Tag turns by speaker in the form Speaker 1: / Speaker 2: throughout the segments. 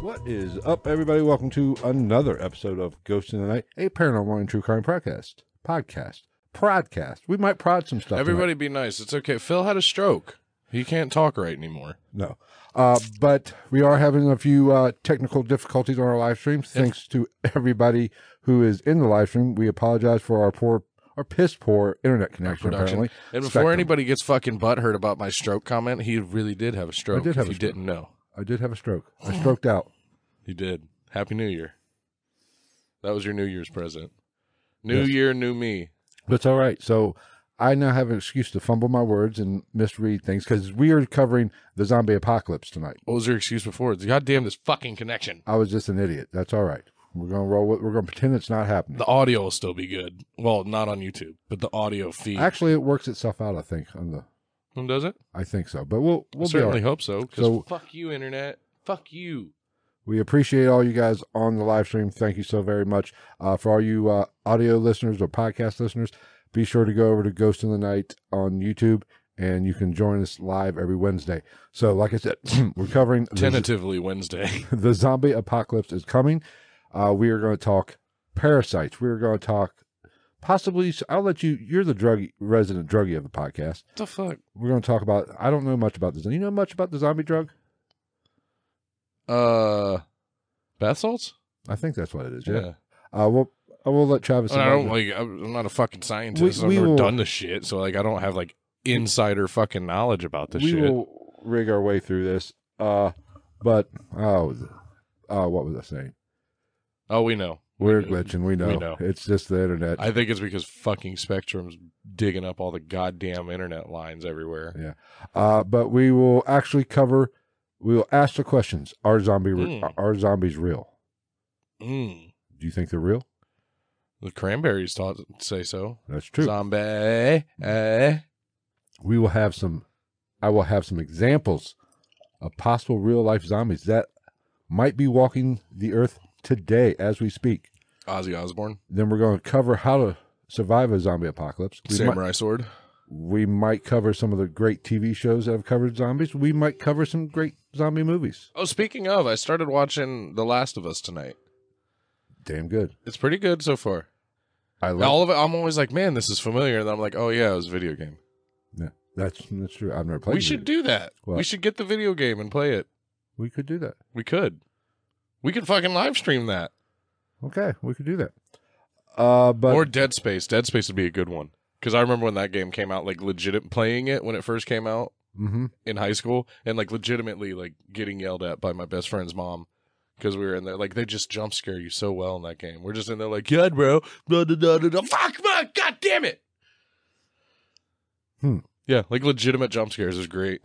Speaker 1: What is up, everybody? Welcome to another episode of Ghost in the Night, a paranormal and true crime podcast. Podcast. Podcast. We might prod some stuff. tonight.
Speaker 2: Everybody be nice. It's okay. Phil had a stroke. He can't talk right anymore.
Speaker 1: No. Uh, but we are having a few uh, technical difficulties on our live stream. Thanks to everybody who is in the live stream. We apologize for our poor, our piss poor internet connection,
Speaker 2: Production.
Speaker 1: apparently.
Speaker 2: And before
Speaker 1: Spectrum.
Speaker 2: anybody gets fucking butthurt about my stroke comment, he really did have a stroke.
Speaker 1: did have
Speaker 2: if
Speaker 1: a
Speaker 2: you
Speaker 1: stroke.
Speaker 2: didn't know.
Speaker 1: I did have a stroke. I stroked out.
Speaker 2: He did. Happy New Year. That was your New Year's present. New Year, new me.
Speaker 1: That's all right. So I now have an excuse to fumble my words and misread things because we are covering the zombie apocalypse tonight.
Speaker 2: What was your excuse before? It's goddamn this fucking connection.
Speaker 1: I was just an idiot. That's all right. We're gonna roll with. We're gonna pretend it's not happening.
Speaker 2: The audio will still be good. Well, not on YouTube, but the audio feed.
Speaker 1: Actually, it works itself out. I think on the.
Speaker 2: Hmm, Does it?
Speaker 1: I think so. But we'll we'll be all
Speaker 2: Certainly
Speaker 1: right.
Speaker 2: hope so. 'cause
Speaker 1: So-
Speaker 2: fuck you, internet. Fuck you.
Speaker 1: We appreciate all you guys on the live stream. Thank you so very much. Uh, for all you uh, audio listeners or podcast listeners, be sure to go over to Ghost in the Night on YouTube and you can join us live every Wednesday. So, like I said, we're covering the-
Speaker 2: Tentatively Wednesday.
Speaker 1: the zombie apocalypse is coming. Uh, we are going to talk parasites. We are going to talk possibly. I'll let you. You're the drug resident druggie of the podcast.
Speaker 2: what the fuck?
Speaker 1: We're going to talk about. I don't know much about this. You know much about the zombie drug?
Speaker 2: Uh, bath salts?
Speaker 1: I think that's what it is. Yeah. Uh, well, I will let Travis.
Speaker 2: I
Speaker 1: know.
Speaker 2: don't like. I'm I'm not a fucking scientist.
Speaker 1: We- we
Speaker 2: I've never
Speaker 1: will-
Speaker 2: done this shit, so like, I don't have like insider fucking knowledge about this
Speaker 1: we
Speaker 2: shit.
Speaker 1: will rig our way through this. Uh, but oh, uh, what was I saying?
Speaker 2: Oh, we know.
Speaker 1: We're
Speaker 2: We-
Speaker 1: glitching. We know.
Speaker 2: we know.
Speaker 1: It's just the internet.
Speaker 2: I think it's because fucking Spectrum's digging up all the goddamn internet lines everywhere.
Speaker 1: Uh, but we will actually cover. We will ask the questions. Are zombie re-
Speaker 2: Mm.
Speaker 1: are zombies real?
Speaker 2: Mm.
Speaker 1: Do you think they're real?
Speaker 2: The cranberries taught say so.
Speaker 1: That's true.
Speaker 2: Zombie. Eh.
Speaker 1: we will have some. I will have some examples of possible real life zombies that might be walking the earth today as we speak.
Speaker 2: Ozzy Osbourne,
Speaker 1: Then we're going to cover how to survive a zombie apocalypse. We might-
Speaker 2: samurai sword.
Speaker 1: we might cover some of the great TV shows that have covered zombies. We might cover some great zombie movies.
Speaker 2: Oh, speaking of, I started watching The Last of Us tonight.
Speaker 1: Damn good.
Speaker 2: It's pretty good so far.
Speaker 1: I love.
Speaker 2: all of it. I'm always like, man, this is familiar. And I'm like, oh yeah, it was a video game.
Speaker 1: Yeah, that's that's true. I've never played.
Speaker 2: we
Speaker 1: it.
Speaker 2: should do that. We
Speaker 1: What?
Speaker 2: should get the video game and play it.
Speaker 1: We could do that.
Speaker 2: We could. We could fucking live stream that.
Speaker 1: Okay, we could do that. Uh, but
Speaker 2: or Dead Space. Dead Space would be a good one. Because I remember when that game came out, like legit playing it when it first came out
Speaker 1: Mhm.
Speaker 2: in high school and like legitimately like getting yelled at by my best friend's mom. Because we were in there, like they just jump scare you so well in that game. We're just in there, like, yeah, bro, blah, blah, blah, blah, blah. fuck, fuck, god damn it.
Speaker 1: Hmm.
Speaker 2: Yeah, like legitimate jump scares is great.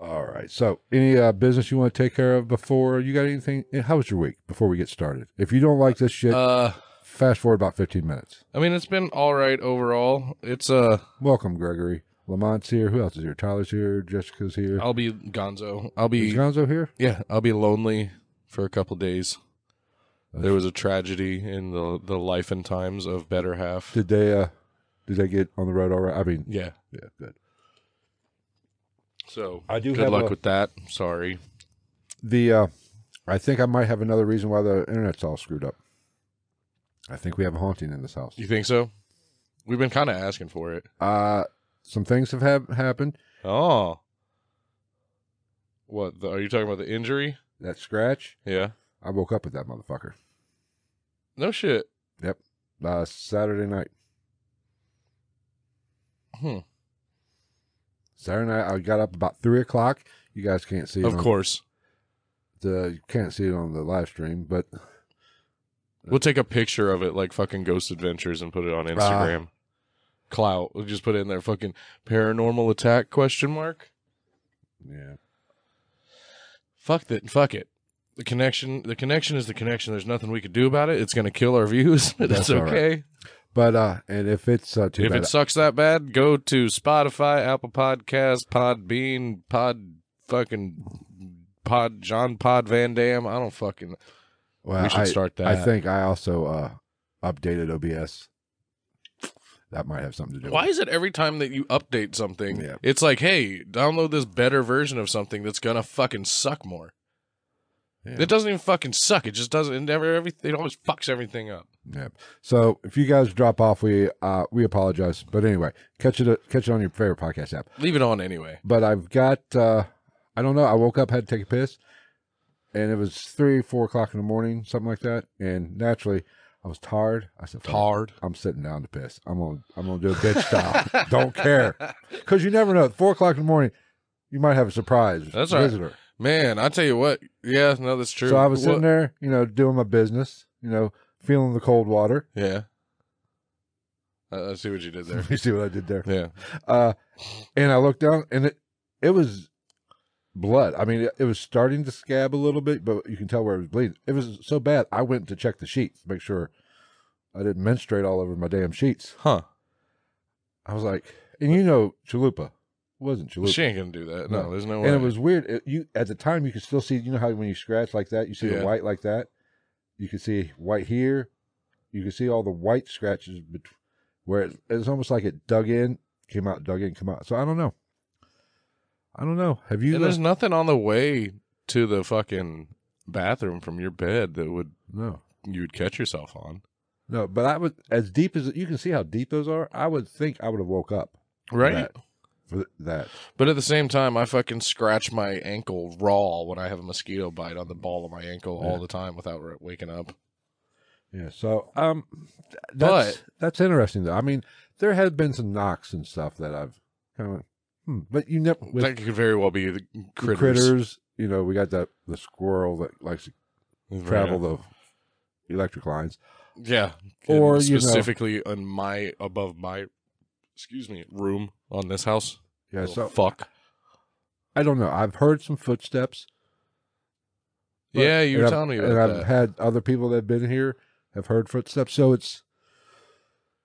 Speaker 1: all right. So, any uh, business you want to take care of before you got anything? Eh, How was your week before we get started? If you don't like this shit,
Speaker 2: Uh,
Speaker 1: fast forward about fifteen minutes.
Speaker 2: I mean, it's been all right overall. It's uh,
Speaker 1: Welcome, Gregory. Lamont's here. Who else is here? Tyler's here. Jessica's here.
Speaker 2: I'll be Gonzo. I'll
Speaker 1: Is
Speaker 2: be
Speaker 1: Gonzo here?
Speaker 2: yeah, I'll be lonely for a couple days. There was a tragedy in the the life and times of better half.
Speaker 1: Did they? uh Did they get on the road all right? I mean,
Speaker 2: yeah,
Speaker 1: yeah, good.
Speaker 2: so
Speaker 1: I do
Speaker 2: Good
Speaker 1: have
Speaker 2: luck
Speaker 1: a-
Speaker 2: with that. Sorry.
Speaker 1: the uh I think I might have another reason why the internet's all screwed up. I think we have a haunting in this house.
Speaker 2: You think so? We've been kind of asking for it.
Speaker 1: Uh some things have hap- happened.
Speaker 2: Oh, what? The, are you talking about the injury?
Speaker 1: That scratch,
Speaker 2: Yeah.
Speaker 1: I woke up with that motherfucker
Speaker 2: No shit.
Speaker 1: uh, Saturday night.
Speaker 2: Hmm.
Speaker 1: Saturday night, I got up about three o'clock. You guys can't see it.
Speaker 2: Of
Speaker 1: on
Speaker 2: course.
Speaker 1: The, you can't see it on the live stream, but
Speaker 2: We'll take a picture of it like fucking Ghost Adventures and put it on
Speaker 1: Ah.
Speaker 2: Instagram. Clout. We'll just put it in there fucking paranormal attack question mark.
Speaker 1: yeah,
Speaker 2: Fuck that fuck it. The connection the connection is the connection. There's nothing we could do about it. It's gonna kill our views, but that's
Speaker 1: That's all right.
Speaker 2: okay.
Speaker 1: but uh, and if it's uh, too
Speaker 2: if
Speaker 1: bad,
Speaker 2: it sucks that bad, go to Spotify, Apple Podcast, Podbean, Pod fucking Pod John Pod Van Dam. I don't fucking
Speaker 1: well,
Speaker 2: we should
Speaker 1: I,
Speaker 2: start that.
Speaker 1: I think I also uh, updated OBS. That might have something to do.
Speaker 2: Why
Speaker 1: with
Speaker 2: is it every time that you update something,
Speaker 1: Yeah.
Speaker 2: it's like, hey, download this better version of something that's gonna fucking suck more.
Speaker 1: it. Yeah.
Speaker 2: It doesn't even fucking suck. It just doesn't. It never. Everything. It always fucks everything up.
Speaker 1: Yeah. So if you guys drop off, we uh, we apologize. But anyway, catch it catch it on your favorite podcast app.
Speaker 2: Leave it on anyway.
Speaker 1: But I've got uh, I don't know. I woke up, had to take a piss, and it was three four o'clock in the morning, something like that. And naturally, I was tired. I said, "Fuck it.
Speaker 2: Hard.
Speaker 1: I'm sitting down to piss. I'm gonna I'm gonna do a bitch style. don't care, because you never know. At four o'clock in the morning, you might have a surprise
Speaker 2: That's all right.
Speaker 1: visitor.
Speaker 2: Man, I tell you what. Yeah, no, that's true.
Speaker 1: So I was
Speaker 2: What-
Speaker 1: sitting there, you know, doing my business, you know, feeling the cold water.
Speaker 2: Yeah. I, I see what you did there.
Speaker 1: you see what I did there?
Speaker 2: yeah.
Speaker 1: Uh, and I looked down, and it it was blood. I mean, it, it was starting to scab a little bit, but you can tell where it was bleeding. It was so bad. I went to check the sheets, make sure I didn't menstruate all over my damn sheets.
Speaker 2: Huh.
Speaker 1: I was like, and you know, Chalupa It wasn't Chalupa.
Speaker 2: She ain't gonna do that. No,
Speaker 1: No.
Speaker 2: there's no way.
Speaker 1: and it was weird. It, you at the time you could still see. You know how when you scratch like that, you see
Speaker 2: Yeah.
Speaker 1: the white like that. You could see white here. You could see all the white scratches bet- where it, it's almost like it dug in, came out, dug in, come out. So I don't know. I don't know. Have you?
Speaker 2: And there's
Speaker 1: looked-
Speaker 2: nothing on the way to the fucking bathroom from your bed that would
Speaker 1: no,
Speaker 2: you would catch yourself on.
Speaker 1: no. But I would as deep as you can see how deep those are. I would think I would have woke up for
Speaker 2: Right.
Speaker 1: that- for th- that.
Speaker 2: But at the same time, I fucking scratch my ankle raw when I have a mosquito bite on the ball of my ankle all the time without r- waking up.
Speaker 1: Yeah. So um, th- that's that's interesting though. I mean, there have been some knocks and stuff that I've kind of, hmm, but you never with
Speaker 2: that could very well be the
Speaker 1: the
Speaker 2: critters.
Speaker 1: critters. You know, we got that the squirrel that likes to travel the electric lines.
Speaker 2: Yeah.
Speaker 1: Or,
Speaker 2: And
Speaker 1: you know-
Speaker 2: specifically on my above my excuse me room on this house.
Speaker 1: Yeah.
Speaker 2: Little
Speaker 1: So
Speaker 2: fuck.
Speaker 1: I don't know. I've heard some footsteps. but-
Speaker 2: yeah, you
Speaker 1: and
Speaker 2: were
Speaker 1: I've-
Speaker 2: telling me
Speaker 1: and
Speaker 2: about
Speaker 1: I've
Speaker 2: that.
Speaker 1: had other people that have been here have heard footsteps. So it's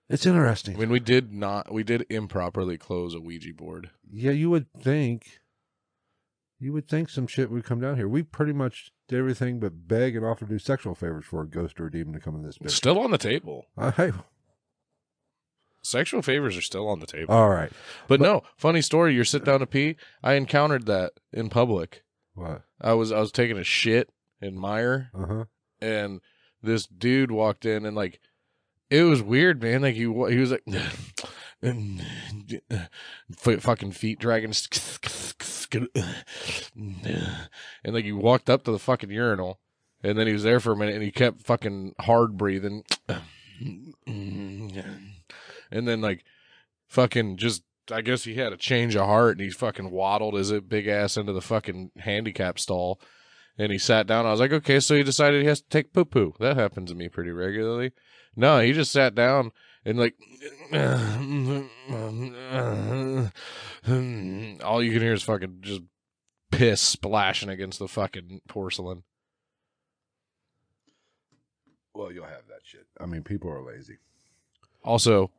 Speaker 1: it's interesting.
Speaker 2: I mean, we did not, we did improperly close a Ouija board.
Speaker 1: yeah, you would think. You would think some shit would come down here. We pretty much did everything but beg and offer to do sexual favors for a ghost or a demon to come in this bitch.
Speaker 2: Still on the table.
Speaker 1: Uh, hey,
Speaker 2: Sexual favors are still on the table.
Speaker 1: all right.
Speaker 2: but, no, funny story. You're sit down to pee. I encountered that in public.
Speaker 1: What?
Speaker 2: I was I was taking a shit in Meyer,
Speaker 1: Uh huh.
Speaker 2: and this dude walked in and like it was weird, man. Like he wa- he was like fu- fucking feet dragging, and like he walked up to the fucking urinal, and then he was there for a minute, and he kept fucking hard breathing, and then like fucking just. I guess he had a change of heart and he fucking waddled his big ass into the fucking handicap stall and he sat down. I was like, okay, so he decided he has to take poo poo. That happens to me pretty regularly. No, he just sat down and like all you can hear is fucking just piss splashing against the fucking porcelain.
Speaker 1: Well, you'll have that shit. I mean, people are lazy.
Speaker 2: Also,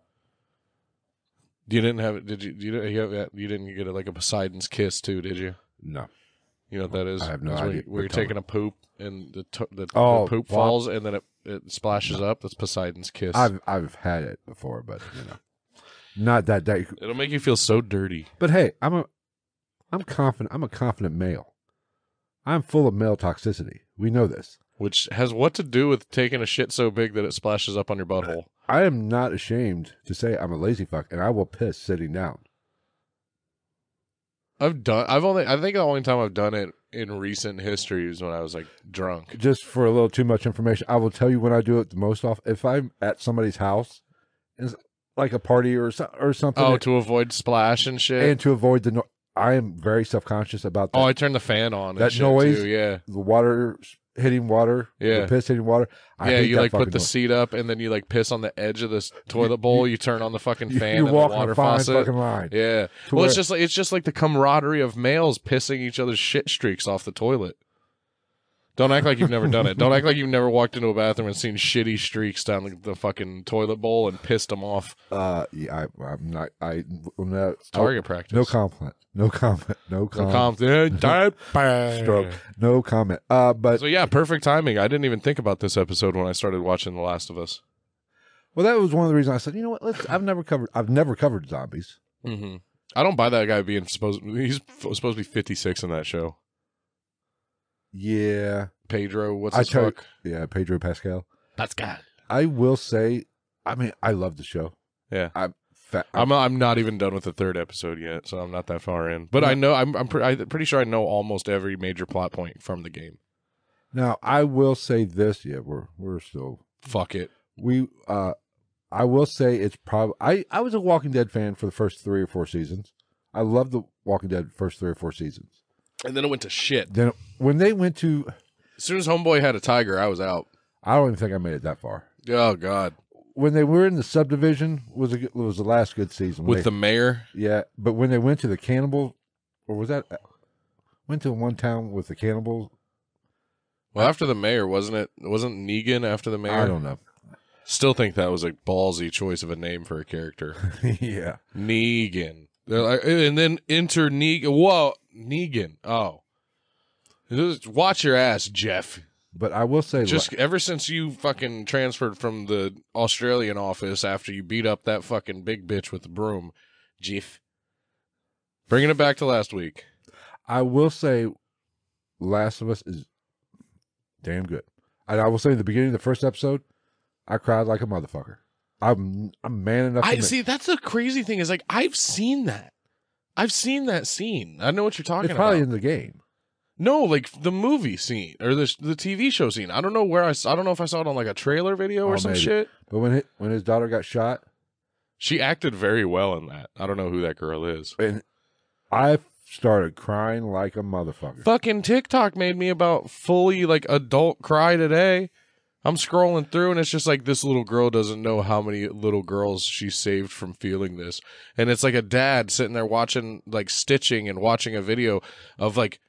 Speaker 2: you didn't have it. Did you? You didn't, you have- you didn't get like a Poseidon's kiss too, did you?
Speaker 1: No.
Speaker 2: You know what that is?
Speaker 1: I have no
Speaker 2: That's where
Speaker 1: idea.
Speaker 2: you- Where you're
Speaker 1: Tell me.
Speaker 2: taking a poop and the to- the,
Speaker 1: Oh,
Speaker 2: the poop
Speaker 1: flop.
Speaker 2: falls and then it, it splashes up. That's Poseidon's kiss.
Speaker 1: I've I've had it before, but you know, not that day.
Speaker 2: It'll make you feel so dirty.
Speaker 1: But hey, I'm a I'm confident. I'm a confident male. I'm full of male toxicity. We know this.
Speaker 2: Which has what to do with taking a shit so big that it splashes up on your butthole?
Speaker 1: I am not ashamed to say I'm a lazy fuck, and I will piss sitting down.
Speaker 2: I've done. I've only. I think the only time I've done it in recent history is when I was like drunk.
Speaker 1: Just for a little too much information, I will tell you when I do it the most off. If I'm at somebody's house, it's like a party or so, or something,
Speaker 2: Oh, to avoid splash and shit.
Speaker 1: and to avoid the no- I am very self conscious about that.
Speaker 2: oh, I turned the fan on. and
Speaker 1: That
Speaker 2: shit,
Speaker 1: noise?
Speaker 2: Too. Yeah,
Speaker 1: the water hitting water,
Speaker 2: Yeah.
Speaker 1: the piss hitting water. I
Speaker 2: yeah.
Speaker 1: hate
Speaker 2: You
Speaker 1: that
Speaker 2: like put
Speaker 1: fucking
Speaker 2: the
Speaker 1: noise.
Speaker 2: seat up, and then you like piss on the edge of this toilet bowl. You, turn on the fucking
Speaker 1: You-
Speaker 2: fan
Speaker 1: you
Speaker 2: and
Speaker 1: walk
Speaker 2: the
Speaker 1: on
Speaker 2: water
Speaker 1: a fine
Speaker 2: faucet.
Speaker 1: fucking line.
Speaker 2: Yeah.
Speaker 1: To
Speaker 2: Well, it's
Speaker 1: where-
Speaker 2: just like it's just like the camaraderie of males pissing each other's shit streaks off the toilet. Don't act like you've never done it. Don't act like you've never walked into a bathroom and seen shitty streaks down the, the fucking toilet bowl and pissed them off.
Speaker 1: Uh, yeah, I, I'm not. I I'm not.
Speaker 2: Target practice.
Speaker 1: No comment. No comment. No
Speaker 2: So
Speaker 1: comment.
Speaker 2: confident. Diaper.
Speaker 1: Stroke. No comment. Uh, but
Speaker 2: So yeah, perfect timing. I didn't even think about this episode when I started watching The Last of Us.
Speaker 1: well, that was one of the reasons I said, you know what? Let's. I've never covered. I've never covered zombies.
Speaker 2: Mm-hmm. I don't buy that guy being supposed. He's f- supposed to be fifty six in that show.
Speaker 1: Yeah.
Speaker 2: Pedro, what's
Speaker 1: I
Speaker 2: his
Speaker 1: tell you-
Speaker 2: fuck?
Speaker 1: Yeah. Pedro Pascal.
Speaker 2: Pascal.
Speaker 1: I will say. I mean, I love the show.
Speaker 2: Yeah.
Speaker 1: I'm. Fa- I'm,
Speaker 2: I'm I'm not even done with the third episode yet, so I'm not that far in. But I know I'm I'm, pre- I'm pretty sure I know almost every major plot point from the game.
Speaker 1: now I will say this. Yeah, we're we're still
Speaker 2: Fuck it.
Speaker 1: we. uh I will say it's probably. I I was a Walking Dead fan for the first three or four seasons. I loved the Walking Dead first three or four seasons.
Speaker 2: And then it went to shit.
Speaker 1: Then when they went to,
Speaker 2: As soon as Homeboy had a tiger, I was out.
Speaker 1: I don't even think I made it that far.
Speaker 2: Oh God, when
Speaker 1: When they were in the subdivision was a, good- was the last good season. When
Speaker 2: with
Speaker 1: they-
Speaker 2: the mayor.
Speaker 1: yeah, but when they went to the cannibal, or was that went to one town with the cannibal?
Speaker 2: Well, after the mayor, wasn't it? Wasn't Negan after the mayor?
Speaker 1: I don't know.
Speaker 2: Still think that was a ballsy choice of a name for a character.
Speaker 1: yeah,
Speaker 2: Negan. They're like, and then enter Negan. Whoa, Negan. Oh, Just watch your ass, Jeff.
Speaker 1: but I will say
Speaker 2: Just ever since you fucking transferred from the Australian office after you beat up that fucking big bitch with the broom, Jeff. Bringing it back to last week.
Speaker 1: I will say, Last of Us is damn good, and I will say in the beginning of the first episode, I cried like a motherfucker. I'm I'm man enough. to
Speaker 2: I
Speaker 1: admit-
Speaker 2: see. That's the crazy thing is like I've seen that. I've seen that scene. I know what you're talking
Speaker 1: It's probably
Speaker 2: about.
Speaker 1: in the game.
Speaker 2: No, like the movie scene or the the TV show scene. I don't know where I. s- I don't know if I saw it on like a trailer video or
Speaker 1: Oh,
Speaker 2: some
Speaker 1: maybe.
Speaker 2: shit.
Speaker 1: But when it, when his daughter got shot,
Speaker 2: She acted very well in that. I don't know who that girl is.
Speaker 1: and I started crying like a motherfucker.
Speaker 2: Fucking TikTok made me about fully like adult cry today. I'm scrolling through and it's just like this little girl doesn't know how many little girls she saved from feeling this. And it's like a dad sitting there watching like stitching and watching a video of like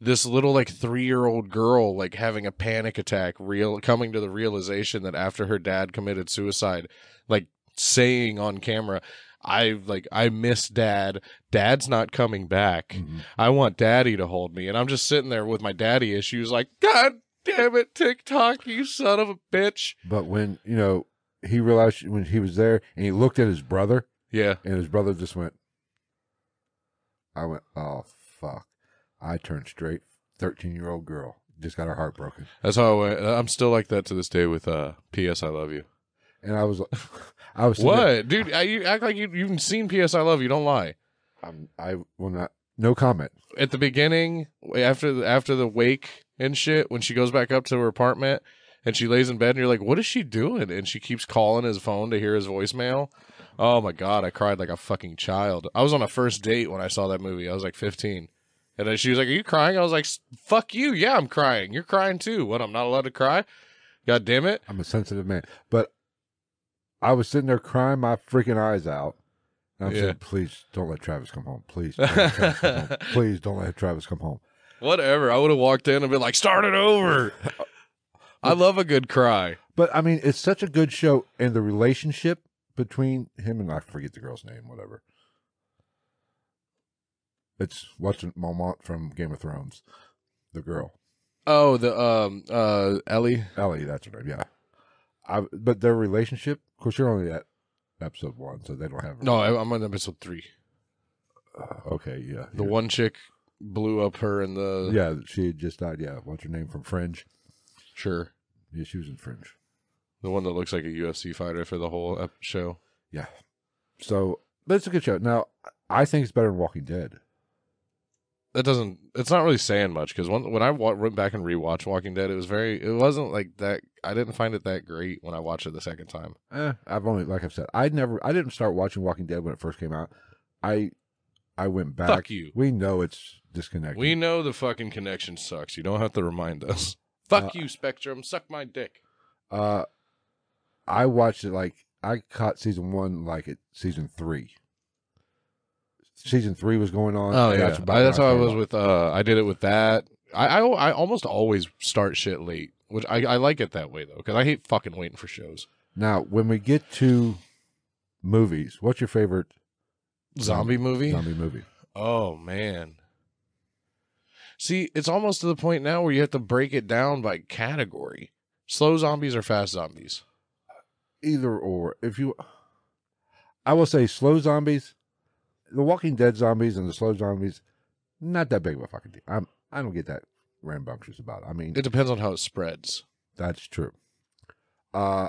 Speaker 2: this little like 3-year-old girl like having a panic attack real coming to the realization that after her dad committed suicide like saying on camera I like I miss dad. Dad's not coming back.
Speaker 1: Mhm.
Speaker 2: I want daddy to hold me. And I'm just sitting there with my daddy issues, like, God damn it, TikTok, you son of a bitch.
Speaker 1: But when you know he realized when he was there, and he looked at his brother,
Speaker 2: Yeah.
Speaker 1: and his brother just went. I went, oh fuck! I turned straight. Thirteen-year-old girl just got her heart broken,
Speaker 2: That's how I, I'm still like that to this day with uh, P.S. I Love You.
Speaker 1: and I was, I was sitting
Speaker 2: What?
Speaker 1: there-
Speaker 2: Dude, I, you act like you, you've seen P.S. I Love You. Don't lie.
Speaker 1: I'm, I will not. No comment.
Speaker 2: At the beginning, after the, after the wake and shit, when she goes back up to her apartment and she lays in bed and you're like, what is she doing? And she keeps calling his phone to hear his voicemail. Oh my God, I cried like a fucking child. I was on a first date when I saw that movie. I was like 15. And then she was like, Are you crying? I was like, Fuck you. Yeah, I'm crying. You're crying too. What? I'm not allowed to cry? God damn it.
Speaker 1: I'm a sensitive man, but I was sitting there crying my freaking eyes out. And I'm
Speaker 2: Yeah.
Speaker 1: saying, please don't let Travis come home. Please, don't let Travis come home. please don't let Travis come home.
Speaker 2: Whatever. I would have walked in and been like, Start it over. I love a good cry.
Speaker 1: But I mean, it's such a good show, and the relationship between him and I forget the girl's name, whatever. It's what's her- Momont from Game of Thrones, the girl
Speaker 2: Oh, the um uh Ellie.
Speaker 1: Ellie. That's her name. Yeah, I, but their relationship. Of course, you're only at episode one, so they don't have.
Speaker 2: No, I, I'm on episode three.
Speaker 1: okay, yeah,
Speaker 2: The
Speaker 1: yeah.
Speaker 2: one chick blew up her in the
Speaker 1: Yeah, she had just died. Yeah, what's her name from Fringe?
Speaker 2: sure.
Speaker 1: Yeah, she was in Fringe.
Speaker 2: The one that looks like a UFC fighter for the whole ep- show.
Speaker 1: Yeah. So, but it's a good show. Now, I think it's better than Walking Dead.
Speaker 2: that doesn't it's not really saying much because when, when i wa- went back and rewatched walking dead it was very it wasn't like that i didn't find it that great when i watched it the second time
Speaker 1: Eh, I've only like I've said, I never I didn't start watching Walking Dead when it first came out. I I went back.
Speaker 2: Fuck you.
Speaker 1: We know it's disconnected.
Speaker 2: we know the fucking connection sucks you don't have to remind us fuck
Speaker 1: Uh,
Speaker 2: you spectrum suck my dick
Speaker 1: uh I watched it like I caught season one like at season three. Season three was going on.
Speaker 2: oh
Speaker 1: and
Speaker 2: yeah
Speaker 1: about
Speaker 2: I, that's
Speaker 1: when
Speaker 2: how i
Speaker 1: started
Speaker 2: was
Speaker 1: watching.
Speaker 2: with uh i did it with that i i, I almost always start shit late which i, I like it that way though because i hate fucking waiting for shows
Speaker 1: Now, when we get to movies, what's your favorite
Speaker 2: zombie movie
Speaker 1: zombie movie?
Speaker 2: Oh man. See, it's almost to the point now where you have to break it down by category. Slow zombies or fast zombies?
Speaker 1: Either or. If you, I will say, slow zombies, the Walking Dead zombies and the slow zombies, not that big of a fucking deal. I'm I don't get that rambunctious about it. I mean,
Speaker 2: It depends on how it spreads.
Speaker 1: that's true. Uh,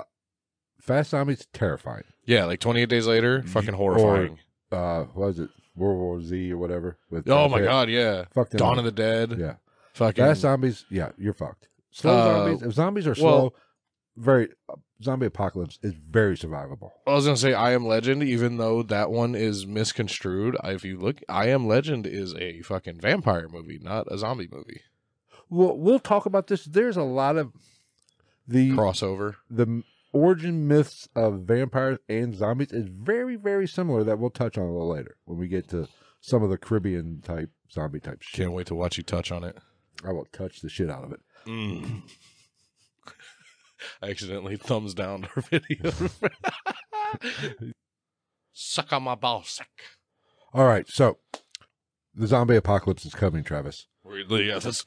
Speaker 1: fast zombies terrifying.
Speaker 2: Yeah, like 28 days later, fucking horrifying.
Speaker 1: Uh, what was it World War Z or whatever? With
Speaker 2: oh
Speaker 1: Brad
Speaker 2: my
Speaker 1: Pitt?
Speaker 2: god, yeah.
Speaker 1: Fuck them
Speaker 2: Dawn
Speaker 1: up.
Speaker 2: of the Dead.
Speaker 1: Yeah,
Speaker 2: Fucking
Speaker 1: fast zombies. Yeah, you're fucked. Slow
Speaker 2: Uh,
Speaker 1: zombies. If zombies are slow,
Speaker 2: well-
Speaker 1: very zombie apocalypse is very survivable.
Speaker 2: I was going to say I Am Legend even though that one is misconstrued. If you look, I Am Legend is a fucking vampire movie, not a zombie movie.
Speaker 1: Well, we'll talk about this. There's a lot of the
Speaker 2: Crossover.
Speaker 1: the origin myths of vampires and zombies is very very similar. That we'll touch on a little later when we get to some of the Caribbean type zombie type shit.
Speaker 2: Can't wait to watch you touch on it.
Speaker 1: I will touch the shit out of it.
Speaker 2: Mm. I accidentally thumbs down our video. Suck on my ballsack.
Speaker 1: All right, so the zombie apocalypse is coming, Travis.
Speaker 2: Yeah, let's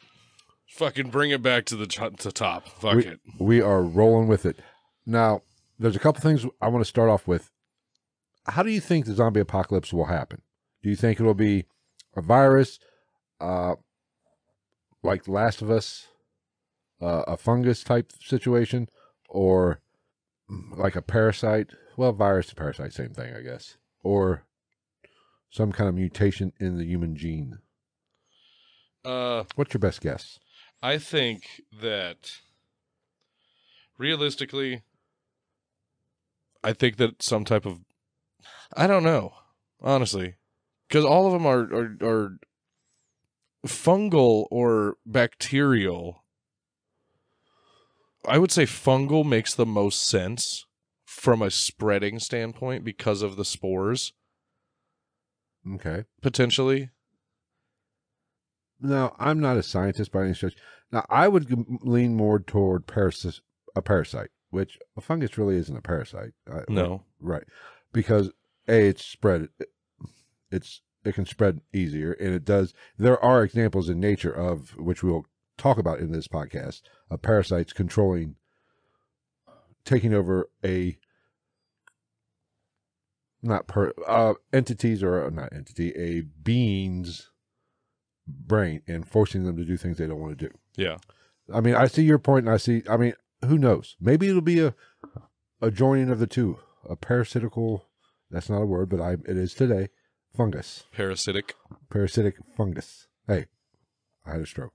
Speaker 2: fucking bring it back to the to to top. Fuck
Speaker 1: we,
Speaker 2: it.
Speaker 1: we are rolling with it. Now, there's a couple things I want to start off with. How do you think the zombie apocalypse will happen? Do you think it'll be a virus, uh, like Last of Us, uh, a fungus type situation, or mm, like a parasite? Well, virus to parasite, same thing, I guess. Or some kind of mutation in the human gene.
Speaker 2: Uh,
Speaker 1: What's your best guess?
Speaker 2: I think that realistically, I think that some type of I don't know, honestly, because all of them are, are are fungal or bacterial. I would say fungal makes the most sense from a spreading standpoint because of the spores
Speaker 1: Okay.
Speaker 2: potentially.
Speaker 1: No, I'm not a scientist by any stretch. Now, I would g- lean more toward parasis, a parasite, which a fungus really isn't a parasite. I,
Speaker 2: No,
Speaker 1: Right. Because, A, it's spread, it's, it can spread easier. And it does, there are examples in nature of, which we'll talk about in this podcast, of parasites controlling, taking over a, not per, uh, entities or not entity, a being's brain and forcing them to do things they don't want to do.
Speaker 2: yeah,
Speaker 1: I mean, I see your point, and I see. I mean, who knows? Maybe it'll be a a joining of the two, a parasitical. That's not a word, but I it is today. Fungus,
Speaker 2: parasitic.
Speaker 1: parasitic fungus. Hey, I had a stroke.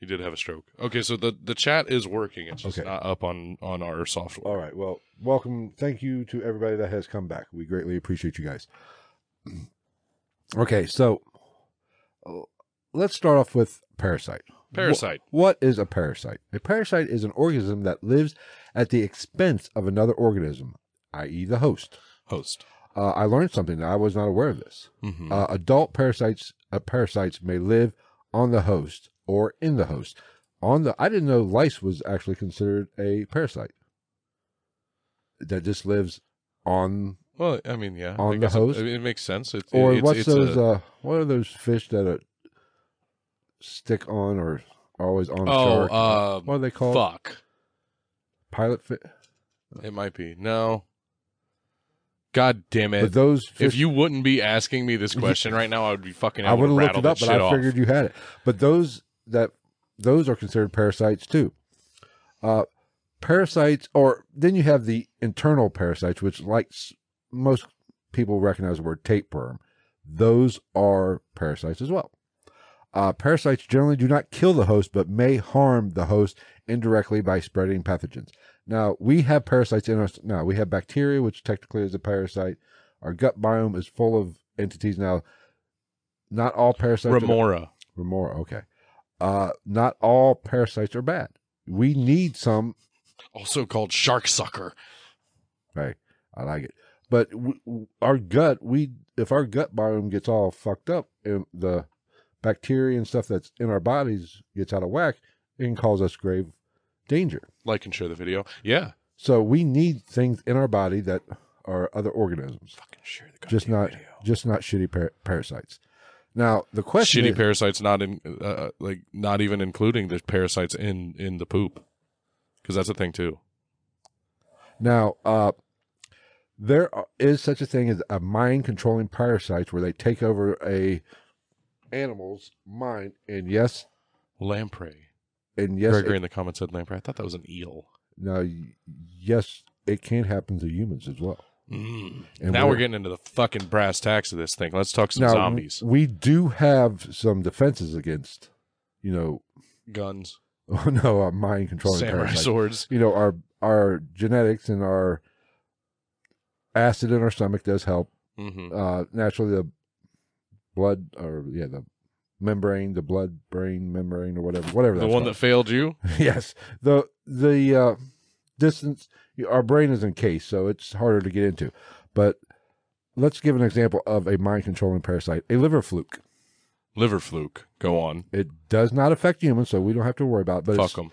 Speaker 2: You did have a stroke. Okay, so the the chat is working. It's just
Speaker 1: Okay.
Speaker 2: not up on on our software.
Speaker 1: All right. Well, welcome. Thank you to everybody that has come back. We greatly appreciate you guys. Okay, so uh, let's start off with parasite.
Speaker 2: Parasite.
Speaker 1: Wh- what is a parasite? A parasite is an organism that lives at the expense of another organism, i.e., the host.
Speaker 2: Host.
Speaker 1: Uh, I learned something that I was not aware of this.
Speaker 2: Mm-hmm.
Speaker 1: Uh, adult parasites uh, parasites may live on the host or in the host. On the I didn't know lice was actually considered a parasite that just lives on.
Speaker 2: well, I mean, yeah, I
Speaker 1: on
Speaker 2: think
Speaker 1: the
Speaker 2: it's a-
Speaker 1: host?
Speaker 2: I mean, it makes sense. It's,
Speaker 1: Or
Speaker 2: it's,
Speaker 1: what's
Speaker 2: it's
Speaker 1: those?
Speaker 2: A,
Speaker 1: uh, what are those fish that uh, stick on or are always on? a
Speaker 2: oh,
Speaker 1: shark?
Speaker 2: uh,
Speaker 1: what are they called?
Speaker 2: Fuck.
Speaker 1: Pilot fish.
Speaker 2: It might be no. God damn
Speaker 1: But
Speaker 2: it!
Speaker 1: those
Speaker 2: if
Speaker 1: fish,
Speaker 2: you wouldn't be asking me this question right now, I would be fucking.
Speaker 1: I would have looked
Speaker 2: rattle
Speaker 1: it up,
Speaker 2: that
Speaker 1: but
Speaker 2: shit
Speaker 1: I
Speaker 2: off.
Speaker 1: figured you had it. But those that those are considered parasites too. Uh, parasites, or then you have the internal parasites, which like s- most people recognize the word tapeworm, those are parasites as well. Uh, parasites generally do not kill the host, but may harm the host indirectly by spreading pathogens. Now, we have parasites in us. Now, we have bacteria, which technically is a parasite. Our gut biome is full of entities. Now, not all parasites. are-
Speaker 2: Remora.
Speaker 1: Remora, okay. Uh, not all parasites are bad. We need some
Speaker 2: also called shark sucker.
Speaker 1: Right. I like it. But w- w- our gut, we if our gut biome gets all fucked up, and the bacteria and stuff that's in our bodies gets out of whack, it can cause us grave danger.
Speaker 2: Like and share the video. Yeah.
Speaker 1: So we need things in our body that are other organisms,
Speaker 2: Fucking share the
Speaker 1: just
Speaker 2: goddamn
Speaker 1: not
Speaker 2: video.
Speaker 1: just not shitty par- parasites. Now the question
Speaker 2: Shitty
Speaker 1: is,
Speaker 2: parasites, not in uh, like not even including the parasites in in the poop, because that's a thing too.
Speaker 1: Now, uh, there are- is such a thing as a mind controlling parasites where they take over a animal's mind, and yes,
Speaker 2: Lamprey.
Speaker 1: and yes,
Speaker 2: Gregory
Speaker 1: it,
Speaker 2: in the comments said lamprey. I thought that was an eel.
Speaker 1: now, y- yes, it can happen to humans as well.
Speaker 2: Mm.
Speaker 1: And
Speaker 2: Now we're,
Speaker 1: we're-
Speaker 2: getting into the fucking brass tacks of this thing. Let's talk some
Speaker 1: now,
Speaker 2: zombies,
Speaker 1: we do have some defenses against, you know,
Speaker 2: guns,
Speaker 1: oh no, uh, mind controlling
Speaker 2: samurai
Speaker 1: parasites.
Speaker 2: swords.
Speaker 1: You know, our our genetics and our acid in our stomach does help
Speaker 2: hmm
Speaker 1: uh, naturally the blood or yeah the membrane the blood brain membrane or whatever whatever
Speaker 2: The
Speaker 1: that's
Speaker 2: one that
Speaker 1: called.
Speaker 2: failed you.
Speaker 1: yes the the uh, distance our brain is encased so it's harder to get into but let's give an example of a mind controlling parasite a liver fluke
Speaker 2: Liver fluke. Go on.
Speaker 1: it does not affect humans so we don't have to worry about it, but
Speaker 2: Fuck
Speaker 1: it's,
Speaker 2: them.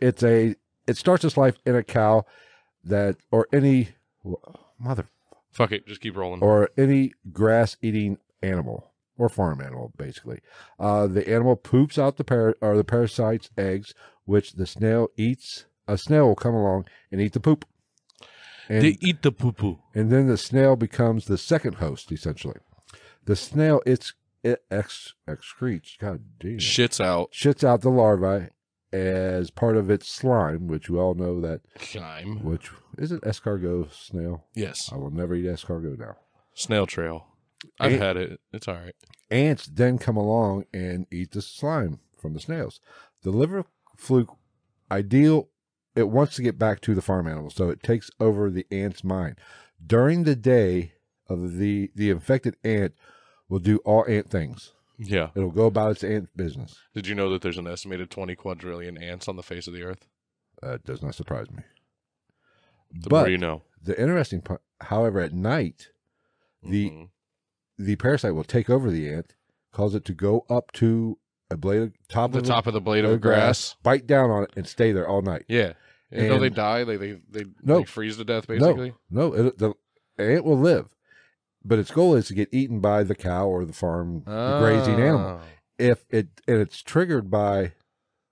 Speaker 1: it's a it starts its life in a cow that or any mother
Speaker 2: Fuck it. Just keep rolling.
Speaker 1: or any grass eating animal or farm animal basically uh, the animal poops out the par- or the parasite's eggs which the snail eats a snail will come along and eat the poop and,
Speaker 2: eat the poo poo.
Speaker 1: and then the snail becomes the second host essentially the snail it's it ex- excretes god damn
Speaker 2: Shits out.
Speaker 1: shits out the larvae as part of its slime which we all know that
Speaker 2: Chime.
Speaker 1: which is it escargot snail
Speaker 2: Yes.
Speaker 1: i will never eat escargot now
Speaker 2: Snail trail. I've
Speaker 1: Ain't-
Speaker 2: had it. It's all right.
Speaker 1: ants then come along and eat the slime from the snails. The liver fluke ideal it wants to get back to the farm animal, so it takes over the ant's mind. During the day of the the infected ant will do all ant things.
Speaker 2: Yeah.
Speaker 1: It'll go about its ant business.
Speaker 2: Did you know that there's an estimated 20 quadrillion ants on the face of the earth?
Speaker 1: Uh, it does not surprise me.
Speaker 2: The
Speaker 1: But-
Speaker 2: more you know.
Speaker 1: The interesting part, however, at night the
Speaker 2: Mhm.
Speaker 1: the parasite will take over the ant, cause it to go up to a blade of, top
Speaker 2: the
Speaker 1: of
Speaker 2: top of the blade
Speaker 1: a-
Speaker 2: of grass.
Speaker 1: bite down on it, and stay there all night.
Speaker 2: Yeah. And though they
Speaker 1: And-
Speaker 2: die, they they they,
Speaker 1: No.
Speaker 2: they freeze to death basically.
Speaker 1: No, no, it, the ant will live, but its goal is to get eaten by the cow or the farm the grazing animal.
Speaker 2: Ah.
Speaker 1: If it and it's triggered by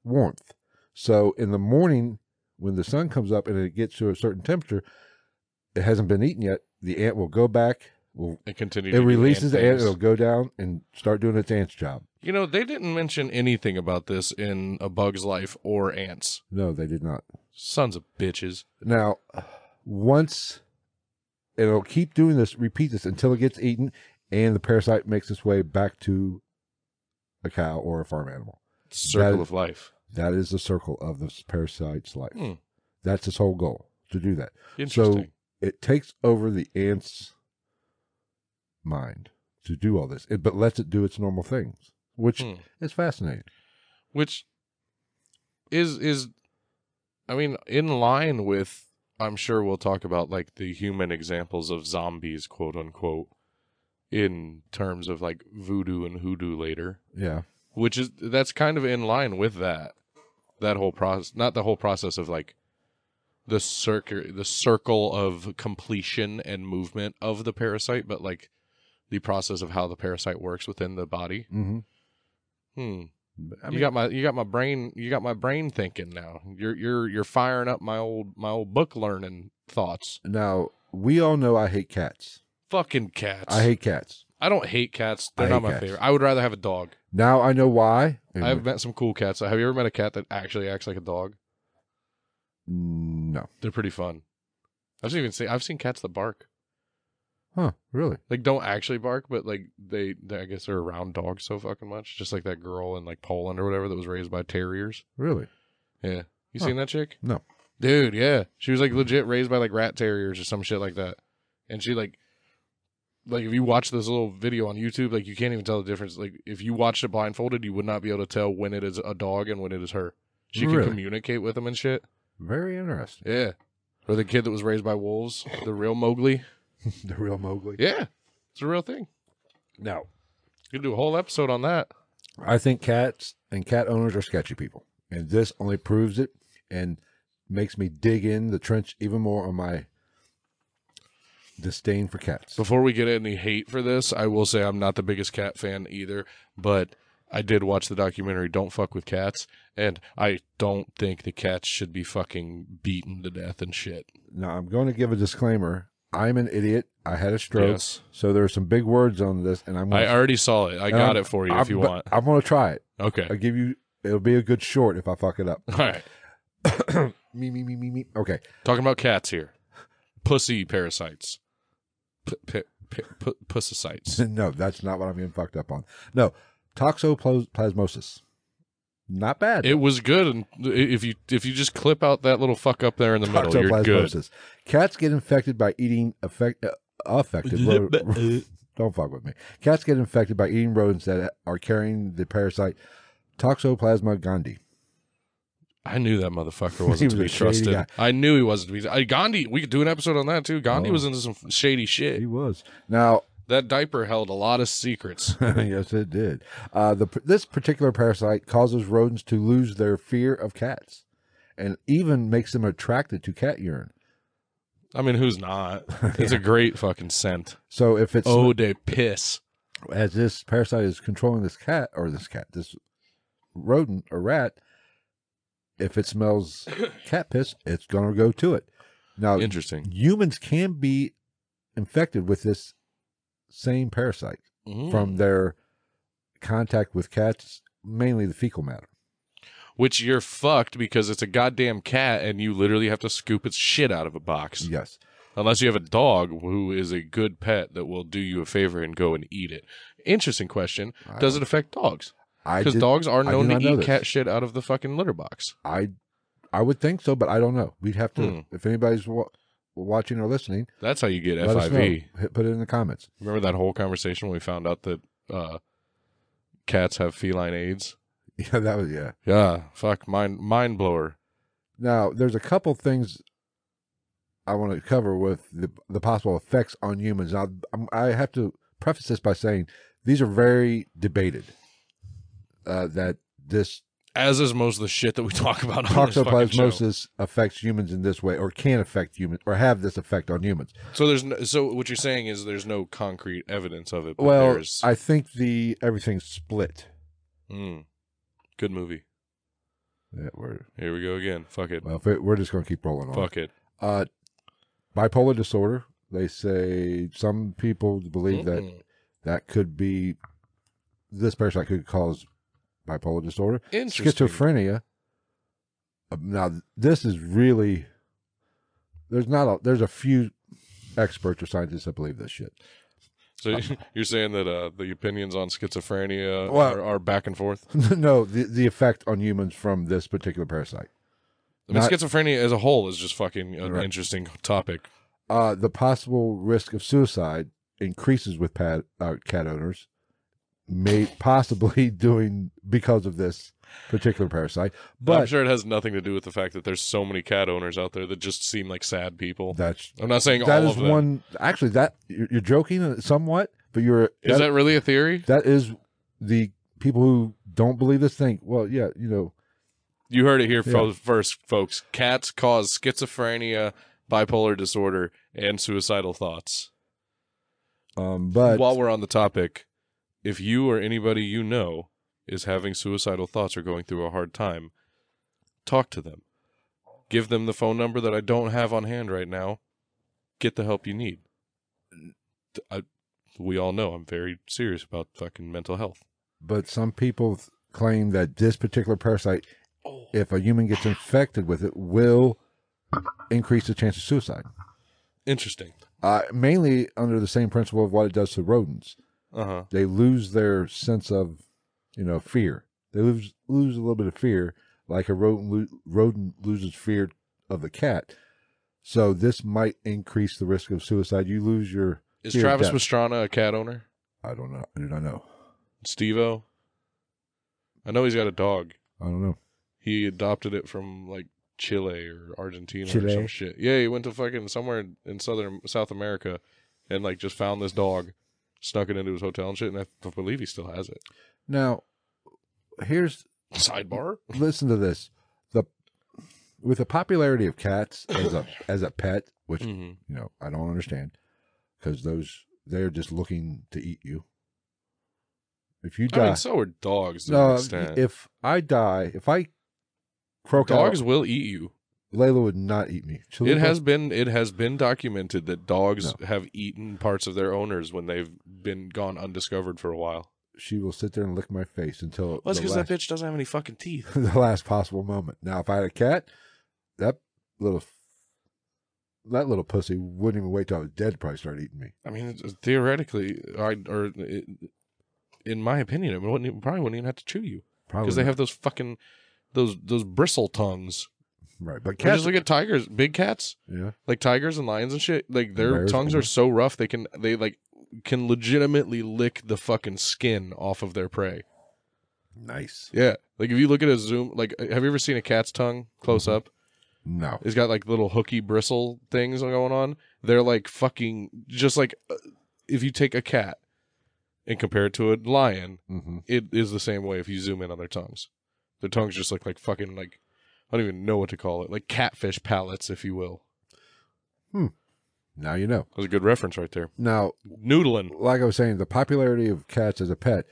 Speaker 1: warmth, so in the morning when the sun comes up and it gets to a certain temperature, it hasn't been eaten yet. The ant will go back. Will,
Speaker 2: It continues.
Speaker 1: it
Speaker 2: to do
Speaker 1: releases the ant.
Speaker 2: things.
Speaker 1: It'll go down and start doing its ant's job.
Speaker 2: You know, they didn't mention anything about this in A Bug's Life or Ants.
Speaker 1: No, they did not.
Speaker 2: Sons of bitches.
Speaker 1: Now, once it'll keep doing this, repeat this until it gets eaten and the parasite makes its way back to a cow or a farm animal.
Speaker 2: Circle
Speaker 1: That-
Speaker 2: of life.
Speaker 1: That is the circle of this parasite's life.
Speaker 2: Hmm.
Speaker 1: That's its whole goal to do that.
Speaker 2: Interesting.
Speaker 1: So it takes over the ant's mind to do all this, it, but lets it do its normal things, which
Speaker 2: Hmm.
Speaker 1: is fascinating.
Speaker 2: which is is i mean in line with i'm sure we'll talk about like the human examples of zombies quote unquote in terms of like voodoo and hoodoo later
Speaker 1: Yeah.
Speaker 2: which is that's kind of in line with that that whole process not the whole process of like the circle the circle of completion and movement of the parasite but like the process of how the parasite works within the body
Speaker 1: Mm-hmm.
Speaker 2: hmm
Speaker 1: I
Speaker 2: you got my you got my brain you got my brain thinking now. You're you're you're firing up my old my old book learning thoughts.
Speaker 1: now, we all know I hate cats.
Speaker 2: Fucking cats.
Speaker 1: I hate cats.
Speaker 2: I don't hate cats.
Speaker 1: I
Speaker 2: They're
Speaker 1: hate
Speaker 2: not my
Speaker 1: cats.
Speaker 2: favorite. I would rather have a dog.
Speaker 1: Now I know why. and
Speaker 2: I've met some cool cats. Have you ever met a cat that actually acts like a dog?
Speaker 1: No.
Speaker 2: They're pretty fun. I've even seen I've seen cats that bark.
Speaker 1: Huh? Really?
Speaker 2: Like don't actually bark, but like they, they I guess they're around dogs so fucking much. Just like that girl in like Poland or whatever that was raised by terriers.
Speaker 1: Really?
Speaker 2: Yeah. You
Speaker 1: Huh.
Speaker 2: seen that chick?
Speaker 1: No.
Speaker 2: Dude, yeah. She was like legit raised by like rat terriers or some shit like that. And she like like if you watch this little video on YouTube, like you can't even tell the difference. Like if you watched it blindfolded, you would not be able to tell when it is a dog and when it is her. She can
Speaker 1: Really?
Speaker 2: communicate with them and shit.
Speaker 1: Very interesting.
Speaker 2: Yeah. Or the kid that was raised by wolves, the real Mowgli.
Speaker 1: the real Mowgli.
Speaker 2: Yeah. It's a real thing.
Speaker 1: No,
Speaker 2: You could do a whole episode on that.
Speaker 1: I think cats and cat owners are sketchy people, and this only proves it and makes me dig in the trench even more on my disdain for cats.
Speaker 2: Before we get any hate for this, I will say I'm not the biggest cat fan either, but I did watch the documentary Don't Fuck with Cats, and I don't think the cats should be fucking beaten to death and shit.
Speaker 1: Now I'm going to give a disclaimer. I'm an idiot. I had a stroke,
Speaker 2: Yes.
Speaker 1: so there are some big words on this, and I'm.
Speaker 2: I
Speaker 1: Gonna,
Speaker 2: already saw it. I
Speaker 1: and
Speaker 2: got
Speaker 1: I'm-
Speaker 2: it for you
Speaker 1: I'm-
Speaker 2: if you
Speaker 1: but
Speaker 2: want.
Speaker 1: I'm going to try it.
Speaker 2: Okay.
Speaker 1: I'll give you. It'll be a good short if I fuck it up.
Speaker 2: All right.
Speaker 1: me me me me me. Okay.
Speaker 2: Talking about cats here. Pussy parasites. P- p- p- p- pussycites.
Speaker 1: no, that's not what I'm getting fucked up on. No, toxoplasmosis. Not bad.
Speaker 2: It was good, and if you if you just clip out that little fuck up there in the middle, you're good.
Speaker 1: Toxoplasmosis. Cats get infected by eating affect, uh, affected. rodent- don't fuck with me. Cats get infected by eating rodents that are carrying the parasite Toxoplasma gondii.
Speaker 2: I knew that motherfucker wasn't
Speaker 1: He was
Speaker 2: to
Speaker 1: a
Speaker 2: be
Speaker 1: shady
Speaker 2: trusted.
Speaker 1: guy.
Speaker 2: I knew he wasn't to be. I, Gandhi, we could do an episode on that too. Gandhi
Speaker 1: Oh.
Speaker 2: was into some shady shit.
Speaker 1: He was now.
Speaker 2: That diaper held a lot of secrets.
Speaker 1: yes, it did. Uh, the this particular parasite causes rodents to lose their fear of cats, and even makes them attracted to cat urine.
Speaker 2: I mean, who's not? It's a great fucking scent.
Speaker 1: So if it's
Speaker 2: Oh, de piss.
Speaker 1: as this parasite is controlling this cat or this cat, this rodent or rat, if it smells cat piss, it's going to go to it. Now,
Speaker 2: Interesting.
Speaker 1: humans can be infected with this same parasite
Speaker 2: Mm.
Speaker 1: from their contact with cats, mainly the fecal matter.
Speaker 2: Which you're fucked because it's a goddamn cat and you literally have to scoop its shit out of a box.
Speaker 1: Yes.
Speaker 2: Unless you have a dog who is a good pet that will do you a favor and go and eat it. Interesting question.
Speaker 1: I
Speaker 2: Does it affect dogs?
Speaker 1: I
Speaker 2: Because
Speaker 1: did-
Speaker 2: dogs are
Speaker 1: I did
Speaker 2: known to
Speaker 1: not know
Speaker 2: eat
Speaker 1: this.
Speaker 2: cat shit out of the fucking litter box.
Speaker 1: I, I would think so, but I don't know. We'd have to,
Speaker 2: Hmm.
Speaker 1: if anybody's wa- watching or listening,
Speaker 2: That's how you get
Speaker 1: let us know.
Speaker 2: FIV.
Speaker 1: Hit- Put it in the comments.
Speaker 2: Remember that whole conversation when we found out that uh, cats have feline AIDS?
Speaker 1: Yeah, that was, yeah.
Speaker 2: Yeah, fuck, mind mind blower.
Speaker 1: Now, there's a couple things I want to cover with the, the possible effects on humans. Now, I'm- I have to preface this by saying these are very debated. Uh, that this
Speaker 2: As is most of the shit that we talk about on this fucking show.
Speaker 1: toxoplasmosis affects humans in this way, or can affect humans, or have this effect on humans.
Speaker 2: So there's no, so what you're saying is there's no concrete evidence of it. But
Speaker 1: Well,
Speaker 2: there's,
Speaker 1: I think the everything's split.
Speaker 2: Mm. good movie.
Speaker 1: Yeah, we're,
Speaker 2: Here we go again. Fuck it.
Speaker 1: well, if it, we're just going to keep rolling on.
Speaker 2: Fuck it.
Speaker 1: Uh, bipolar disorder. They say some people believe that
Speaker 2: Mm.
Speaker 1: that could be this parasite could cause bipolar disorder,
Speaker 2: Interesting.
Speaker 1: schizophrenia. Uh, Now this is really there's not a there's a few experts or scientists that believe this shit.
Speaker 2: So you're saying that uh, the opinions on schizophrenia
Speaker 1: Well-
Speaker 2: are, are back and forth.
Speaker 1: no, the the effect on humans from this particular parasite.
Speaker 2: I mean,
Speaker 1: Not-
Speaker 2: schizophrenia as a whole is just fucking an
Speaker 1: Right.
Speaker 2: interesting topic.
Speaker 1: Uh, the possible risk of suicide increases with pad, uh, cat owners, may possibly doing because of this particular parasite.
Speaker 2: I'm
Speaker 1: But
Speaker 2: sure it has nothing to do with the fact that there's so many cat owners out there that just seem like sad people.
Speaker 1: that's
Speaker 2: I'm not saying
Speaker 1: That
Speaker 2: all
Speaker 1: is
Speaker 2: of them.
Speaker 1: one. Actually, that you're you're joking somewhat, but you're
Speaker 2: is
Speaker 1: that-
Speaker 2: that really a theory?
Speaker 1: that is the people who don't believe this think. Well, yeah, you know,
Speaker 2: You heard it here
Speaker 1: Yeah.
Speaker 2: fo- first, folks. Cats cause schizophrenia, bipolar disorder, and suicidal thoughts.
Speaker 1: um, but
Speaker 2: While we're on the topic, if you or anybody you know is having suicidal thoughts or going through a hard time, talk to them. Give them the phone number that I don't have on hand right now. Get the help you need. I, we all know I'm very serious about fucking mental health.
Speaker 1: but some people th- claim that this particular parasite,
Speaker 2: Oh.
Speaker 1: if a human gets infected with it, will increase the chance of suicide.
Speaker 2: Interesting.
Speaker 1: uh, mainly under the same principle of what it does to rodents.
Speaker 2: Uh huh.
Speaker 1: They lose their sense of, you know, fear. They lose lose a little bit of fear, like a rodent lo- rodent loses fear of the cat. So this might increase the risk of suicide. You lose your.
Speaker 2: Is
Speaker 1: fear of
Speaker 2: Travis
Speaker 1: death.
Speaker 2: Pastrana a cat owner?
Speaker 1: I don't know. I do not know.
Speaker 2: Steve O? I know he's got a dog.
Speaker 1: I don't know.
Speaker 2: He adopted it from like Chile or Argentina or
Speaker 1: Chile?
Speaker 2: some shit. Yeah, he went to fucking somewhere in- in southern South America and like just found this dog, snuck it into his hotel and shit, and I believe he still has it.
Speaker 1: Now, here's
Speaker 2: Sidebar?
Speaker 1: listen to this. The with the popularity of cats as a as a pet, which
Speaker 2: hmm
Speaker 1: you know I don't understand, because those they're just looking to eat you. If you
Speaker 2: I
Speaker 1: die,
Speaker 2: mean, so are dogs to an
Speaker 1: no,
Speaker 2: extent.
Speaker 1: Uh, if I die, if I croak
Speaker 2: dogs
Speaker 1: out,
Speaker 2: will eat you.
Speaker 1: Layla would not eat me. Chalupa-
Speaker 2: It has been it has been documented that dogs
Speaker 1: No.
Speaker 2: have eaten parts of their owners when they've been gone undiscovered for a while.
Speaker 1: She will sit there and lick my face until
Speaker 2: Well, that's
Speaker 1: the,
Speaker 2: because that
Speaker 1: last,
Speaker 2: bitch doesn't have any fucking teeth.
Speaker 1: the last possible moment. Now, if I had a cat, that little that little pussy wouldn't even wait till I was dead to probably start eating me.
Speaker 2: I mean, it's- theoretically, I or it, in my opinion, it wouldn't even, probably wouldn't even have to chew you
Speaker 1: Probably
Speaker 2: because they
Speaker 1: not.
Speaker 2: have those fucking those those bristle tongues.
Speaker 1: right, but
Speaker 2: I mean,
Speaker 1: cats.
Speaker 2: Just look at tigers, big cats,
Speaker 1: yeah,
Speaker 2: like tigers and lions and shit. Like their
Speaker 1: Bears,
Speaker 2: tongues
Speaker 1: yeah.
Speaker 2: are so rough they can they like can legitimately lick the fucking skin off of their prey.
Speaker 1: nice.
Speaker 2: Yeah, like if you look at a zoom, like have you ever seen a cat's tongue close
Speaker 1: Mm-hmm.
Speaker 2: up?
Speaker 1: No,
Speaker 2: It's got like little hooky bristle things going on. They're like fucking just like uh, if you take a cat and compare it to a lion,
Speaker 1: mm-hmm.
Speaker 2: it is the same way if you zoom in on their tongues. Their tongues just look like fucking like I don't even know what to call it, like catfish pallets, if you will.
Speaker 1: now you know.
Speaker 2: That was a good reference right there.
Speaker 1: Now,
Speaker 2: Noodling.
Speaker 1: like I was saying, the popularity of cats as a pet,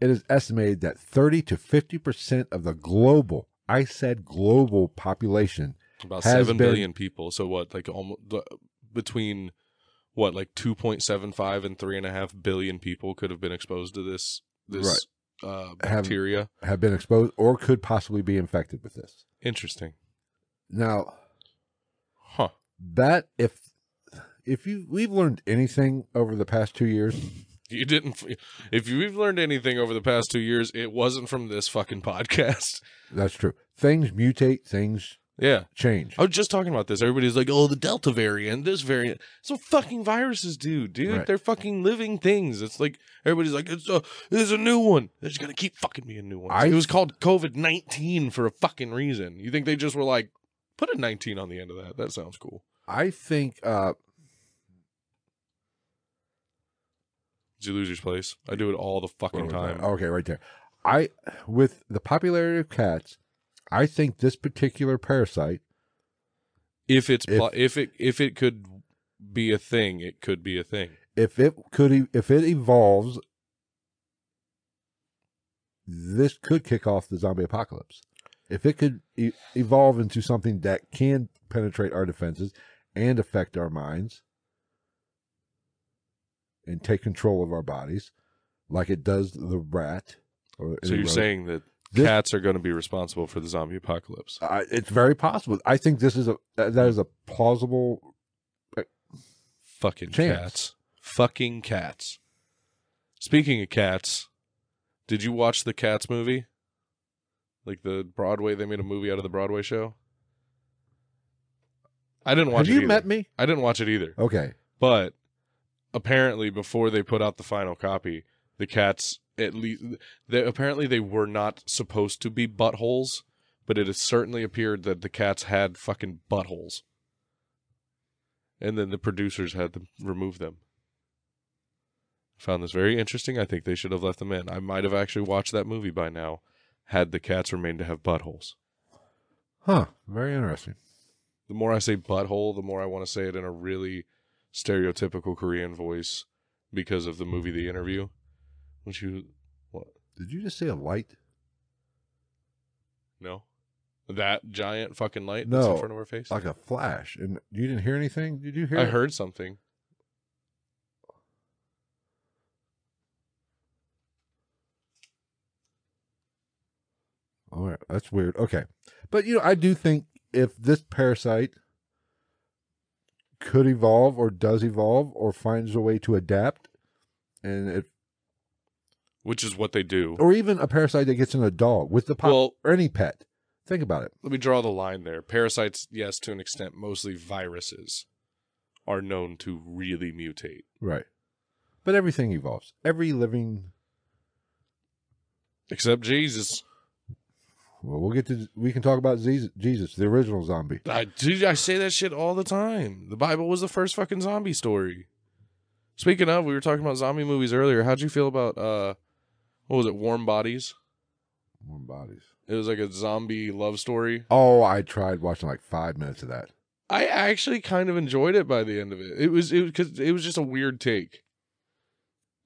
Speaker 1: it is estimated that 30 to 50% of the global, I said global population,
Speaker 2: About
Speaker 1: Has
Speaker 2: seven billion
Speaker 1: been-
Speaker 2: people. So what, like almost between what, like two point seven five and three and a half billion people could have been exposed to this this uh,
Speaker 1: Have-
Speaker 2: bacteria.
Speaker 1: have been exposed or could possibly be infected with this.
Speaker 2: Interesting.
Speaker 1: Now,
Speaker 2: Huh.
Speaker 1: that if if you we've learned anything over the past 2 years,
Speaker 2: You didn't. If you've learned anything over the past two years, it wasn't from this fucking podcast.
Speaker 1: that's true. Things mutate, things
Speaker 2: Yeah.
Speaker 1: change.
Speaker 2: I was just talking about this. Everybody's like, oh, the Delta variant, this variant. So fucking viruses do, dude.
Speaker 1: Right.
Speaker 2: They're fucking living things. It's like, everybody's like, it's a, there's a new one. There's going to keep fucking being new ones.
Speaker 1: I-
Speaker 2: it was called COVID 19 for a fucking reason. You think they just were like, put a 19 on the end of that? That sounds cool.
Speaker 1: I think uh
Speaker 2: Did you lose your place? I do it all the
Speaker 1: Where
Speaker 2: fucking
Speaker 1: was
Speaker 2: time.
Speaker 1: I? Okay, right there. I with the popularity of cats, I think this particular parasite
Speaker 2: If it's,
Speaker 1: If-
Speaker 2: pl- if it, if it could be a thing, it could be a thing.
Speaker 1: if it could e- if it evolves this could kick off the zombie apocalypse if it could e- evolve into something that can penetrate our defenses and affect our minds and take control of our bodies like it does the rat or any
Speaker 2: So you're
Speaker 1: rodent,
Speaker 2: saying that
Speaker 1: This-
Speaker 2: cats are going to be responsible for the zombie apocalypse?
Speaker 1: I, it's very possible i think this is a that that is a plausible
Speaker 2: Fucking
Speaker 1: Chance.
Speaker 2: cats. Fucking cats. Speaking of cats, did you watch the Cats movie? Like the Broadway, they made a movie out of the Broadway show. I didn't watch
Speaker 1: have
Speaker 2: it.
Speaker 1: you
Speaker 2: either.
Speaker 1: met me
Speaker 2: I didn't watch it either.
Speaker 1: okay
Speaker 2: But apparently, before they put out the final copy, the cats at least they, apparently they were not supposed to be buttholes, but it has certainly appeared that the cats had fucking buttholes, and then the producers had them remove them. Found this very interesting. I think they should have left them in. I might have actually watched that movie by now, had the cats remained to have buttholes.
Speaker 1: huh very interesting
Speaker 2: the more I say butthole, the more I want to say it in a really stereotypical Korean voice because of the movie The Interview. When she what?
Speaker 1: did you just see a light
Speaker 2: No, that giant fucking light that's
Speaker 1: No,
Speaker 2: in front of her face.
Speaker 1: like a flash, and you didn't hear anything. Did you hear?
Speaker 2: I
Speaker 1: it?
Speaker 2: heard something.
Speaker 1: All right, that's weird. Okay, but you know, I do think if this parasite could evolve or does evolve or finds a way to adapt, and it,
Speaker 2: which is what they do.
Speaker 1: or even a parasite that gets in a dog with the pop
Speaker 2: Well-
Speaker 1: or any pet. Think about it.
Speaker 2: Let me draw the line there. Parasites, yes, to an extent, mostly viruses are known to really mutate.
Speaker 1: Right. But everything evolves. Every living.
Speaker 2: Except Jesus.
Speaker 1: Well, we'll get to. We can talk about Jesus, Jesus the original zombie.
Speaker 2: I dude, I say that shit all the time. The Bible was the first fucking zombie story. Speaking of, we were talking about zombie movies earlier. How'd you feel about uh what was it, Warm Bodies?
Speaker 1: Warm bodies.
Speaker 2: It was like a zombie love story.
Speaker 1: Oh, I tried watching like five minutes of that.
Speaker 2: I actually kind of enjoyed it by the end of it. It was it because it was just a weird take.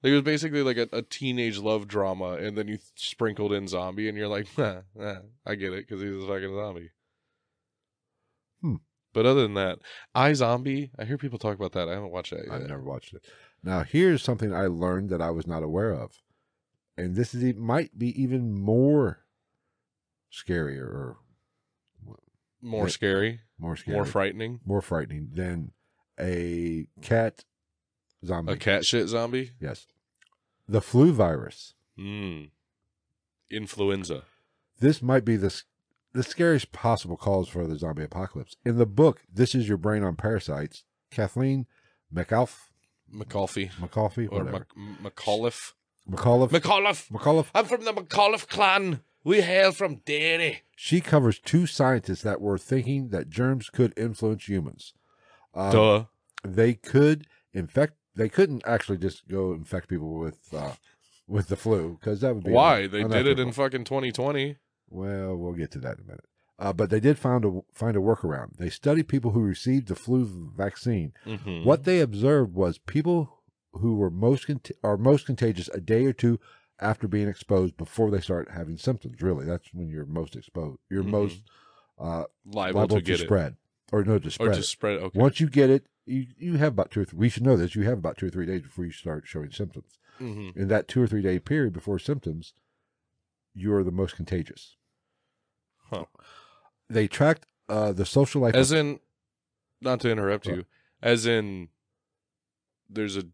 Speaker 2: Like, It was basically like a, a teenage love drama, and then you sprinkled in zombie, and you're like, huh, huh, I get it because he's a fucking zombie.
Speaker 1: Hmm.
Speaker 2: But other than that, I Zombie. I hear people talk about that. I haven't watched that yet.
Speaker 1: I've never watched it. Now, here's something I learned that I was not aware of, and this is e- might be even more scarier or
Speaker 2: More
Speaker 1: Wait.
Speaker 2: scary,
Speaker 1: more scary,
Speaker 2: more frightening.
Speaker 1: more frightening than a cat zombie.
Speaker 2: A cat shit zombie.
Speaker 1: Yes, the flu virus.
Speaker 2: Mm. Influenza.
Speaker 1: This might be the s- the scariest possible cause for the zombie apocalypse. In the book, "This Is Your Brain on Parasites," Kathleen McAuliffe,
Speaker 2: McAuliffe.
Speaker 1: McAuliffe,
Speaker 2: Or
Speaker 1: whatever,
Speaker 2: Mac- McAuliffe.
Speaker 1: McAuliffe,
Speaker 2: McAuliffe.
Speaker 1: McAuliffe.
Speaker 2: I'm from the McAuliffe clan. We hail from Derry.
Speaker 1: She covers two scientists that were thinking that germs could influence humans. Uh,
Speaker 2: Duh.
Speaker 1: They could infect. They couldn't actually just go infect people with uh, with the flu because that would be
Speaker 2: Why?
Speaker 1: un-
Speaker 2: They did it in
Speaker 1: unethical.
Speaker 2: fucking 2020.
Speaker 1: Well, we'll get to that in a minute. Uh, but they did find a find a workaround. They studied people who received the flu vaccine.
Speaker 2: Mm-hmm.
Speaker 1: What they observed was people who were most cont- are most contagious a day or two after being exposed before they start having symptoms. Really, that's when you're most exposed. You're
Speaker 2: Mhm.
Speaker 1: most uh,
Speaker 2: Liable,
Speaker 1: liable
Speaker 2: to
Speaker 1: to,
Speaker 2: get it.
Speaker 1: spread or no to
Speaker 2: Or
Speaker 1: spread.
Speaker 2: just spread it. Okay.
Speaker 1: Once you get it, you, you have about two or three. We should know this. You have about two or three days before you start showing symptoms.
Speaker 2: hmm
Speaker 1: In that two or three day period before symptoms, you are the most contagious.
Speaker 2: Huh.
Speaker 1: They tracked uh, the social life.
Speaker 2: As
Speaker 1: of,
Speaker 2: in, not to interrupt you,
Speaker 1: What?
Speaker 2: as in, there's a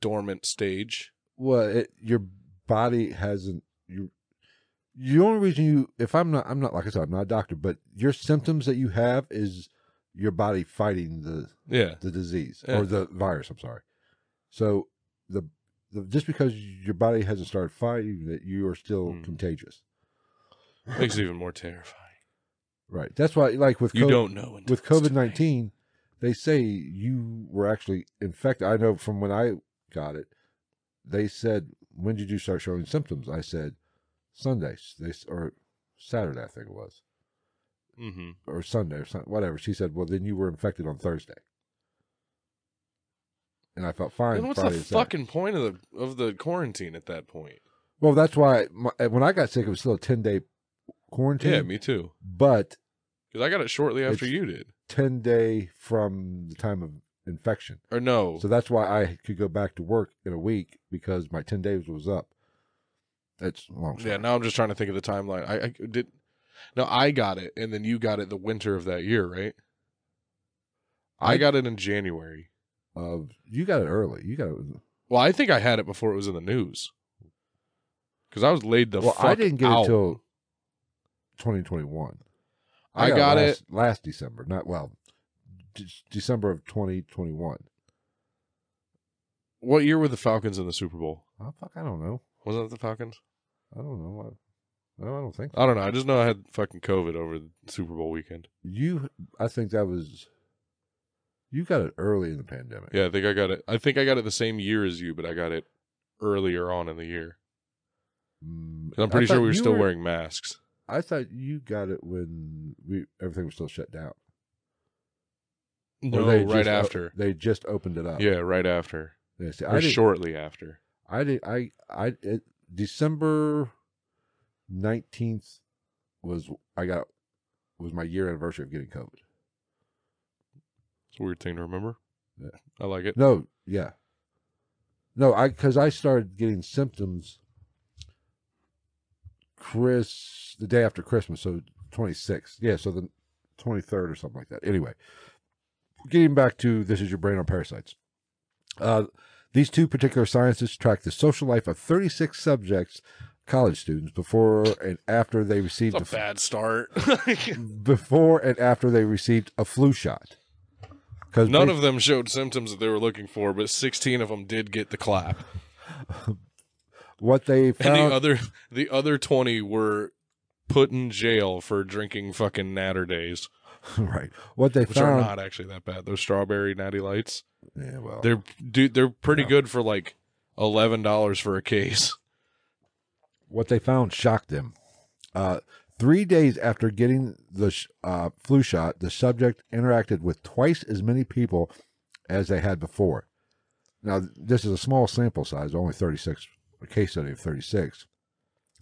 Speaker 2: dormant stage.
Speaker 1: well, it, your body hasn't. You, the only reason you, if I'm not, I'm not like I said, I'm not a doctor, but your symptoms that you have is your body fighting the
Speaker 2: Yeah.
Speaker 1: the disease
Speaker 2: Yeah.
Speaker 1: or the virus. I'm sorry. So the, the just because your body hasn't started fighting that you are still
Speaker 2: Hmm.
Speaker 1: contagious,
Speaker 2: Makes it even more terrifying.
Speaker 1: right? That's why, like with
Speaker 2: You
Speaker 1: COVID,
Speaker 2: don't know. Until
Speaker 1: with
Speaker 2: it's too
Speaker 1: COVID
Speaker 2: late.
Speaker 1: nineteen, they say you were actually infected. I know from when I got it, they said when did you start showing symptoms? I said Sunday. They s- or Saturday, I think it was,
Speaker 2: Mhm.
Speaker 1: or Sunday or something, whatever. She said, well, then you were infected on Thursday. And I felt fine.
Speaker 2: Then what's
Speaker 1: Friday
Speaker 2: the
Speaker 1: and Saturday.
Speaker 2: fucking point of the of the quarantine at that point?
Speaker 1: Well, that's why my, eh, when I got sick, it was still a 10 day quarantine.
Speaker 2: Yeah, me too.
Speaker 1: but
Speaker 2: Because I got it shortly after
Speaker 1: It's-
Speaker 2: you did.
Speaker 1: 10 day from the time of infection.
Speaker 2: Or no.
Speaker 1: So that's why I could go back to work in a week because my 10 days was up. That's a long.
Speaker 2: Yeah,
Speaker 1: story.
Speaker 2: now I'm just trying to think of the timeline. I, I did. No, I got it, and then you got it the winter of that year, right? I,
Speaker 1: I-
Speaker 2: got it in January.
Speaker 1: Of you got it early. You got it.
Speaker 2: Well, I think I had it before it was in the news because I was laid the
Speaker 1: well,
Speaker 2: fuck
Speaker 1: I didn't get
Speaker 2: out.
Speaker 1: it till 2021.
Speaker 2: I got
Speaker 1: last, it last December. Not well, de- December of 2021.
Speaker 2: What year were the Falcons in the Super Bowl?
Speaker 1: Oh, fuck, I don't know.
Speaker 2: Wasn't it the Falcons?
Speaker 1: I don't know. I, no, I don't think. So.
Speaker 2: I don't know. I just know I had fucking COVID over the Super Bowl weekend.
Speaker 1: You, I think that was. You got it early in the pandemic.
Speaker 2: Yeah, I think I got it. I think I got it the same year as you, but I got it earlier on in the year.
Speaker 1: Mm,
Speaker 2: 'Cause I'm
Speaker 1: I
Speaker 2: pretty sure
Speaker 1: thought
Speaker 2: we were
Speaker 1: you
Speaker 2: still wearing masks.
Speaker 1: I thought you got it when we everything was still shut down. Or
Speaker 2: No,
Speaker 1: they
Speaker 2: right
Speaker 1: just o-
Speaker 2: after.
Speaker 1: they just opened it up.
Speaker 2: yeah, right after.
Speaker 1: Yeah, see, I
Speaker 2: Or
Speaker 1: did,
Speaker 2: shortly after.
Speaker 1: I did. I I it, December nineteenth was I got was my year anniversary of getting COVID.
Speaker 2: It's a weird thing to remember.
Speaker 1: Yeah.
Speaker 2: I like it.
Speaker 1: No, yeah. No, I because I started getting symptoms. Chris, the day after Christmas, so twenty sixth, yeah, so the twenty third or something like that. Anyway, getting back to this is your brain on parasites. Uh, these two particular sciences track the social life of 36 subjects, college students, before and after they received
Speaker 2: It's
Speaker 1: the
Speaker 2: a bad start.
Speaker 1: before and after they received a flu shot. Because
Speaker 2: None of them showed symptoms that they were looking for, but 16 of them did get the clap.
Speaker 1: what they
Speaker 2: And
Speaker 1: found,
Speaker 2: the other the other 20 were put in jail for drinking fucking natter days,
Speaker 1: right? What they
Speaker 2: which are
Speaker 1: found,
Speaker 2: not actually that bad. Those strawberry natty lights.
Speaker 1: yeah, well,
Speaker 2: They're dude, they're pretty good for like $11 for a case.
Speaker 1: what they found shocked them. Uh, three days after getting the sh- uh, flu shot, the subject interacted with twice as many people as they had before. Now, this is a small sample size, only 36, a case study of 36,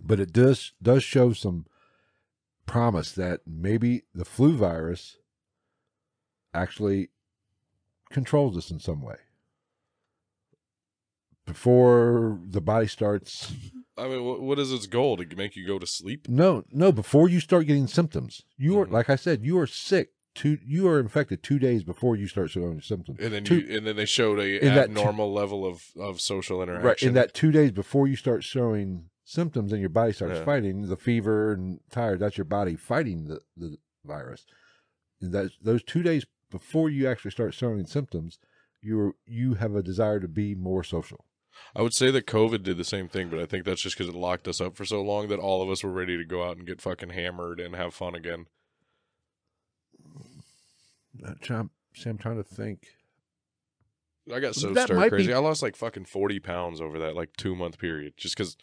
Speaker 1: but it does does show some promise that maybe the flu virus actually controls this in some way before the body starts
Speaker 2: I mean, what, what is its goal to make you go to sleep?
Speaker 1: no, no. Before you start getting symptoms, you are
Speaker 2: Mhm.
Speaker 1: like I said, you are sick. Two, you are infected two days before you start showing symptoms.
Speaker 2: And then
Speaker 1: two,
Speaker 2: you, and then they showed a
Speaker 1: In that two-
Speaker 2: abnormal level of, of social interaction.
Speaker 1: right in that two days before you start showing symptoms, and your body starts
Speaker 2: Yeah.
Speaker 1: fighting the fever and tired. That's your body fighting the the virus. And that those two days before you actually start showing symptoms, you are you have a desire to be more social.
Speaker 2: I would say that COVID did the same thing, but I think that's just because it locked us up for so long that all of us were ready to go out and get fucking hammered and have fun again.
Speaker 1: Uh, Chom- See, I'm trying to think.
Speaker 2: I got so
Speaker 1: That
Speaker 2: stir
Speaker 1: might be-
Speaker 2: crazy. I lost like fucking 40 pounds over that like two month period just because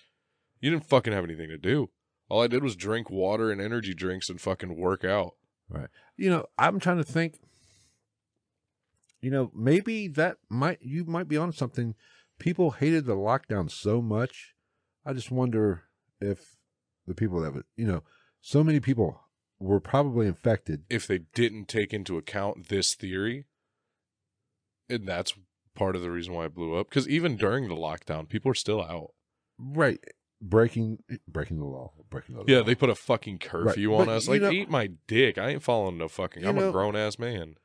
Speaker 2: you didn't fucking have anything to do. All I did was drink water and energy drinks and fucking work out.
Speaker 1: Right. You know, I'm trying to think. You know, maybe that might you might be on something. People hated the lockdown so much. I just wonder if the people that would, you know, so many people were probably infected.
Speaker 2: If they didn't take into account this theory, and that's part of the reason why I blew up because even during the lockdown, people are still out.
Speaker 1: Right. Breaking breaking the law. Breaking the law.
Speaker 2: Yeah, they put a fucking curfew on
Speaker 1: But,
Speaker 2: us.
Speaker 1: you
Speaker 2: Like,
Speaker 1: know-
Speaker 2: eat my dick. I ain't following no fucking.
Speaker 1: You
Speaker 2: I'm a
Speaker 1: know-
Speaker 2: grown ass man.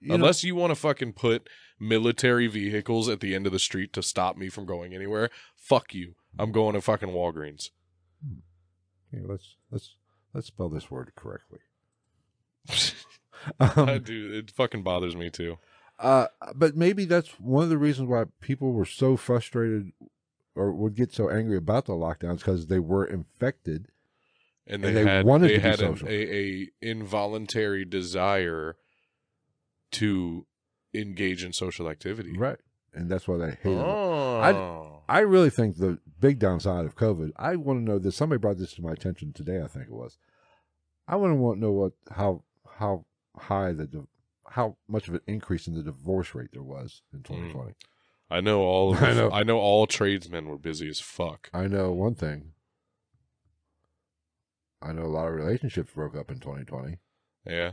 Speaker 1: You know-
Speaker 2: Unless you want to fucking put military vehicles at the end of the street to stop me from going anywhere, fuck you. I'm going to fucking Walgreens.
Speaker 1: Here, let's let's let's spell this word correctly.
Speaker 2: I
Speaker 1: Um,
Speaker 2: do. It fucking bothers me too.
Speaker 1: Uh, but maybe that's one of the reasons why people were so frustrated or would get so angry about the lockdowns because they were infected.
Speaker 2: And they,
Speaker 1: And they
Speaker 2: had
Speaker 1: wanted
Speaker 2: they
Speaker 1: to be
Speaker 2: had an-
Speaker 1: social.
Speaker 2: a, a involuntary desire to engage in social activity.
Speaker 1: Right. And that's why they hated it.
Speaker 2: Oh.
Speaker 1: I really think the big downside of COVID, I want to know this. Somebody brought this to my attention today, I think it was. I want to want to know what how how high the di- how much of an increase in the divorce rate there was in 2020.
Speaker 2: I know all of
Speaker 1: I know.
Speaker 2: I know all tradesmen were busy as fuck.
Speaker 1: I know one thing. I know a lot of relationships broke up in 2020.
Speaker 2: Yeah.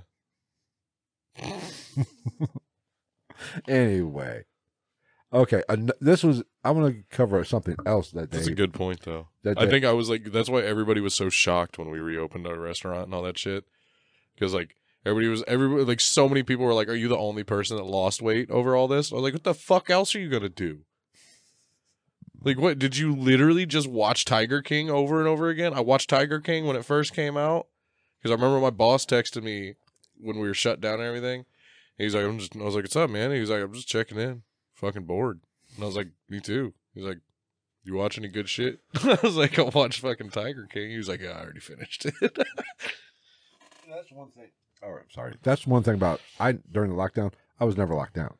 Speaker 1: Anyway, okay. an- this was I want to cover something else that
Speaker 2: That's
Speaker 1: they
Speaker 2: a good point, though.
Speaker 1: that
Speaker 2: I
Speaker 1: they-
Speaker 2: think I was like, that's why everybody was so shocked when we reopened our restaurant and all that shit, because like everybody was, everybody like so many people were like, "Are you the only person that lost weight over all this?" I was like, "What the fuck else are you gonna do?" Like, what did you literally just watch Tiger King over and over again? I watched Tiger King when it first came out because I remember my boss texted me when we were shut down and everything. He's like, "I'm just," I was like, "What's up, man?" He's like, "I'm just checking in, fucking bored," and I was like, "Me too." He's like. You watch any good shit? I was like, I watch fucking Tiger King. He was like, yeah, I already finished it.
Speaker 1: That's one thing. All right, sorry. That's one thing about I during the lockdown. I was never locked down.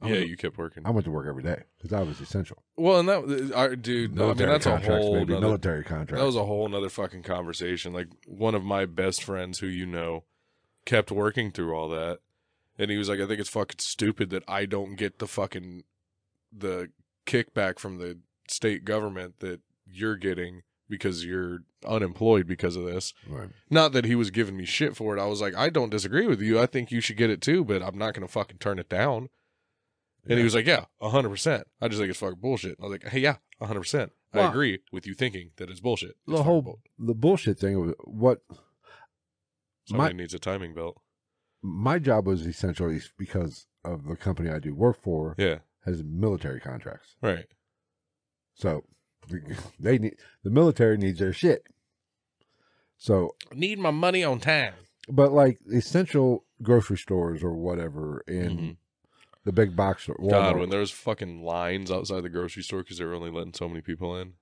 Speaker 1: I
Speaker 2: yeah,
Speaker 1: went,
Speaker 2: you kept working.
Speaker 1: I went to work every day because I was essential.
Speaker 2: well, and that, I, dude, no, I mean, that's a
Speaker 1: contracts,
Speaker 2: whole
Speaker 1: baby.
Speaker 2: nother-
Speaker 1: military contract.
Speaker 2: that was a whole nother fucking conversation. Like one of my best friends who you know kept working through all that, and he was like, I think it's fucking stupid that I don't get the fucking the kickback from the state government that you're getting because you're unemployed because of this.
Speaker 1: right.
Speaker 2: not that he was giving me shit for it. I was like, I don't disagree with you. I think you should get it too, but I'm not going to fucking turn it down. And he
Speaker 1: Yeah.
Speaker 2: was like, Yeah, 100%. I just think it's fucking bullshit. I was like, Hey, yeah, 100%. I
Speaker 1: Well-
Speaker 2: agree with you thinking that it's bullshit. It's
Speaker 1: the
Speaker 2: fucking
Speaker 1: whole
Speaker 2: bull-
Speaker 1: the bullshit thing. was What
Speaker 2: Somebody
Speaker 1: my-
Speaker 2: needs a timing belt.
Speaker 1: my job was essentially because of the company I do work for
Speaker 2: Yeah.
Speaker 1: has military contracts.
Speaker 2: Right.
Speaker 1: So they need the military needs their shit. So,
Speaker 2: Need my money on time.
Speaker 1: but like essential grocery stores or whatever in
Speaker 2: Mhm.
Speaker 1: the big box store,
Speaker 2: God,
Speaker 1: Walmart.
Speaker 2: when there's fucking lines outside the grocery store because they were only letting so many people in.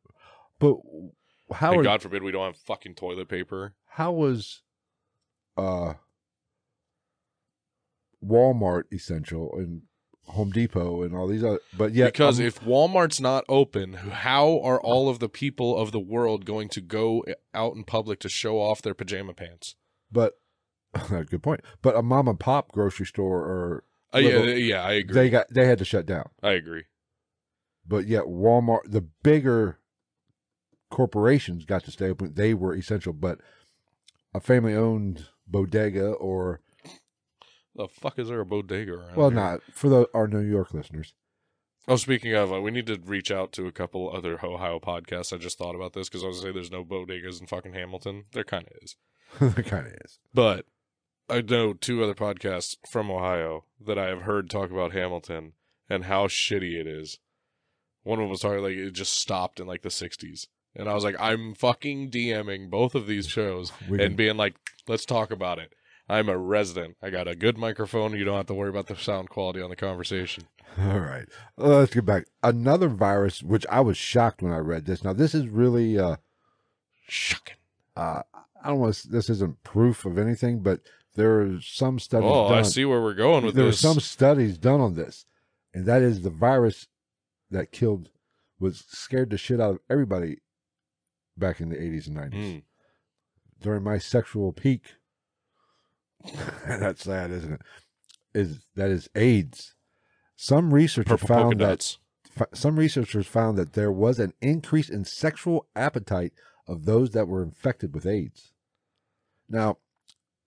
Speaker 1: but how
Speaker 2: and
Speaker 1: are,
Speaker 2: God forbid we don't have fucking toilet paper.
Speaker 1: how was uh Walmart essential and Home Depot and all these other but yet
Speaker 2: because
Speaker 1: um,
Speaker 2: if Walmart's not open, how are all of the people of the world going to go out in public to show off their pajama pants?
Speaker 1: but good point but a mom and pop grocery store or
Speaker 2: Uh, yeah,
Speaker 1: Little-
Speaker 2: yeah, I agree.
Speaker 1: they got they had to shut down
Speaker 2: I agree.
Speaker 1: but yet Walmart, the bigger corporations got to stay open. They were essential, but a family-owned bodega or
Speaker 2: The fuck is there a bodega around?
Speaker 1: well,
Speaker 2: here?
Speaker 1: not for the, our New York listeners.
Speaker 2: Oh, speaking of, uh, we need to reach out to a couple other Ohio podcasts. I just thought about this because I was gonna say there's no bodegas in fucking Hamilton. There kind of is,
Speaker 1: that kind of is.
Speaker 2: but I know two other podcasts from Ohio that I have heard talk about Hamilton and how shitty it is. One of them was talking like it just stopped in like the '60s, and I was like, I'm fucking DMing both of these shows
Speaker 1: We
Speaker 2: and
Speaker 1: can-
Speaker 2: being like, let's talk about it. I'm a resident. I got a good microphone. You don't have to worry about the sound quality on the conversation.
Speaker 1: All right, Uh, let's get back. Another virus, which I was shocked when I read this. Now, this is really, uh,
Speaker 2: Shocking.
Speaker 1: uh, I don't want to. This isn't proof of anything, but there are some studies.
Speaker 2: Oh, I
Speaker 1: done-
Speaker 2: see where we're going with
Speaker 1: there
Speaker 2: this.
Speaker 1: were some studies done on this, and that is the virus that killed was scared the shit out of everybody back in the eighties and nineties
Speaker 2: Mm.
Speaker 1: during my sexual peak. That's sad, isn't it? Is that is AIDS? Some researchers
Speaker 2: Purple polka
Speaker 1: found that
Speaker 2: dots.
Speaker 1: fi- some researchers found that there was an increase in sexual appetite of those that were infected with AIDS. Now,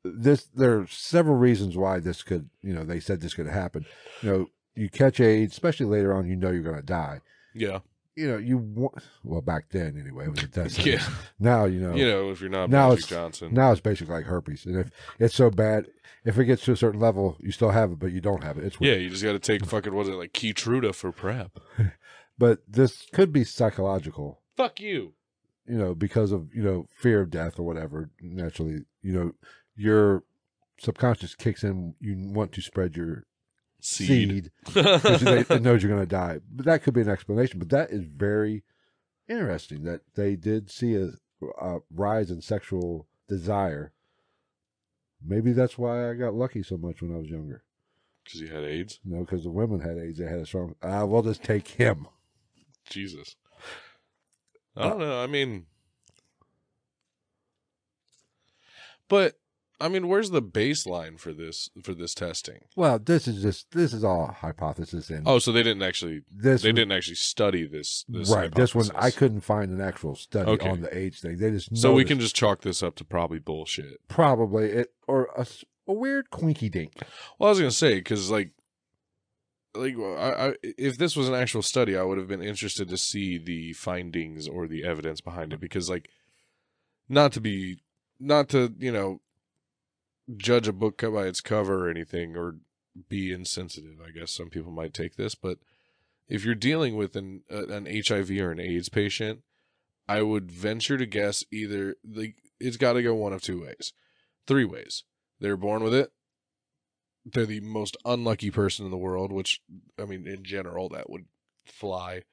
Speaker 1: this there are several reasons why this could, you know, they said this could happen. You know, you catch AIDS, especially later on, you know you're going to die.
Speaker 2: Yeah.
Speaker 1: You know, you want well back then anyway. It was a death
Speaker 2: Yeah.
Speaker 1: sentence. Now you know.
Speaker 2: You know, if you're not
Speaker 1: Now
Speaker 2: Magic
Speaker 1: it's-
Speaker 2: Johnson.
Speaker 1: Now it's basically like herpes, and if it's so bad, if it gets to a certain level, you still have it, but you don't have it. It's weird.
Speaker 2: yeah, you just got to take fucking, what is it, like Keytruda for prep.
Speaker 1: But this could be psychological.
Speaker 2: Fuck you.
Speaker 1: you know, because of, you know, fear of death or whatever, naturally, you know, your subconscious kicks in. You want to spread your
Speaker 2: Seed.
Speaker 1: seed because they- it knows you're going to die. But that could be an explanation. But that is very interesting that they did see a, a rise in sexual desire. Maybe that's why I got lucky so much when I was younger.
Speaker 2: Because you had AIDS?
Speaker 1: You know, because the women had AIDS, they had a strong. Ah, we'll just take him.
Speaker 2: Jesus. I don't know. I mean, but I mean, where's the baseline for this for this testing?
Speaker 1: Well, this is just this is all hypothesis and
Speaker 2: Oh, so they didn't actually
Speaker 1: Mm. this
Speaker 2: they didn't actually study this. this
Speaker 1: right. This one I
Speaker 2: hypothesis.
Speaker 1: couldn't find an actual study
Speaker 2: Okay.
Speaker 1: on the age thing. They just
Speaker 2: So we
Speaker 1: noticed
Speaker 2: can just chalk this up to probably bullshit.
Speaker 1: probably it or a, s- a weird quinky dink.
Speaker 2: Well, I was gonna say because like, like I, I, if this was an actual study, I would have been interested to see the findings or the evidence behind it because like, not to be, not to you know, judge a book by its cover or anything or be insensitive. I guess some people might take this, but if you're dealing with an uh, an HIV or an AIDS patient, I would venture to guess either like it's got to go one of two ways, three ways. They're born with it they're the most unlucky person in the world, which I mean in general that would fly.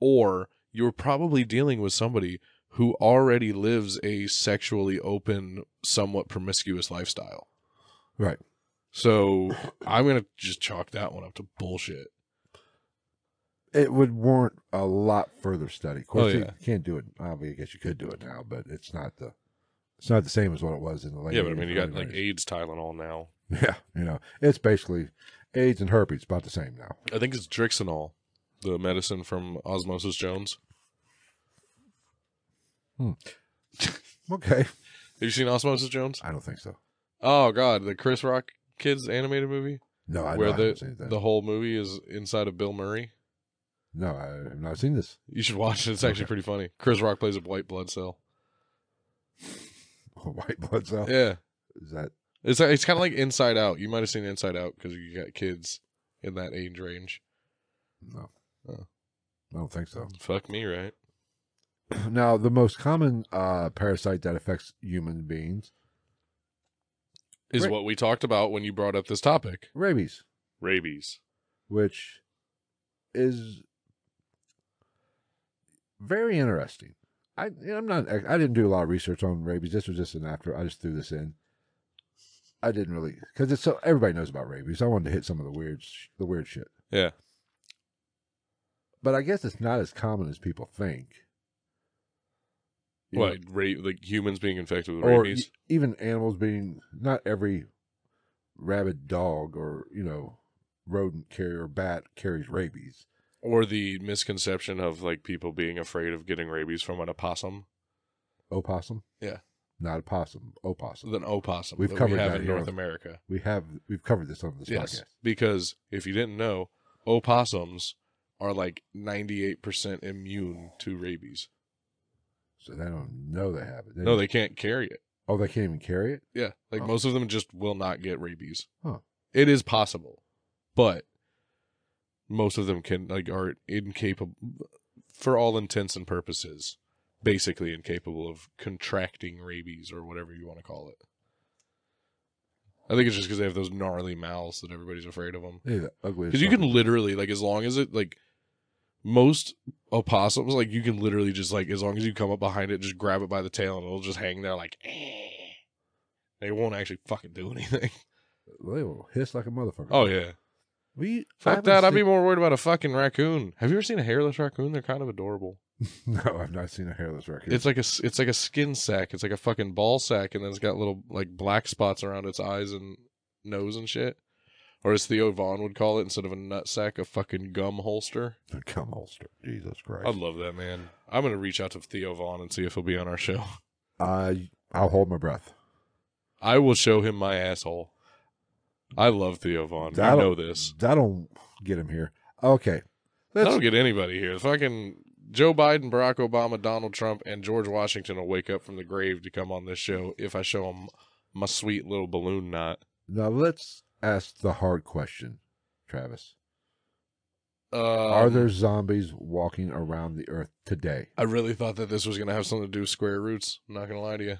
Speaker 2: Or you're probably dealing with somebody who already lives a sexually open, somewhat promiscuous lifestyle.
Speaker 1: Right.
Speaker 2: So I'm gonna just chalk that one up to bullshit.
Speaker 1: It would warrant a lot further study. Of course,
Speaker 2: Oh,
Speaker 1: you
Speaker 2: yeah.
Speaker 1: can't do it. I, mean, I guess you could do it now, but it's not the it's not the same as what it was in the late.
Speaker 2: yeah, but I
Speaker 1: 80s,
Speaker 2: mean you got
Speaker 1: early
Speaker 2: like
Speaker 1: 90s.
Speaker 2: AIDS Tylenol now.
Speaker 1: yeah, you know, it's basically AIDS and herpes about the same now.
Speaker 2: I think it's Drixanol, the medicine from Osmosis Jones.
Speaker 1: Okay,
Speaker 2: Have you seen Osmosis Jones?
Speaker 1: I don't think so.
Speaker 2: Oh god, the Chris Rock kids animated movie
Speaker 1: No, I,
Speaker 2: where
Speaker 1: no, I haven't
Speaker 2: the
Speaker 1: seen that.
Speaker 2: the whole movie is inside of Bill Murray.
Speaker 1: no, I have not seen this.
Speaker 2: You should watch it. It's actually pretty funny. Chris Rock plays a white blood cell. Oh.
Speaker 1: White blood cell.
Speaker 2: Yeah.
Speaker 1: Is that
Speaker 2: It's it's kind of like Inside Out. You might have seen Inside Out because you got kids in that age range.
Speaker 1: No.
Speaker 2: Oh.
Speaker 1: I don't think so.
Speaker 2: Fuck me, right?
Speaker 1: Now, the most common uh, parasite that affects human beings,
Speaker 2: Is
Speaker 1: Right.
Speaker 2: what we talked about when you brought up this topic.
Speaker 1: rabies,
Speaker 2: Rabies.
Speaker 1: which is very interesting. I I'm not I didn't do a lot of research on rabies. This was just an after. I just threw this in. I didn't really because it's so everybody knows about rabies. I wanted to hit some of the weird sh- the weird shit.
Speaker 2: Yeah.
Speaker 1: But I guess it's not as common as people think. You know,
Speaker 2: What? Ra- like humans being infected with
Speaker 1: or
Speaker 2: rabies?
Speaker 1: e- even animals being not every rabid dog or you know rodent carrier bat carries rabies
Speaker 2: Or the misconception of like people being afraid of getting rabies from an opossum?
Speaker 1: opossum
Speaker 2: Yeah.
Speaker 1: not opossum opossum
Speaker 2: An opossum.
Speaker 1: We've
Speaker 2: that
Speaker 1: covered
Speaker 2: we have
Speaker 1: that
Speaker 2: in
Speaker 1: here
Speaker 2: North
Speaker 1: on-
Speaker 2: America.
Speaker 1: we have we've covered this on this
Speaker 2: Yes.
Speaker 1: podcast
Speaker 2: Because if you didn't know, opossums are like 98% immune to rabies.
Speaker 1: so they don't know they have it
Speaker 2: No, they can't carry it.
Speaker 1: oh they can't even carry it
Speaker 2: Yeah, like
Speaker 1: Oh.
Speaker 2: most of them just will not get rabies.
Speaker 1: Huh.
Speaker 2: It is possible, but most of them can like are incapable, for all intents and purposes, basically incapable of contracting rabies or whatever you want to call it. I think it's just because they have those gnarly mouths that everybody's afraid of them.
Speaker 1: yeah, the ugliest
Speaker 2: Because you can
Speaker 1: fucking-
Speaker 2: literally like as long as it like most opossums like you can literally just like as long as you come up behind it, just grab it by the tail and it'll just hang there like. Eh. They won't actually fucking do anything.
Speaker 1: they will hiss like a motherfucker
Speaker 2: Oh yeah,
Speaker 1: we I
Speaker 2: fuck
Speaker 1: haven't
Speaker 2: that. I'd be
Speaker 1: seen-
Speaker 2: more worried about a fucking raccoon. Have you ever seen a hairless raccoon? They're kind of adorable.
Speaker 1: no i've not seen a hairless record
Speaker 2: It's like a s- it's like a skin sack. It's like a fucking ball sack, and then it's got little like black spots around its eyes and nose and shit. Or as Theo Vaughn would call it, instead of a nut sack, a fucking gum holster.
Speaker 1: a cum holster jesus
Speaker 2: I'd
Speaker 1: christ
Speaker 2: love that man. I'm gonna reach out to Theo Vaughn and see if he'll be on our show.
Speaker 1: uh, i'll hold my breath
Speaker 2: I will show him my asshole. I love Theo Vaughn. You
Speaker 1: That'll-
Speaker 2: know this.
Speaker 1: that'll get him here okay
Speaker 2: I don't get anybody here. Fucking Joe Biden, Barack Obama, Donald Trump, and George Washington will wake up from the grave to come on this show if I show them my sweet little balloon knot.
Speaker 1: Now let's ask the hard question, Travis.
Speaker 2: Um,
Speaker 1: Are there zombies walking around the earth today?
Speaker 2: I really thought that this was gonna have something to do with square roots. I'm not gonna lie to you.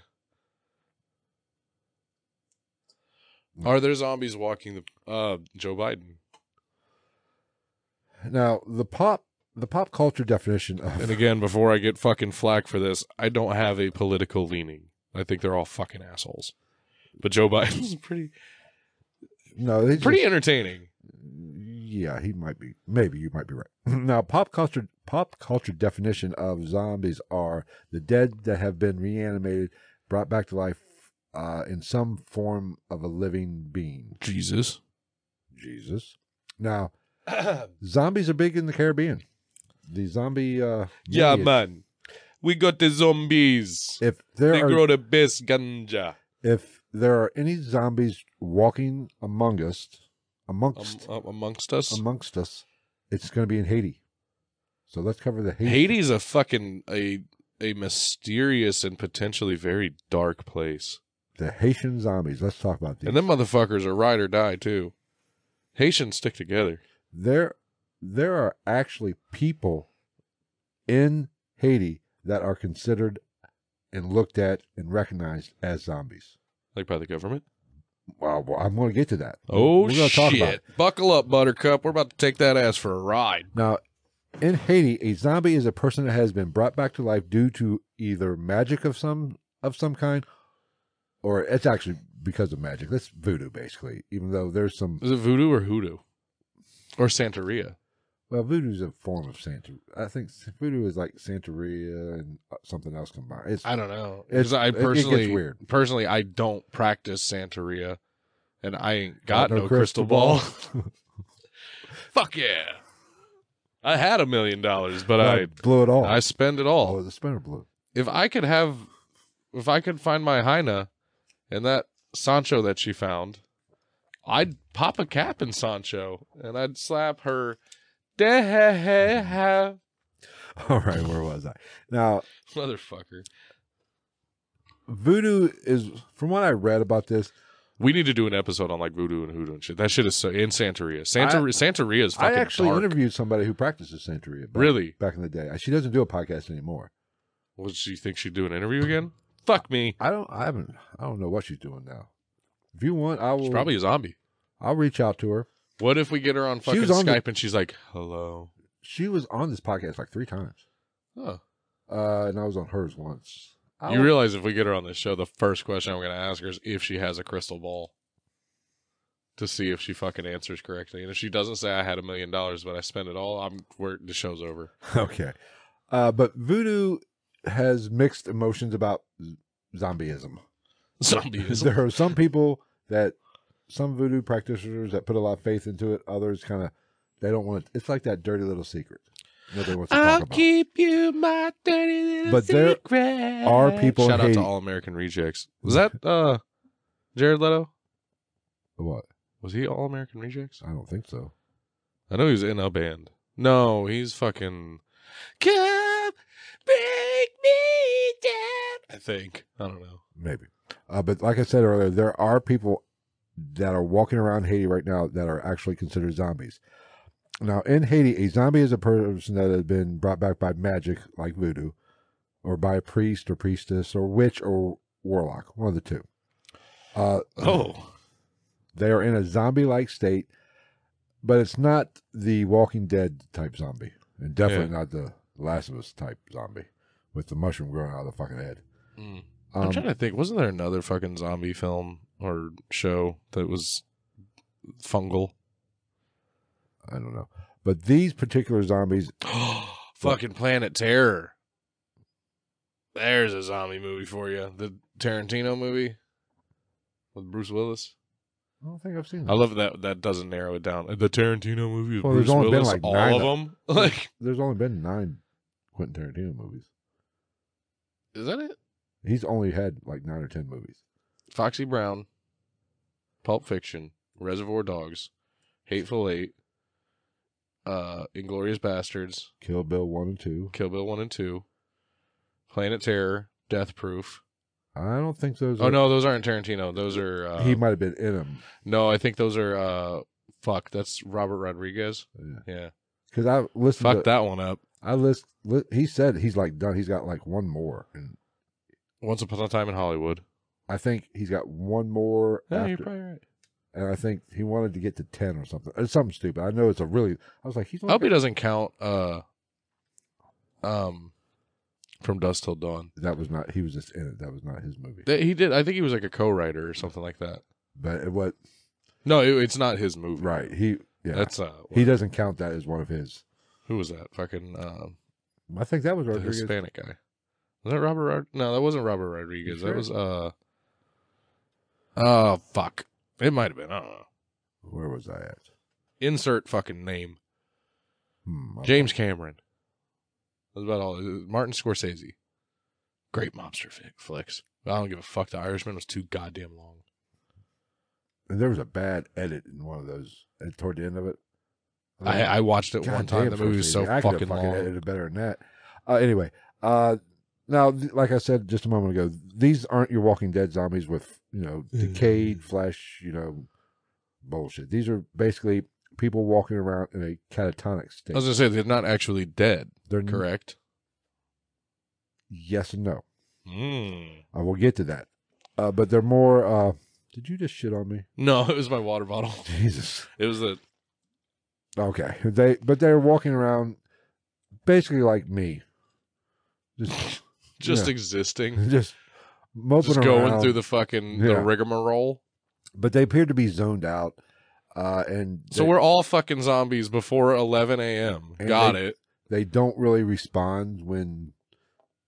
Speaker 2: Are there zombies walking the uh Joe Biden?
Speaker 1: Now the pop the pop culture definition of
Speaker 2: And again, before I get fucking flack for this, I don't have a political leaning. I think they're all fucking assholes. But Joe Biden's pretty
Speaker 1: no they
Speaker 2: pretty
Speaker 1: just-
Speaker 2: entertaining.
Speaker 1: yeah he might be maybe you might be right. now pop culture pop culture definition of zombies are the dead that have been reanimated, brought back to life uh, in some form of a living being.
Speaker 2: Jesus.
Speaker 1: Jesus. Now zombies are big in the Caribbean. The zombie uh,
Speaker 2: Yeah,
Speaker 1: lineage-
Speaker 2: man. We got the zombies.
Speaker 1: If there
Speaker 2: they
Speaker 1: are
Speaker 2: grow the best ganja.
Speaker 1: if there are any zombies walking among us,
Speaker 2: Um,
Speaker 1: amongst
Speaker 2: um, amongst us.
Speaker 1: amongst us, it's going to be in Haiti. So let's cover the Haiti.
Speaker 2: Haiti's a fucking a a mysterious and potentially very dark place.
Speaker 1: the Haitian zombies. Let's talk about these.
Speaker 2: And them motherfuckers are ride or die too. Haitians stick together.
Speaker 1: there, there are actually people in Haiti that are considered and looked at and recognized as zombies.
Speaker 2: Like by the government.
Speaker 1: Well, well, I'm going to get to that.
Speaker 2: Oh
Speaker 1: We're gonna
Speaker 2: shit!
Speaker 1: talk about it.
Speaker 2: Buckle up, Buttercup. We're about to take that ass for a ride.
Speaker 1: Now, in Haiti, a zombie is a person that has been brought back to life due to either magic of some of some kind, or it's actually because of magic. That's voodoo, basically. Even though there's some
Speaker 2: Is it voodoo or hoodoo, or Santeria?
Speaker 1: well, voodoo's a form of Santa. I think voodoo is like Santeria and uh, something else combined. It's
Speaker 2: I don't know.
Speaker 1: It's-
Speaker 2: Because I
Speaker 1: it- it gets
Speaker 2: personally,
Speaker 1: weird.
Speaker 2: personally, I don't practice Santeria, and I ain't got
Speaker 1: Got
Speaker 2: no, crystal, ball. Fuck yeah! I had a million dollars, but
Speaker 1: I blew it all.
Speaker 2: I I spend it
Speaker 1: oh,
Speaker 2: all.
Speaker 1: the spinner blew.
Speaker 2: If I could have, if I could find my Heina and that Sancho that she found, I'd pop a cap in Sancho and I'd slap her. Motherfucker.
Speaker 1: All right, where was I? Now, voodoo is, from what I read about this,
Speaker 2: We need to do an episode on like voodoo and hoodoo and shit. That shit is so in Santeria. Santa Santeria is
Speaker 1: I
Speaker 2: fucking
Speaker 1: actually
Speaker 2: dark.
Speaker 1: interviewed somebody who practices Santeria. Back,
Speaker 2: Really?
Speaker 1: Back in the day. She doesn't do a podcast anymore.
Speaker 2: What she think she'd do an interview again? Fuck me.
Speaker 1: I don't. I haven't. I don't know what she's doing now. If you want, I will.
Speaker 2: She's probably a zombie.
Speaker 1: I'll reach out to her.
Speaker 2: What if we get her on
Speaker 1: She
Speaker 2: fucking
Speaker 1: was on the-
Speaker 2: Skype and she's like, "Hello."
Speaker 1: She was on this podcast like three times,
Speaker 2: Huh.
Speaker 1: uh, and I was on hers once. I
Speaker 2: You
Speaker 1: don't-
Speaker 2: realize if we get her on this show, the first question I'm going to ask her is if she has a crystal ball to see if she fucking answers correctly. And if she doesn't say I had a million dollars but I spent it all, I'm we're, the show's over.
Speaker 1: Okay, uh, but voodoo has mixed emotions about z- zombieism.
Speaker 2: Zombies.
Speaker 1: there are some people that some voodoo practitioners that put a lot of faith into it. Others kind of they don't want. It's like that dirty little secret. Nobody wants to talk about.
Speaker 2: keep you my dirty little
Speaker 1: But there
Speaker 2: secret.
Speaker 1: are people in
Speaker 2: Shout out
Speaker 1: Haiti-
Speaker 2: to All American Rejects. Was that uh Jared Leto?
Speaker 1: What?
Speaker 2: Was he All American Rejects?
Speaker 1: I don't think so.
Speaker 2: I know he was in a band. No, he's fucking. Come, break me down. I think. I don't know.
Speaker 1: Maybe. Uh, but like I said earlier, there are people that are walking around Haiti right now that are actually considered zombies. Now, in Haiti, a zombie is a person that has been brought back by magic, like voodoo, or by a priest or priestess or witch or warlock, one of the two. Uh,
Speaker 2: Oh,
Speaker 1: They are in a zombie like state, but it's not the Walking Dead type zombie, and definitely not the Last of Us type zombie with the mushroom growing out of the fucking head.
Speaker 2: Mm.
Speaker 1: Um,
Speaker 2: I'm trying to think. Wasn't there another fucking zombie film or show that was fungal?
Speaker 1: I don't know. But these particular zombies,
Speaker 2: fucking Planet Terror. There's a zombie movie for you. The Tarantino movie with Bruce Willis.
Speaker 1: I don't think I've seen
Speaker 2: I
Speaker 1: them.
Speaker 2: love that. That doesn't narrow it down. The Tarantino movie with
Speaker 1: Well, there's
Speaker 2: Bruce
Speaker 1: only been,
Speaker 2: Willis.
Speaker 1: like,
Speaker 2: all
Speaker 1: nine
Speaker 2: of
Speaker 1: of-
Speaker 2: them. Like,
Speaker 1: There's only been nine Quentin Tarantino movies.
Speaker 2: is that it?
Speaker 1: He's only had like nine or ten movies.
Speaker 2: Foxy Brown, Pulp Fiction, Reservoir Dogs, Hateful Eight, uh, Inglorious Bastards,
Speaker 1: Kill Bill one and two.
Speaker 2: Kill Bill One and Two, Planet Terror, Death Proof.
Speaker 1: I don't think those.
Speaker 2: Oh
Speaker 1: are-
Speaker 2: no, those aren't Tarantino. Those are uh,
Speaker 1: he might have been in them.
Speaker 2: no. I think those are uh, fuck. That's Robert Rodriguez. Yeah,
Speaker 1: Because I listened.
Speaker 2: fuck
Speaker 1: to,
Speaker 2: that one up.
Speaker 1: I list, li- He said he's like done. He's got like one more, and
Speaker 2: Once upon a time in Hollywood.
Speaker 1: I think he's got one more.
Speaker 2: Yeah, you're
Speaker 1: after-
Speaker 2: probably right.
Speaker 1: and I think he wanted to get to ten or something. It's something stupid. I know it's a really. I was like, he's.
Speaker 2: I
Speaker 1: Only
Speaker 2: hope he
Speaker 1: got-
Speaker 2: doesn't count. Uh, um, from Dust Till Dawn.
Speaker 1: that was not. He was just in it. That was not his movie.
Speaker 2: That he did. I think he was like a co-writer or something like that.
Speaker 1: But it was
Speaker 2: No, it, it's not his movie.
Speaker 1: right. He yeah.
Speaker 2: That's uh.
Speaker 1: he doesn't count that as one of his.
Speaker 2: Who was that? Fucking uh,
Speaker 1: I think that was
Speaker 2: the
Speaker 1: Rodriguez.
Speaker 2: Hispanic guy. Was that Robert? Rod- no, that wasn't Robert Rodriguez.
Speaker 1: Sure.
Speaker 2: That was uh. Oh fuck! It might have been. I don't know.
Speaker 1: Where was I at?
Speaker 2: Insert fucking name.
Speaker 1: Hmm, I-
Speaker 2: James Cameron. That's about all. uh, Martin Scorsese. Great mobster fi- flicks. I don't give a fuck. The Irishman was too goddamn long.
Speaker 1: And there was a bad edit in one of those at, toward the end of it.
Speaker 2: I, I watched it one time.
Speaker 1: Goddamn,
Speaker 2: The movie was so
Speaker 1: Scorsese, I could have
Speaker 2: fucking long.
Speaker 1: edited better than that. Uh, anyway, uh, now th- like I said just a moment ago, these aren't your Walking Dead zombies with you know decayed flesh, you know, bullshit. These are basically people walking around in a catatonic
Speaker 2: I
Speaker 1: state.
Speaker 2: was gonna say they're not actually dead.
Speaker 1: They're n-
Speaker 2: Correct.
Speaker 1: Yes and no.
Speaker 2: Mm.
Speaker 1: I will get to that. Uh, but they're more. Uh, did you just shit on me?
Speaker 2: No, it was my water bottle.
Speaker 1: Jesus.
Speaker 2: It was the
Speaker 1: Okay. They but they're walking around basically like me. Just
Speaker 2: just
Speaker 1: Yeah.
Speaker 2: existing,
Speaker 1: just moping
Speaker 2: just going
Speaker 1: around.
Speaker 2: through the fucking the
Speaker 1: Yeah.
Speaker 2: rigmarole.
Speaker 1: but they appear to be zoned out. Uh and
Speaker 2: So
Speaker 1: they,
Speaker 2: we're all fucking zombies before 11 a.m.
Speaker 1: And
Speaker 2: Got
Speaker 1: they-
Speaker 2: it.
Speaker 1: they don't really respond when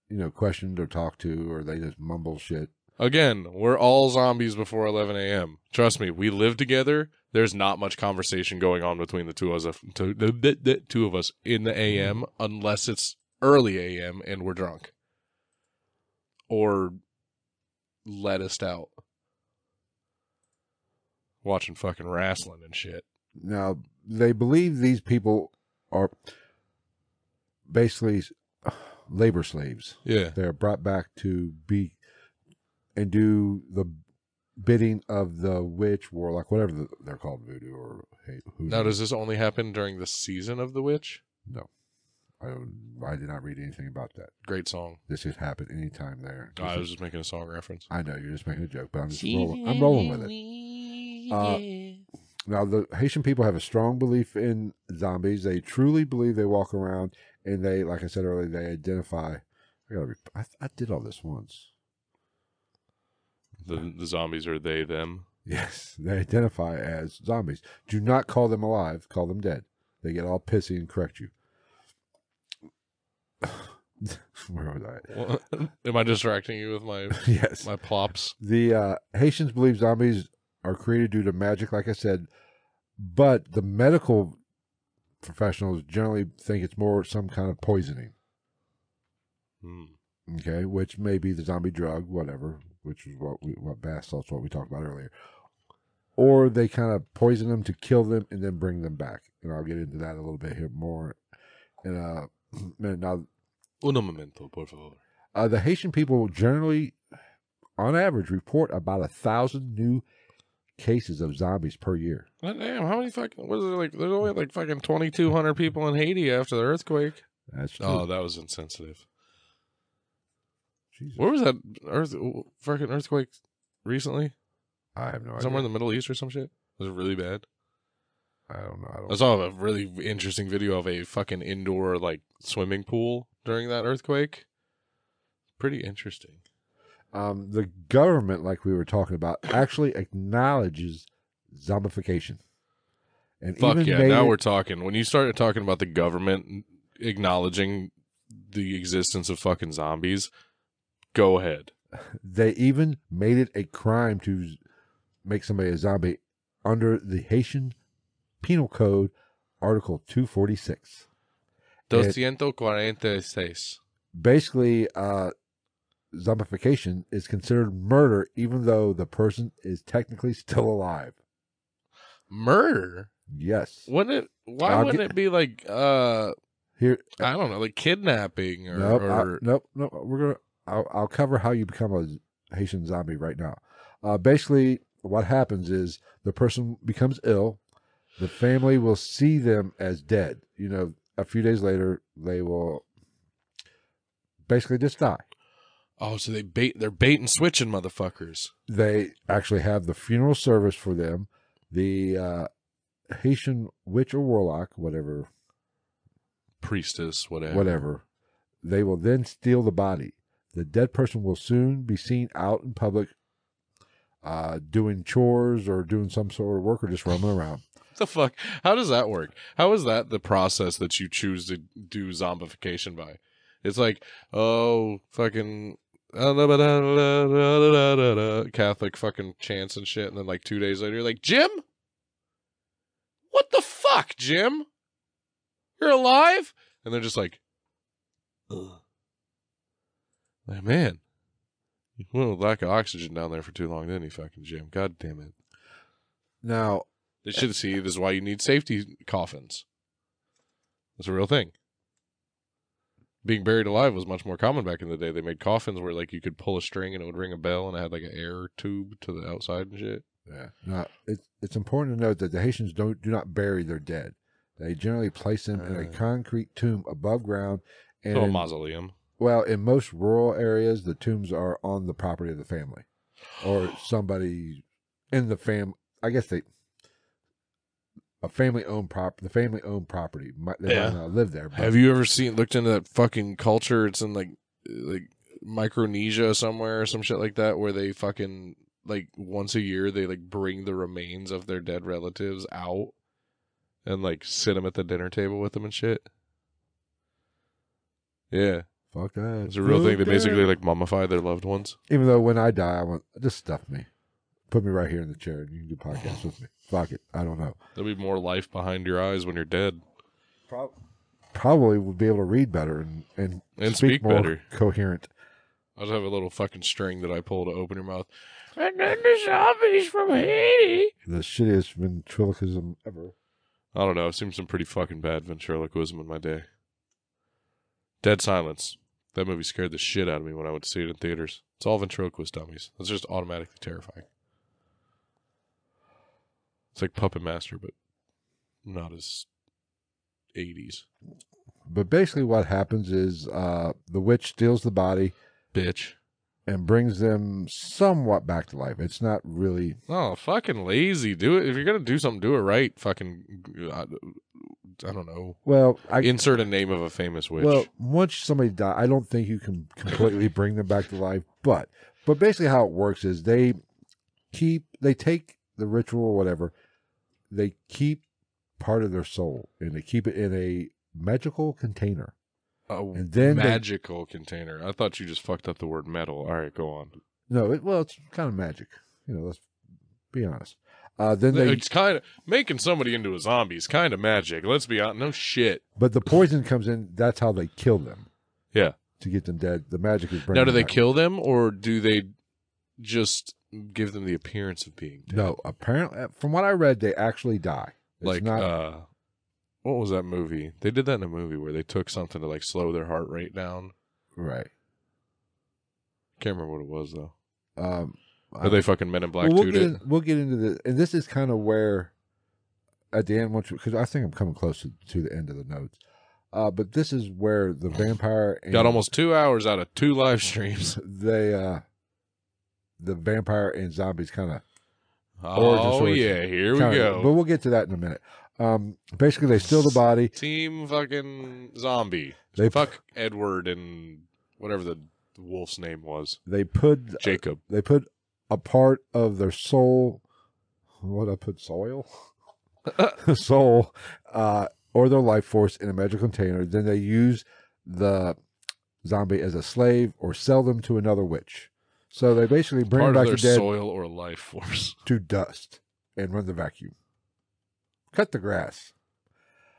Speaker 1: you know questioned or talked to or they just mumble shit.
Speaker 2: Again, we're all zombies before 11 a.m. Trust me, we live together. There's not much conversation going on between the two of us, two, the, the, the two of us in the a.m. unless it's early a.m. and we're drunk or lettuced out watching fucking wrestling and shit.
Speaker 1: Now they believe these people are basically uh, labor slaves.
Speaker 2: Yeah.
Speaker 1: They're brought back to be and do the bidding of the witch, warlock, whatever the, they're called, voodoo or hey, hoodoo.
Speaker 2: Now, does this only happen during the season of the witch?
Speaker 1: I, don't- I did not read anything about that.
Speaker 2: Great song. Oh,
Speaker 1: This could happen anytime there.
Speaker 2: I
Speaker 1: This
Speaker 2: was
Speaker 1: is-
Speaker 2: just making a song reference.
Speaker 1: I know you're just making a joke, but I'm just rolling. I'm rolling with it. Uh, Now, the Haitian people have a strong belief in zombies. They truly believe they walk around and they, like I said earlier, they identify. I gotta. Re- I, I did all this once.
Speaker 3: The, the zombies are they them.
Speaker 1: Yes, they identify as zombies. Do not call them alive. Call them dead. They get all pissy and correct you. Where was I? at?
Speaker 2: Well, am I distracting you with my
Speaker 1: yes.
Speaker 2: my plops?
Speaker 1: The uh, Haitians believe zombies are created due to magic, like I said, but the medical professionals generally think it's more some kind of poisoning,
Speaker 3: Hmm.
Speaker 1: okay, which may be the zombie drug, whatever, which is what we, what bath salts, what we talked about earlier. Or they kind of poison them to kill them and then bring them back. And I'll get into that a little bit here more in a minute. Now,
Speaker 2: Un momento, por favor.
Speaker 1: Uh, the Haitian people generally, on average, report about a thousand new cases of zombies per year.
Speaker 2: God damn, how many fucking? What is it like? There's only like fucking twenty two hundred people in Haiti after the earthquake.
Speaker 1: That's true.
Speaker 2: Oh, that was insensitive.
Speaker 1: Jesus.
Speaker 2: Where was that earth fucking earthquake recently?
Speaker 1: I have no idea.
Speaker 2: Somewhere in the Middle East or some shit. It Oh, was really bad.
Speaker 1: I don't know. I
Speaker 2: I
Speaker 1: don't.
Speaker 2: saw a really interesting video of a fucking indoor like swimming pool during that earthquake. Pretty interesting.
Speaker 1: Um, the government, like we were talking about, actually acknowledges zombification. And
Speaker 2: Fuck
Speaker 1: even
Speaker 2: yeah!
Speaker 1: made
Speaker 2: Now
Speaker 1: it-
Speaker 2: we're talking. When you started talking about the government acknowledging the existence of fucking zombies, go ahead.
Speaker 1: they even made it a crime to z- make somebody a zombie under the Haitian Penal Code, Article two forty six. It-
Speaker 2: 246.
Speaker 1: basically uh zombification is considered murder even though the person is technically still alive
Speaker 2: Murder?
Speaker 1: yes
Speaker 2: Wouldn't it? Why
Speaker 1: I'll
Speaker 2: wouldn't
Speaker 1: get-
Speaker 2: it be like uh
Speaker 1: here
Speaker 2: I don't know, like kidnapping or,
Speaker 1: nope, I-
Speaker 2: or
Speaker 1: nope nope we're gonna I'll, I'll cover how you become a z- haitian zombie right now uh basically what happens is the person becomes ill the family will see them as dead you know a few days later they will basically just die
Speaker 2: oh, so they bait they're bait and switching motherfuckers.
Speaker 1: they actually have the funeral service for them. The uh, Haitian witch or warlock, whatever,
Speaker 2: Priestess, whatever.
Speaker 1: whatever, they will then steal the body. The dead person will soon be seen out in public, uh, doing chores or doing some sort of work or just roaming around.
Speaker 2: the fuck? How does that work? How is that the process that you choose to do zombification by? It's like, oh, fucking Catholic fucking chants and shit, and then like two days later, you're like, Jim, what the fuck, Jim? You're alive? And they're just like, Ugh. Like, man, you went with lack of oxygen down there for too long, didn't he, fucking Jim? God damn it.
Speaker 1: Now,
Speaker 2: They should see this is why you need safety coffins. That's a real thing. Being buried alive was much more common back in the day. They made coffins where like you could pull a string and it would ring a bell and it had like an air tube to the outside and shit.
Speaker 1: yeah, now it's it's important to note that the Haitians don't do not bury their dead. They generally place them in a
Speaker 2: Uh.
Speaker 1: concrete tomb above ground, and
Speaker 2: So a
Speaker 1: in-
Speaker 2: mausoleum.
Speaker 1: Well, in most rural areas, the tombs are on the property of the family or somebody in the fam. I guess they a family owned prop. The family owned property. Might, they
Speaker 2: Yeah.
Speaker 1: might not live there. But
Speaker 2: Have you ever seen looked into that fucking culture? It's in like like Micronesia somewhere or some shit like that where they fucking like once a year they like bring the remains of their dead relatives out and like sit them at the dinner table with them and shit. Yeah,
Speaker 1: Fuck that.
Speaker 2: it's a real thing. They
Speaker 1: Fuck
Speaker 2: basically
Speaker 1: that.
Speaker 2: like mummify their loved ones.
Speaker 1: Even though when I die, I want just stuff me, put me right here in the chair, and you can do podcasts with me. Fuck it. I don't know.
Speaker 2: There'll be more life behind your eyes when you're dead.
Speaker 1: Probably would be able to read better and and,
Speaker 2: And speak
Speaker 1: more
Speaker 2: better.
Speaker 1: coherent.
Speaker 2: I just have a little fucking string that I pull to open your mouth. I got the zombies from Haiti.
Speaker 1: The shittiest ventriloquism ever.
Speaker 2: I don't know. I've seen some pretty fucking bad ventriloquism in my day. Dead Silence. That movie scared the shit out of me when I would see it in theaters. It's all ventriloquist dummies. That's just automatically terrifying. It's like Puppet Master, but not as 80s.
Speaker 1: But basically, what happens is uh, the witch steals the body
Speaker 2: Bitch.
Speaker 1: and brings them somewhat back to life. It's not really
Speaker 2: Oh, fucking lazy. Do it. If you're going to do something, do it right. Fucking, I, I don't know.
Speaker 1: well. I
Speaker 2: Insert a name of a famous witch.
Speaker 1: well once somebody dies, I don't think you can completely bring them back to life. But but basically, how it works is they keep they take the ritual or whatever. They keep part of their soul and they keep it in a magical container.
Speaker 2: a
Speaker 1: and then they-
Speaker 2: magical container. I thought you just fucked up the word metal. All right, go on.
Speaker 1: No, it, well, it's kind of magic. You know, let's be honest. Uh, then they
Speaker 2: it's kind of making somebody into a zombie is kind of magic. Let's be honest. No shit.
Speaker 1: But the poison comes in. That's how they kill them.
Speaker 2: Yeah.
Speaker 1: To get them dead. The magic is bringing
Speaker 2: Now, do they
Speaker 1: them back.
Speaker 2: kill them or do they just give them the appearance of being dead?
Speaker 1: No, apparently, uh, from what I read, they actually die. It's
Speaker 2: like,
Speaker 1: not,
Speaker 2: uh, what was that movie? They did that in a movie where they took something to like slow their heart rate down.
Speaker 1: right.
Speaker 2: Can't remember what it was though.
Speaker 1: Um, I-
Speaker 2: Or they fucking Men in Black
Speaker 1: well, we'll
Speaker 2: dude
Speaker 1: get
Speaker 2: it.
Speaker 1: in- we'll get into the, and this is kind of where, at the end, once because I think I'm coming close to, to the end of the notes. Uh, but this is where the vampire and
Speaker 2: Got almost two hours out of two live streams.
Speaker 1: they uh, the vampire and zombies kind of Origin
Speaker 2: Oh
Speaker 1: story.
Speaker 2: yeah, here we
Speaker 1: But
Speaker 2: go.
Speaker 1: we'll get to that in a minute. Um, basically, they steal the body.
Speaker 2: Team fucking zombie.
Speaker 1: They-
Speaker 2: fuck Edward and whatever the wolf's name was.
Speaker 1: They put
Speaker 2: Jacob.
Speaker 1: they put a part of their soul what i put soil soul uh, or their life force in a magical container then they use the zombie as a slave or sell them to another witch so they basically bring
Speaker 2: part
Speaker 1: back
Speaker 2: of their
Speaker 1: the dead
Speaker 2: soil or life force.
Speaker 1: to dust and run the vacuum cut the grass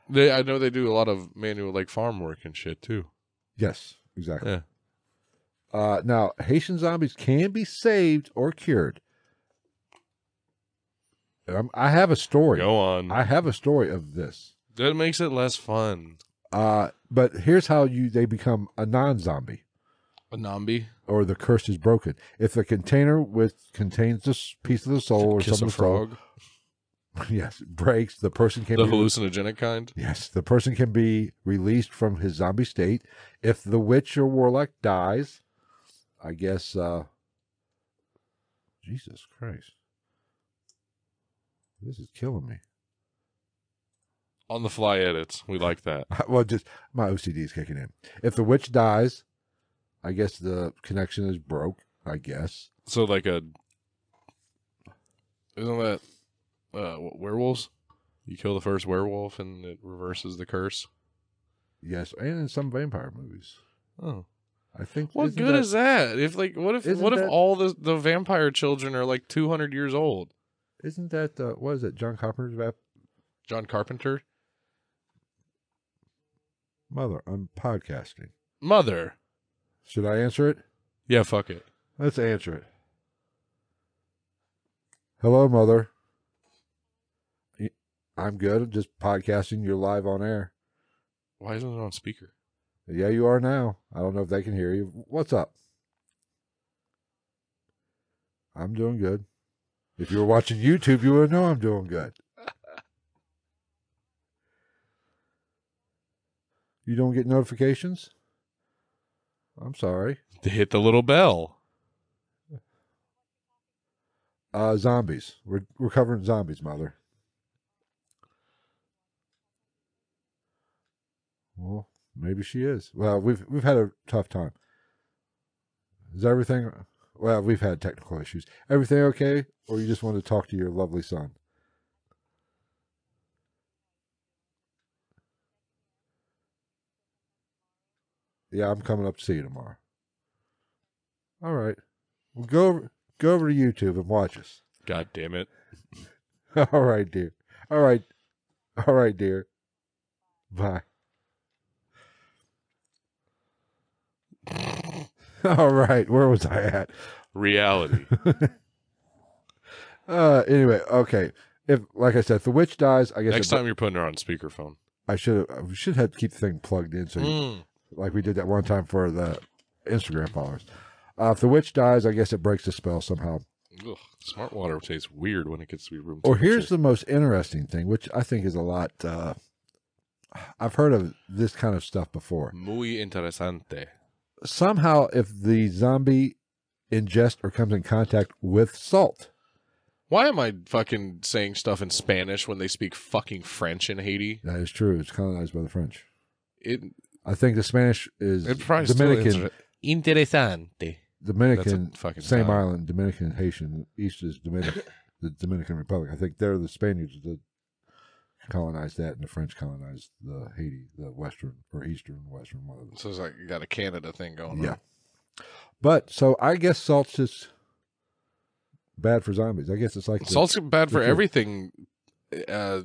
Speaker 2: They, I know they do a lot of manual like farm work and shit too.
Speaker 1: yes exactly
Speaker 2: Yeah.
Speaker 1: uh, now haitian zombies can be saved or cured um, i have a story
Speaker 2: Go on.
Speaker 1: I have a story of this.
Speaker 2: that makes it less fun.
Speaker 1: Uh, but here's how you they become a non-zombie
Speaker 2: A zombie.
Speaker 1: or the curse is broken. If the container with contains this piece of the soul or
Speaker 2: Kiss
Speaker 1: something
Speaker 2: a frog.
Speaker 1: yes, breaks, the person can
Speaker 2: The
Speaker 1: be
Speaker 2: hallucinogenic kind.
Speaker 1: yes, the person can be released from his zombie state. If the witch or warlock dies, I guess uh Jesus Christ. This is killing me.
Speaker 2: On the fly edits. We like that.
Speaker 1: well, just my OCD is kicking in. If the witch dies, I guess the connection is broke. I guess
Speaker 2: So like a isn't that uh what, werewolves? You kill the first werewolf and it reverses the curse.
Speaker 1: yes, and in some vampire movies,
Speaker 2: Oh.
Speaker 1: I think.
Speaker 2: What
Speaker 1: isn't
Speaker 2: good is that? If like what if
Speaker 1: Isn't
Speaker 2: what if
Speaker 1: that-
Speaker 2: all the the vampire children are like 200 years old?
Speaker 1: Isn't that uh, what is it? John Carpenter's vap-
Speaker 2: John Carpenter?
Speaker 1: mother. I'm podcasting.
Speaker 2: Mother.
Speaker 1: Should I answer it?
Speaker 2: Yeah, fuck it.
Speaker 1: Let's answer it. Hello, mother. Y- I'm good. I'm just podcasting. You're live on air.
Speaker 2: Why isn't it on speaker?
Speaker 1: Yeah, you are now. I don't know if they can hear you. What's up? I'm doing good. If you were watching YouTube, you would know I'm doing good. You don't get notifications? I'm sorry.
Speaker 2: They hit the little bell.
Speaker 1: Uh zombies. We're we're covering zombies, mother. Well, maybe she is. Well, we've we've had a tough time. Is everything well, we've had technical issues. Everything okay? Or you just want to talk to your lovely son? Yeah, I'm coming up to see you tomorrow. All right. Well go over go over to YouTube and watch us.
Speaker 2: God damn it.
Speaker 1: All right, dear. All right. All right, dear. Bye. All right, where was I at?
Speaker 2: Reality.
Speaker 1: Uh anyway, okay. If like I said, if the witch dies, I guess it-
Speaker 2: Next time you're putting her on speakerphone.
Speaker 1: I should have we should have keep the thing plugged in so you-
Speaker 2: Mm.
Speaker 1: like we did that one time for the Instagram followers. Uh, if the witch dies, I guess it breaks the spell somehow.
Speaker 2: Ugh, smart water tastes weird when it gets to be room
Speaker 1: Or Oh, here's
Speaker 2: temperature.
Speaker 1: the most interesting thing, which I think is a lot. Uh, I've heard of this kind of stuff before.
Speaker 2: muy interesante.
Speaker 1: Somehow, if the zombie ingests or comes in contact with salt,
Speaker 2: Why am I fucking saying stuff in Spanish when they speak fucking French in Haiti?
Speaker 1: that is true. It's colonized by the French.
Speaker 2: It
Speaker 1: I think the Spanish is
Speaker 2: it probably
Speaker 1: Dominican.
Speaker 2: still is interesante.
Speaker 1: Dominican,
Speaker 2: That's a fucking
Speaker 1: same
Speaker 2: time.
Speaker 1: island, Dominican, Haitian. East is Dominican, the Dominican Republic. I think they're the Spaniards that colonized that, and the French colonized the Haiti, the western or eastern, western one of them.
Speaker 2: So it's like you got a Canada thing going
Speaker 1: Yeah.
Speaker 2: on.
Speaker 1: But so I guess salt's just bad for zombies. I guess it's like the-
Speaker 2: Salt's bad for
Speaker 1: the-
Speaker 2: everything uh,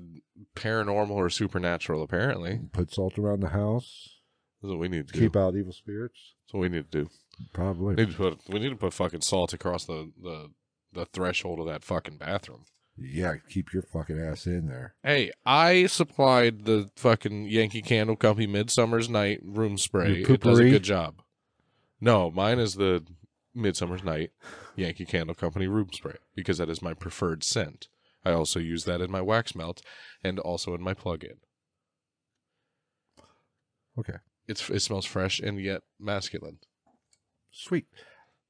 Speaker 2: paranormal or supernatural, apparently.
Speaker 1: put salt around the house,
Speaker 2: That's what we need to do.
Speaker 1: keep out evil spirits.
Speaker 2: That's what we need to do.
Speaker 1: Probably.
Speaker 2: We need to put we need to put fucking salt across the, the, the threshold of that fucking bathroom.
Speaker 1: Yeah, keep your fucking ass in there.
Speaker 2: Hey, I supplied the fucking Yankee Candle Company Midsummer's Night room spray.
Speaker 1: Your
Speaker 2: It does a
Speaker 1: poopery?
Speaker 2: good job. No, mine is the Midsummer's Night Yankee Candle Company room spray because that is my preferred scent. I also use that in my wax melt and also in my plug-in.
Speaker 1: Okay.
Speaker 2: It's it smells fresh and yet masculine.
Speaker 1: Sweet.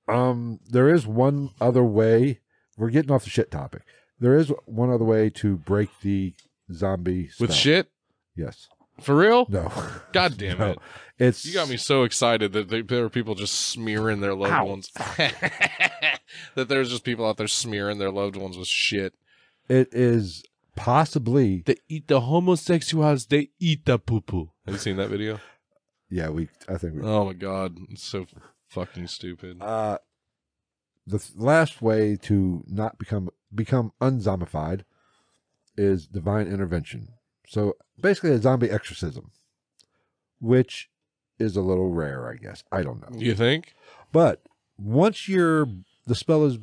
Speaker 1: Um, there is one other way. We're getting off the shit topic. There is one other way to break the zombie
Speaker 2: With
Speaker 1: spell.
Speaker 2: shit
Speaker 1: Yes.
Speaker 2: for real?
Speaker 1: No.
Speaker 2: God damn
Speaker 1: No.
Speaker 2: it!
Speaker 1: It's
Speaker 2: You got me so excited that they, there were people just smearing their loved
Speaker 1: Ow.
Speaker 2: ones. that there's just people out there smearing their loved ones with shit.
Speaker 1: It is possibly.
Speaker 2: They eat the homosexuals. They eat the poo poo. Have you seen that video?
Speaker 1: Yeah, we. I think we.
Speaker 2: oh my god, it's so fucking stupid.
Speaker 1: Uh, the th- last way to not become become unzombified is divine intervention. So basically, a zombie exorcism, which is a little rare, I guess. I don't know,
Speaker 2: You think?
Speaker 1: but once you're the spell is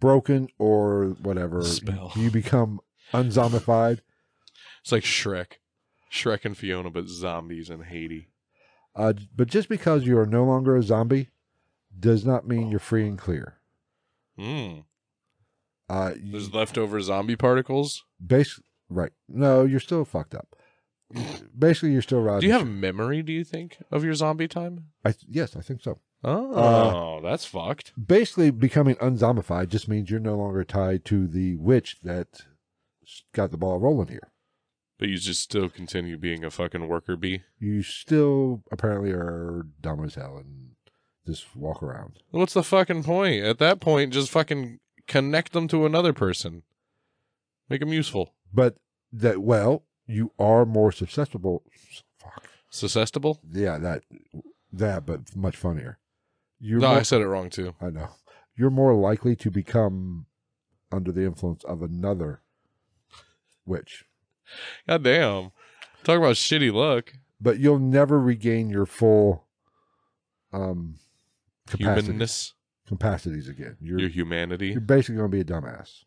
Speaker 1: broken or whatever,
Speaker 2: Spell.
Speaker 1: you become unzombified.
Speaker 2: It's like Shrek, Shrek and Fiona, but zombies in Haiti.
Speaker 1: Uh, but just because you are no longer a zombie does not mean you're free and clear.
Speaker 2: Mm.
Speaker 1: Uh, you-
Speaker 2: There's leftover zombie particles.
Speaker 1: Base right. No, you're still fucked up. Basically, you're still riding.
Speaker 2: Do you have memory? Do you think of your zombie time?
Speaker 1: I, yes, I think so.
Speaker 2: Oh, that's fucked.
Speaker 1: Basically, becoming unzombified just means you're no longer tied to the witch that s- got the ball rolling here.
Speaker 2: But you just still continue being a fucking worker bee.
Speaker 1: You still apparently are dumb as hell and just walk around.
Speaker 2: What's the fucking point? At that point, just fucking connect them to another person. Make them useful.
Speaker 1: But that well, you are more susceptible. Fuck
Speaker 2: Susceptible?
Speaker 1: yeah, that that, but much funnier. You're
Speaker 2: no,
Speaker 1: more-
Speaker 2: I said it wrong too.
Speaker 1: I know. You're more likely to become under the influence of another witch,
Speaker 2: God damn. Talk about shitty luck.
Speaker 1: but you'll never regain your full um, capacity,
Speaker 2: Humanness.
Speaker 1: capacities again. You're,
Speaker 2: Your
Speaker 1: you're,
Speaker 2: humanity.
Speaker 1: basically going to be a dumbass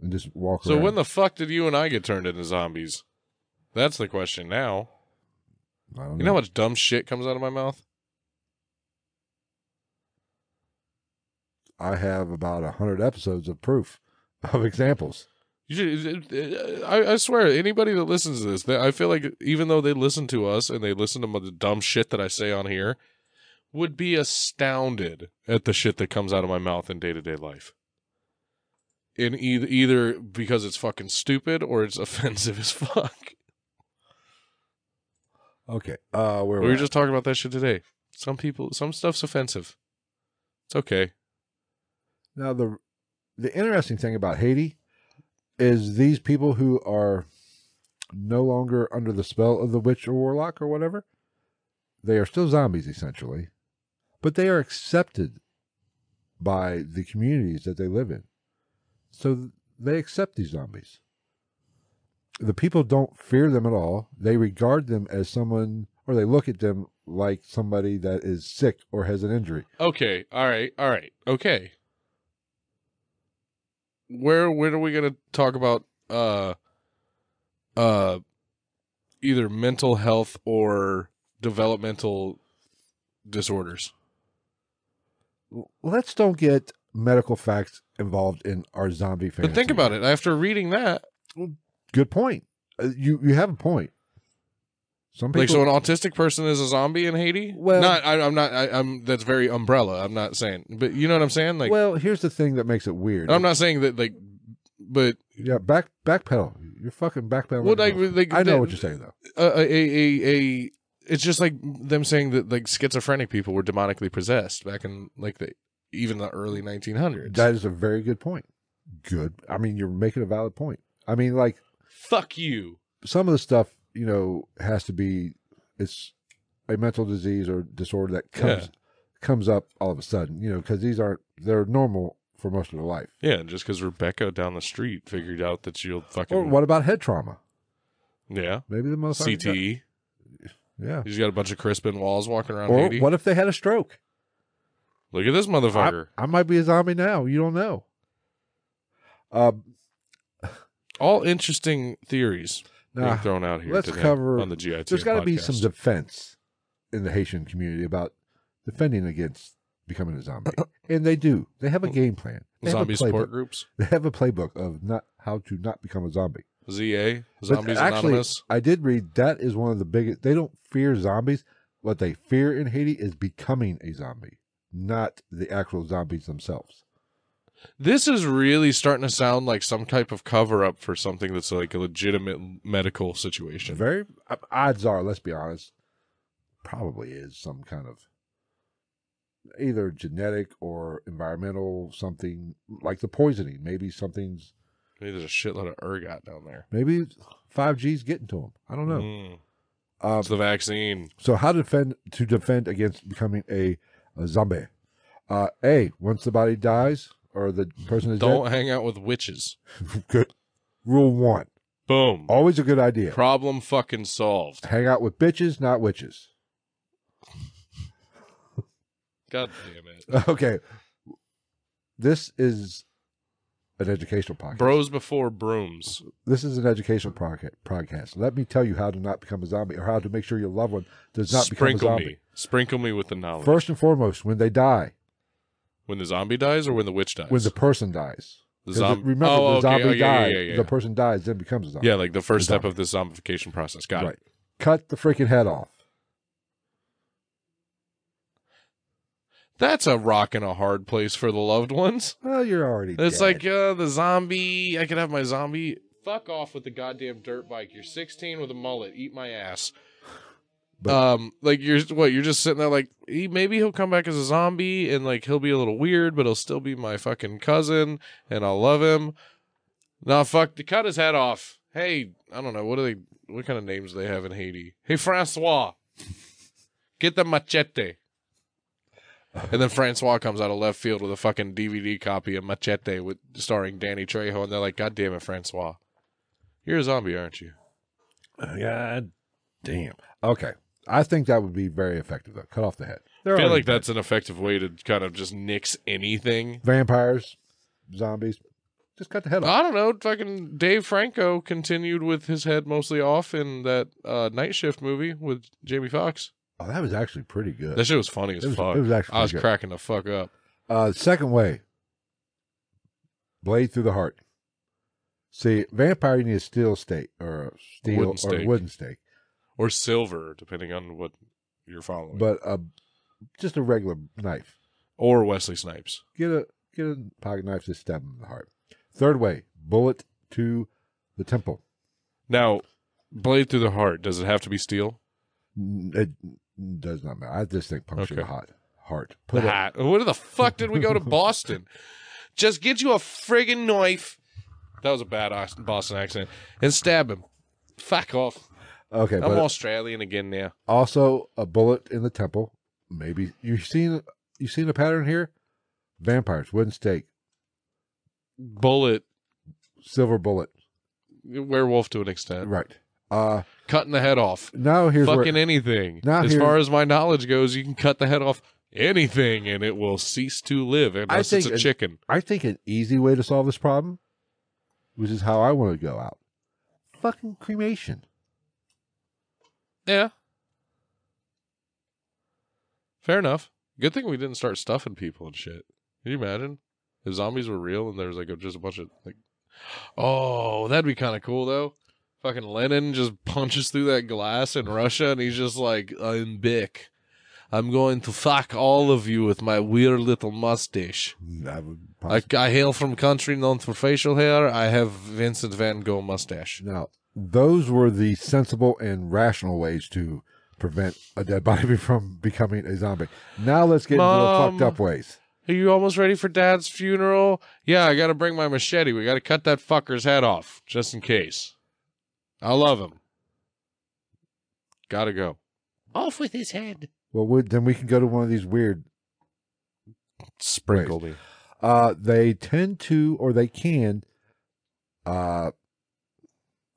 Speaker 1: and just walk
Speaker 2: So
Speaker 1: around.
Speaker 2: when the fuck did you and I get turned into zombies? That's the question now.
Speaker 1: I don't
Speaker 2: You know how much dumb shit comes out of my mouth?
Speaker 1: I have about a hundred episodes of proof of examples.
Speaker 2: You should, uh, I, I swear, anybody that listens to this, that I feel like even though they listen to us and they listen to the dumb shit that I say on here, would be astounded at the shit that comes out of my mouth in day to day life. In either, either because it's fucking stupid or it's offensive as fuck.
Speaker 1: Okay, uh, where
Speaker 2: We were
Speaker 1: at?
Speaker 2: just talking about that shit today. Some people, some stuff's offensive. It's okay.
Speaker 1: Now the the interesting thing about Haiti is these people who are no longer under the spell of the witch or warlock or whatever, they are still zombies essentially, but they are accepted by the communities that they live in. So th- they accept these zombies. The people don't fear them at all. They regard them as someone or they look at them like somebody that is sick or has an injury.
Speaker 2: Okay. All right. All right. Okay. Where when are we gonna talk about uh uh either mental health or developmental disorders?
Speaker 1: let's don't get medical facts involved in our zombie fantasy.
Speaker 4: But think about it. After reading that,
Speaker 1: Good point. Uh, you you have a point. Some people
Speaker 4: like, so an autistic person is a zombie in Haiti.
Speaker 1: Well-
Speaker 4: not I, I'm not. I, I'm that's very umbrella. I'm not saying, but you know what I'm saying. Like,
Speaker 1: well, here's the thing that makes it weird.
Speaker 4: and I'm not saying that. Like, but
Speaker 1: Yeah, back backpedal. You're fucking backpedaling.
Speaker 4: Well, like-
Speaker 1: yourself.
Speaker 4: like
Speaker 1: I know
Speaker 4: that-
Speaker 1: what you're saying though.
Speaker 4: a, a, a, a it's just like them saying that like schizophrenic people were demonically possessed back in like the even the early 1900s.
Speaker 1: That is a very good point. Good. I mean, you're making a valid point. I mean, like
Speaker 4: Fuck you.
Speaker 1: some of the stuff you know has to be it's a mental disease or disorder that comes comes up all of a sudden. You know, because these aren't they're normal for most of their life.
Speaker 2: Yeah, and just because Rebecca down the street figured out that she'll fucking
Speaker 1: Or what about head trauma?
Speaker 2: yeah
Speaker 1: Maybe the most
Speaker 2: CTE.
Speaker 1: Yeah.
Speaker 2: He's got a bunch of Crispin walls walking around
Speaker 1: Or
Speaker 2: Haiti.
Speaker 1: what if they had a stroke?
Speaker 2: Look at this
Speaker 1: I,
Speaker 2: motherfucker.
Speaker 1: I might be a zombie now. You don't know. Uh,
Speaker 2: All interesting theories
Speaker 1: nah.
Speaker 2: being thrown out here.
Speaker 1: let's
Speaker 2: today
Speaker 1: cover-
Speaker 2: on the GIT.
Speaker 1: There's got to be some
Speaker 2: podcast.
Speaker 1: defense in the Haitian community about defending against becoming a zombie, and they do. They have a game plan. They
Speaker 2: zombie
Speaker 1: have a
Speaker 2: support
Speaker 1: playbook.
Speaker 2: groups.
Speaker 1: They have a playbook of not how to not become a zombie.
Speaker 2: ZA
Speaker 1: But
Speaker 2: Zombies
Speaker 1: actually,
Speaker 2: Anonymous.
Speaker 1: I did read that is one of the biggest. They don't fear zombies. What they fear in Haiti is becoming a zombie, not the actual zombies themselves.
Speaker 2: This is really starting to sound like some type of cover up for something that's like a legitimate medical situation.
Speaker 1: Very uh, odds are, let's be honest, probably is some kind of either genetic or environmental something like the poisoning. Maybe something's
Speaker 2: Maybe there's a shitload of ergot down there.
Speaker 1: maybe five G's getting to him. I don't know.
Speaker 2: Mm.
Speaker 1: Um,
Speaker 2: It's the vaccine.
Speaker 1: so how to defend to defend against becoming a, a zombie? Uh, a once the body dies or the person is
Speaker 2: Don't hang out with witches.
Speaker 1: dead. Good rule one.
Speaker 2: Boom.
Speaker 1: Always a good idea.
Speaker 2: Problem fucking solved.
Speaker 1: Hang out with bitches, not witches.
Speaker 2: God damn it.
Speaker 1: Okay. This is an educational podcast.
Speaker 2: Bros before brooms.
Speaker 1: This is an educational proca- podcast. Let me tell you how to not become a zombie or how to make sure your loved one does not
Speaker 2: Sprinkle
Speaker 1: become a
Speaker 2: me.
Speaker 1: zombie.
Speaker 2: Sprinkle me with the knowledge.
Speaker 1: First and foremost, when they die,
Speaker 2: when the zombie dies or when the witch dies?
Speaker 1: when the person dies.
Speaker 2: The
Speaker 1: 'Cause
Speaker 2: zomb-
Speaker 1: remember,
Speaker 2: Oh,
Speaker 1: the
Speaker 2: okay.
Speaker 1: zombie
Speaker 2: Oh, yeah, yeah,
Speaker 1: dies.
Speaker 2: yeah, yeah, yeah.
Speaker 1: The person dies, then becomes a zombie.
Speaker 2: yeah, like the first
Speaker 1: The
Speaker 2: step
Speaker 1: zombie.
Speaker 2: of the zombification process. Got
Speaker 1: right.
Speaker 2: it.
Speaker 1: Cut the freaking head off.
Speaker 2: That's a rock and a hard place for the loved ones.
Speaker 1: Well, you're already
Speaker 2: It's
Speaker 1: dead.
Speaker 2: like uh, the zombie. I could have my zombie. Fuck off with the goddamn dirt bike. You're 16 with a mullet. Eat my ass.
Speaker 1: But-
Speaker 2: um, like you're what? You're just sitting there like he, maybe he'll come back as a zombie and like he'll be a little weird, but he'll still be my fucking cousin and I'll love him. Nah, fuck. To cut his head off. Hey, I don't know what are they? What kind of names they have in Haiti? Hey, Francois, get the machete. And then Francois comes out of left field with a fucking DVD copy of Machete with starring Danny Trejo, and they're like, "God damn it, Francois, you're a zombie, aren't you?" Uh,
Speaker 1: God damn. Okay. I think that would be very effective, though. Cut off the head.
Speaker 2: I feel like that's an effective way to kind of just nix anything.
Speaker 1: Vampires, zombies, just cut the head off.
Speaker 2: I don't know. Fucking Dave Franco continued with his head mostly off in that uh, Night Shift movie with Jamie Foxx.
Speaker 1: Oh, that was actually pretty good.
Speaker 2: That shit was funny as
Speaker 1: It was-
Speaker 2: fuck.
Speaker 1: it was actually
Speaker 2: I was
Speaker 1: good.
Speaker 2: cracking the fuck up.
Speaker 1: Uh, second way, blade through the heart. See, vampire, you need a steel stake or a steel
Speaker 2: Wooden
Speaker 1: or
Speaker 2: stake.
Speaker 1: wooden stake,
Speaker 2: Or silver, depending on what you're following.
Speaker 1: but uh, just a regular knife.
Speaker 2: or Wesley Snipes.
Speaker 1: Get a get a pocket knife to stab him in the heart. Third way, bullet to the temple.
Speaker 2: Now, blade through the heart. Does it have to be steel?
Speaker 1: N- It does not matter. I just think puncture the
Speaker 2: Okay.
Speaker 1: hot heart.
Speaker 2: The
Speaker 1: Put a-
Speaker 2: hat. Where the fuck did we go to Boston? Just get you a friggin' knife. That was a bad Os- Boston accent. And stab him. Fuck off.
Speaker 1: okay,
Speaker 2: I'm
Speaker 1: but
Speaker 2: Australian again now.
Speaker 1: also a bullet in the temple. Maybe you seen you seen a pattern here. Vampires, wooden stake,
Speaker 2: Bullet.
Speaker 1: silver bullet.
Speaker 2: Werewolf to an extent.
Speaker 1: Right. Uh
Speaker 2: Cutting the head off.
Speaker 1: now here's
Speaker 2: Fucking
Speaker 1: where,
Speaker 2: anything.
Speaker 1: Now
Speaker 2: as
Speaker 1: here-
Speaker 2: far as my knowledge goes, you can cut the head off anything and it will cease to live unless
Speaker 1: think
Speaker 2: it's a
Speaker 1: it-
Speaker 2: chicken.
Speaker 1: I think an easy way to solve this problem, which is how I want to go out. Fucking cremation.
Speaker 2: Yeah. Fair enough. Good thing we didn't start stuffing people and shit. Can you imagine? If zombies were real and there's like a, just a bunch of like, oh, that'd be kind of cool though. Fucking Lenin just punches through that glass in Russia and he's just like, I'm Bick. I'm going to fuck all of you with my weird little mustache.
Speaker 1: That would
Speaker 2: I,
Speaker 1: possibly.
Speaker 2: I hail from country known for facial hair. I have Vincent Van Gogh mustache.
Speaker 1: now, those were the sensible and rational ways to prevent a dead body from becoming a zombie. Now let's get into
Speaker 2: Mom.
Speaker 1: the fucked up ways.
Speaker 2: Are you almost ready for dad's funeral? Yeah, I gotta bring my machete. We gotta cut that fucker's head off, just in case. I love him. Gotta go. Off with his head.
Speaker 1: Well, we, then we can go to one of these weird
Speaker 2: Sprinkle me.
Speaker 1: Uh, they tend to, or they can, uh,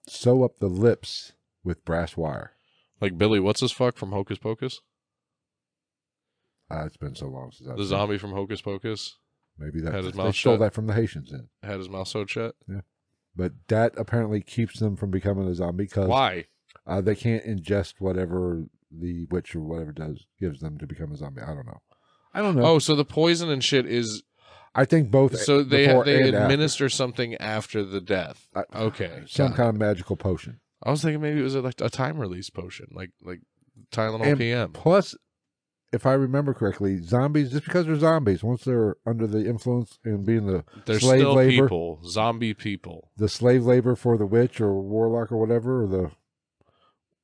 Speaker 1: sew up the lips with brass wire.
Speaker 2: Like Billy, what's his fuck from Hocus Pocus?
Speaker 1: Uh, it's been so long since I've
Speaker 2: The
Speaker 1: seen
Speaker 2: zombie from Hocus Pocus
Speaker 1: it. Maybe that
Speaker 2: had his
Speaker 1: they
Speaker 2: mouth
Speaker 1: stole
Speaker 2: shut.
Speaker 1: that from the Haitians, then.
Speaker 2: had his mouth sewed shut.
Speaker 1: But that apparently keeps them from becoming a zombie because
Speaker 2: Why?
Speaker 1: uh, they can't ingest whatever the witch or whatever does gives them to become a zombie. I don't know. I don't know.
Speaker 2: Oh, so the poison and shit is
Speaker 1: I think both.
Speaker 2: so they
Speaker 1: before
Speaker 2: they
Speaker 1: and after.
Speaker 2: administer something after the death.
Speaker 1: I-
Speaker 2: Okay,
Speaker 1: some
Speaker 2: got
Speaker 1: kind of magical potion.
Speaker 2: I was thinking maybe it was a, like a time release potion, like like Tylenol
Speaker 1: And
Speaker 2: PM.
Speaker 1: Plus, if I remember correctly, zombies just because they're zombies, once they're under the influence and being the
Speaker 2: They're
Speaker 1: slave
Speaker 2: still
Speaker 1: labor,
Speaker 2: people, zombie people,
Speaker 1: the slave labor for the witch or warlock or whatever, or the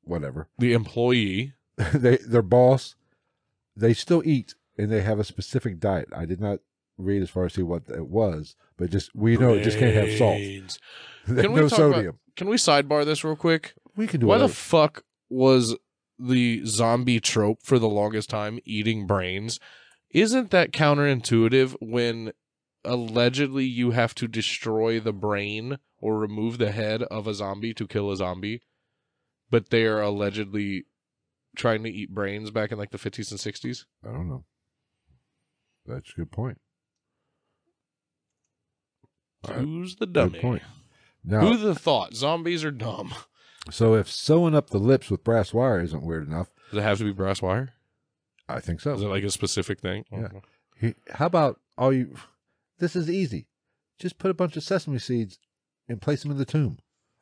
Speaker 1: whatever
Speaker 2: the employee.
Speaker 1: they their boss, they still eat and they have a specific diet. I did not read as far as see what it was, but just we know it just can't have salt,
Speaker 2: Brains.
Speaker 1: no
Speaker 2: we talk about-
Speaker 1: sodium.
Speaker 2: Can we sidebar this real quick?
Speaker 1: we can do
Speaker 2: Why the
Speaker 1: whatever.
Speaker 2: fuck was the zombie trope for the longest time eating brains? Isn't that counterintuitive when allegedly you have to destroy the brain or remove the head of a zombie to kill a zombie? But they are allegedly trying to eat brains back in like the 50s and 60s?
Speaker 1: I don't know. That's a good point. Alright.
Speaker 2: Who's the
Speaker 1: Good
Speaker 2: dummy?
Speaker 1: point. Now,
Speaker 2: Who the thought? Zombies are dumb.
Speaker 1: so if sewing up the lips with brass wire isn't weird enough,
Speaker 2: Does it have to be brass wire?
Speaker 1: I think so.
Speaker 2: Is it like a specific thing?
Speaker 1: Yeah. He- How about all you? This is easy. Just put a bunch of sesame seeds and place them in the tomb.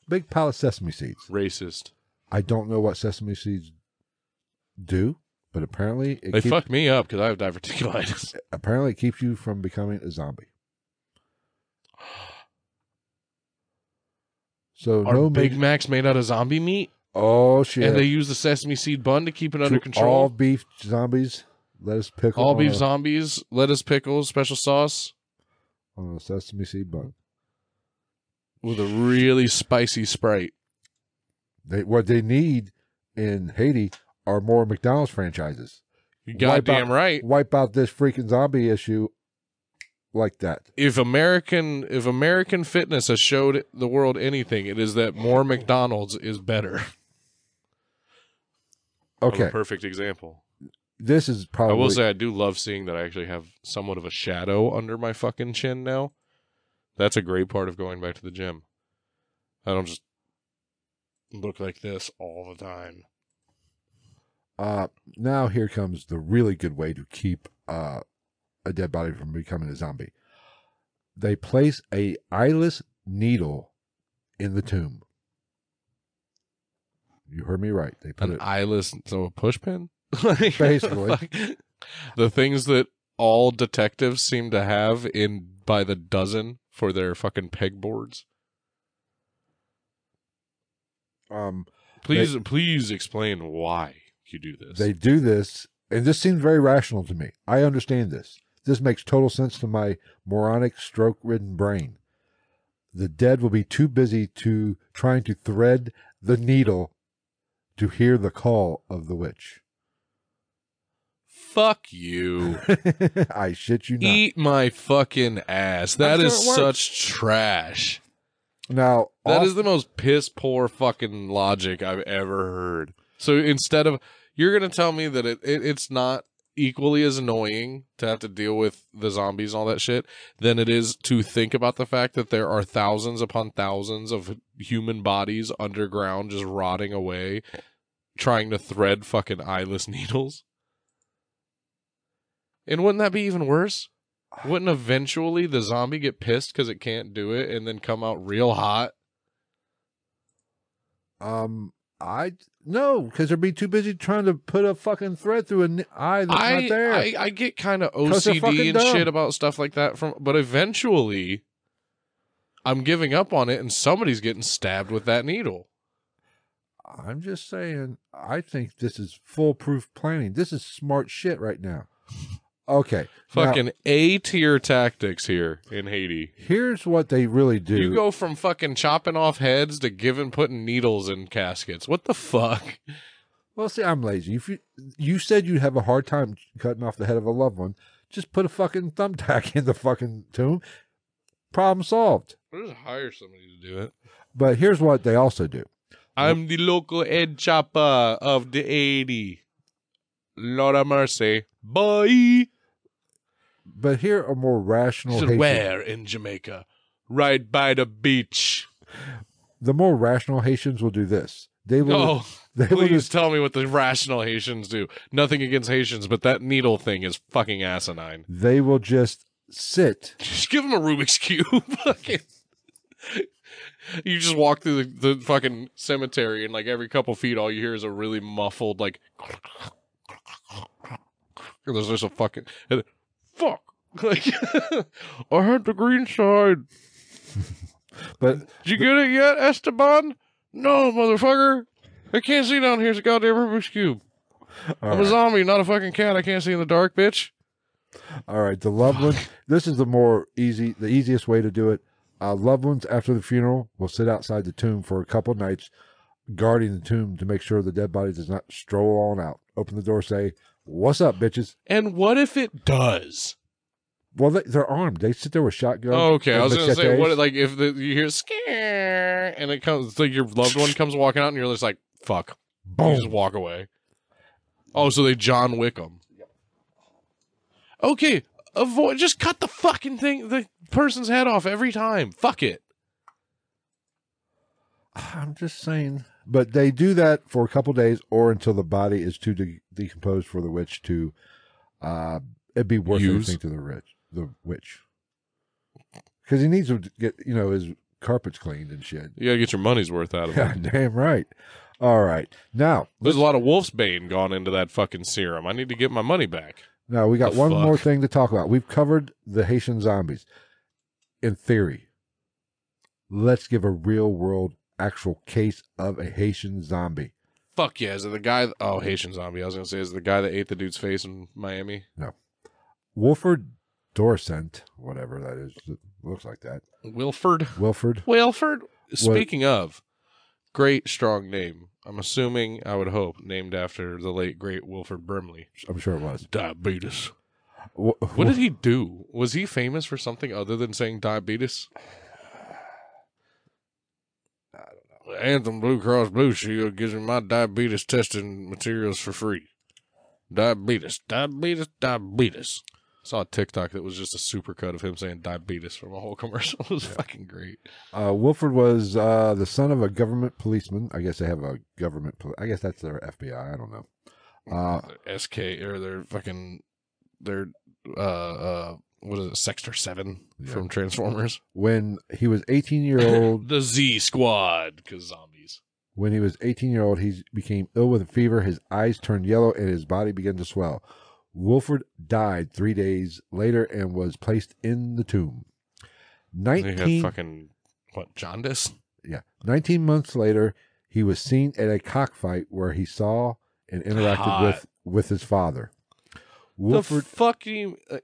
Speaker 1: Big pile of sesame seeds.
Speaker 2: Racist.
Speaker 1: I don't know what sesame seeds do, but apparently it
Speaker 2: They
Speaker 1: keep-
Speaker 2: fucked me up because I have diverticulitis.
Speaker 1: apparently it keeps you from becoming a zombie. So
Speaker 2: Are
Speaker 1: no
Speaker 2: Big
Speaker 1: major-
Speaker 2: Macs made out of zombie meat?
Speaker 1: Oh shit!
Speaker 2: And they use the sesame seed bun to keep it under
Speaker 1: To All
Speaker 2: control?
Speaker 1: beef zombies. Let us
Speaker 2: All,
Speaker 1: pickle on
Speaker 2: beef
Speaker 1: a-
Speaker 2: zombies, lettuce pickles, special sauce
Speaker 1: on a sesame seed bun.
Speaker 2: with a really spicy Sprite.
Speaker 1: They what they need in Haiti are more McDonald's franchises.
Speaker 2: You
Speaker 1: Wipe
Speaker 2: goddamn
Speaker 1: out-
Speaker 2: right.
Speaker 1: Wipe out this freaking zombie issue like that.
Speaker 2: If American if American fitness has showed the world anything, it is that more McDonald's is better.
Speaker 1: Okay.
Speaker 2: perfect example.
Speaker 1: This is
Speaker 2: I
Speaker 1: probably
Speaker 2: will say I do love seeing that I actually have somewhat of a shadow under my fucking chin now. That's a great part of going back to the gym. I don't just look like this all the time.
Speaker 1: uh now here comes the really good way to keep uh a dead body from becoming a zombie. They place a eyeless needle in the tomb. You heard me right. They put
Speaker 2: An
Speaker 1: it
Speaker 2: eyeless, so a push pin?
Speaker 1: Basically.
Speaker 2: Like, the things that all detectives seem to have in by the dozen for their fucking pegboards.
Speaker 1: um
Speaker 2: Please, please explain why you do this.
Speaker 1: They do this, and this seems very rational to me. I understand this. This makes total sense to my moronic, stroke ridden brain. The dead will be too busy to trying to thread the needle to hear the call of the witch.
Speaker 2: Fuck you.
Speaker 1: I shit you not.
Speaker 2: Eat my fucking ass. That
Speaker 1: sure
Speaker 2: is
Speaker 1: it works.
Speaker 2: such trash.
Speaker 1: now,
Speaker 2: That
Speaker 1: off-
Speaker 2: is the most piss poor fucking logic I've ever heard. So instead of you're gonna tell me that it, it it's not equally as annoying to have to deal with the zombies and all that shit than it is to think about the fact that there are thousands upon thousands of human bodies underground just rotting away trying to thread fucking eyeless needles. And wouldn't that be even worse? Wouldn't eventually the zombie get pissed because it can't do it and then come out real hot?
Speaker 1: Um, I no, because they'd be too busy trying to put a fucking thread through an eye that's
Speaker 2: I,
Speaker 1: not there.
Speaker 2: I I get kind of
Speaker 1: 'Cause they're fucking
Speaker 2: OCD and
Speaker 1: dumb.
Speaker 2: shit about stuff like that from, but eventually, I'm giving up on it, and somebody's getting stabbed with that needle.
Speaker 1: I'm just saying, I think this is foolproof planning. This is smart shit right now. Okay, now,
Speaker 2: Fucking A tier tactics here in Haiti.
Speaker 1: here's what they really do.
Speaker 2: You go from fucking chopping off heads to giving putting needles in caskets. What the fuck?
Speaker 1: Well, see, I'm lazy. If you you said you'd have a hard time cutting off the head of a loved one, just put a fucking thumbtack in the fucking tomb. Problem solved.
Speaker 2: Or just hire somebody to do it.
Speaker 1: But here's what they also do.
Speaker 2: I'm the local head chopper of the 80. Lord have mercy. Bye.
Speaker 1: But here are more rational.
Speaker 2: Said
Speaker 1: Haitian-
Speaker 2: where in Jamaica? Right by the beach.
Speaker 1: The more rational Haitians will do this. They will.
Speaker 2: Oh,
Speaker 1: they will
Speaker 2: please
Speaker 1: just
Speaker 2: tell me what the rational Haitians do. Nothing against Haitians, but that needle thing is fucking asinine.
Speaker 1: they will just sit.
Speaker 2: Just give them a Rubik's cube. fucking. You just walk through the, the fucking cemetery, and like every couple feet, all you hear is a really muffled like. and There's just a fucking and- fuck. Like I had the green side.
Speaker 1: But
Speaker 2: Did you get it yet, Esteban? No, motherfucker. I can't see down here. It's a goddamn Rubik's cube. I'm a zombie, not a fucking cat. I can't see in the dark, bitch.
Speaker 1: all right, the loved one. This is the more easy, the easiest way to do it. Uh, loved ones after the funeral will sit outside the tomb for a couple nights, guarding the tomb to make sure the dead body does not stroll on out. Open the door, say, "What's up, bitches?"
Speaker 2: And what if it does?
Speaker 1: Well, they, they're armed. They sit there with shotguns.
Speaker 2: Oh, okay, I
Speaker 1: and
Speaker 2: was gonna say
Speaker 1: machetes.
Speaker 2: what like if the, you hear scare and it comes it's like your loved one comes walking out and you're just like fuck, You just walk away. Oh, so they John Wick 'em. Okay, avoid just cut the fucking thing the person's head off every time. Fuck it.
Speaker 1: I'm just saying. But they do that for a couple days or until the body is too de- decomposed for the witch to. Uh, it'd be worth
Speaker 2: Use.
Speaker 1: anything to the rich, the witch, because he needs to get you know his carpets cleaned and shit.
Speaker 2: You gotta get your money's worth out of it.
Speaker 1: Yeah, damn right. All right, now
Speaker 2: There's a lot of wolf's bane gone into that fucking serum. I need to get my money back.
Speaker 1: now we got
Speaker 2: The
Speaker 1: one
Speaker 2: fuck?
Speaker 1: more thing to talk about. We've covered the Haitian zombies, in theory. Let's give a real world actual case of a Haitian zombie.
Speaker 2: Fuck yeah! Is it the guy? Oh, Haitian zombie. I was gonna say is it the guy that ate the dude's face in Miami.
Speaker 1: Wolford Dorcent, whatever that is, it looks like that.
Speaker 2: Wilford.
Speaker 1: Wilford.
Speaker 2: Wilford. Speaking of, great strong name. I'm assuming I would hope named after the late great Wilford Brimley.
Speaker 1: I'm sure it was.
Speaker 2: Diabetes.
Speaker 1: Wo-
Speaker 2: What did he do? Was he famous for something other than saying diabetes? I don't know. Anthem Blue Cross Blue Shield gives me my diabetes testing materials for free. Diabetes, diabetes, diabetes. I saw a TikTok that was just a supercut of him saying diabetes from a whole commercial. It was fucking great.
Speaker 1: Uh, Wilford was uh, the son of a government policeman. I guess they have a government. Poli- I guess that's their FBI. I don't know. Uh,
Speaker 2: Their SK or their fucking their uh uh what is it, Sexter Seven
Speaker 1: Yeah.
Speaker 2: from Transformers?
Speaker 1: when he was 18 year old,
Speaker 2: The Z Squad, because zombies.
Speaker 1: When he was 18 year old, he became ill with a fever. His eyes turned yellow and his body began to swell. Wilford died three days later and was placed in the tomb.
Speaker 2: They had
Speaker 1: 19,
Speaker 2: fucking what jaundice?
Speaker 1: yeah, 19 months later, he was seen at a cockfight where he saw and interacted
Speaker 2: Hot.
Speaker 1: with, with his father. Wilford,
Speaker 2: The fucking uh,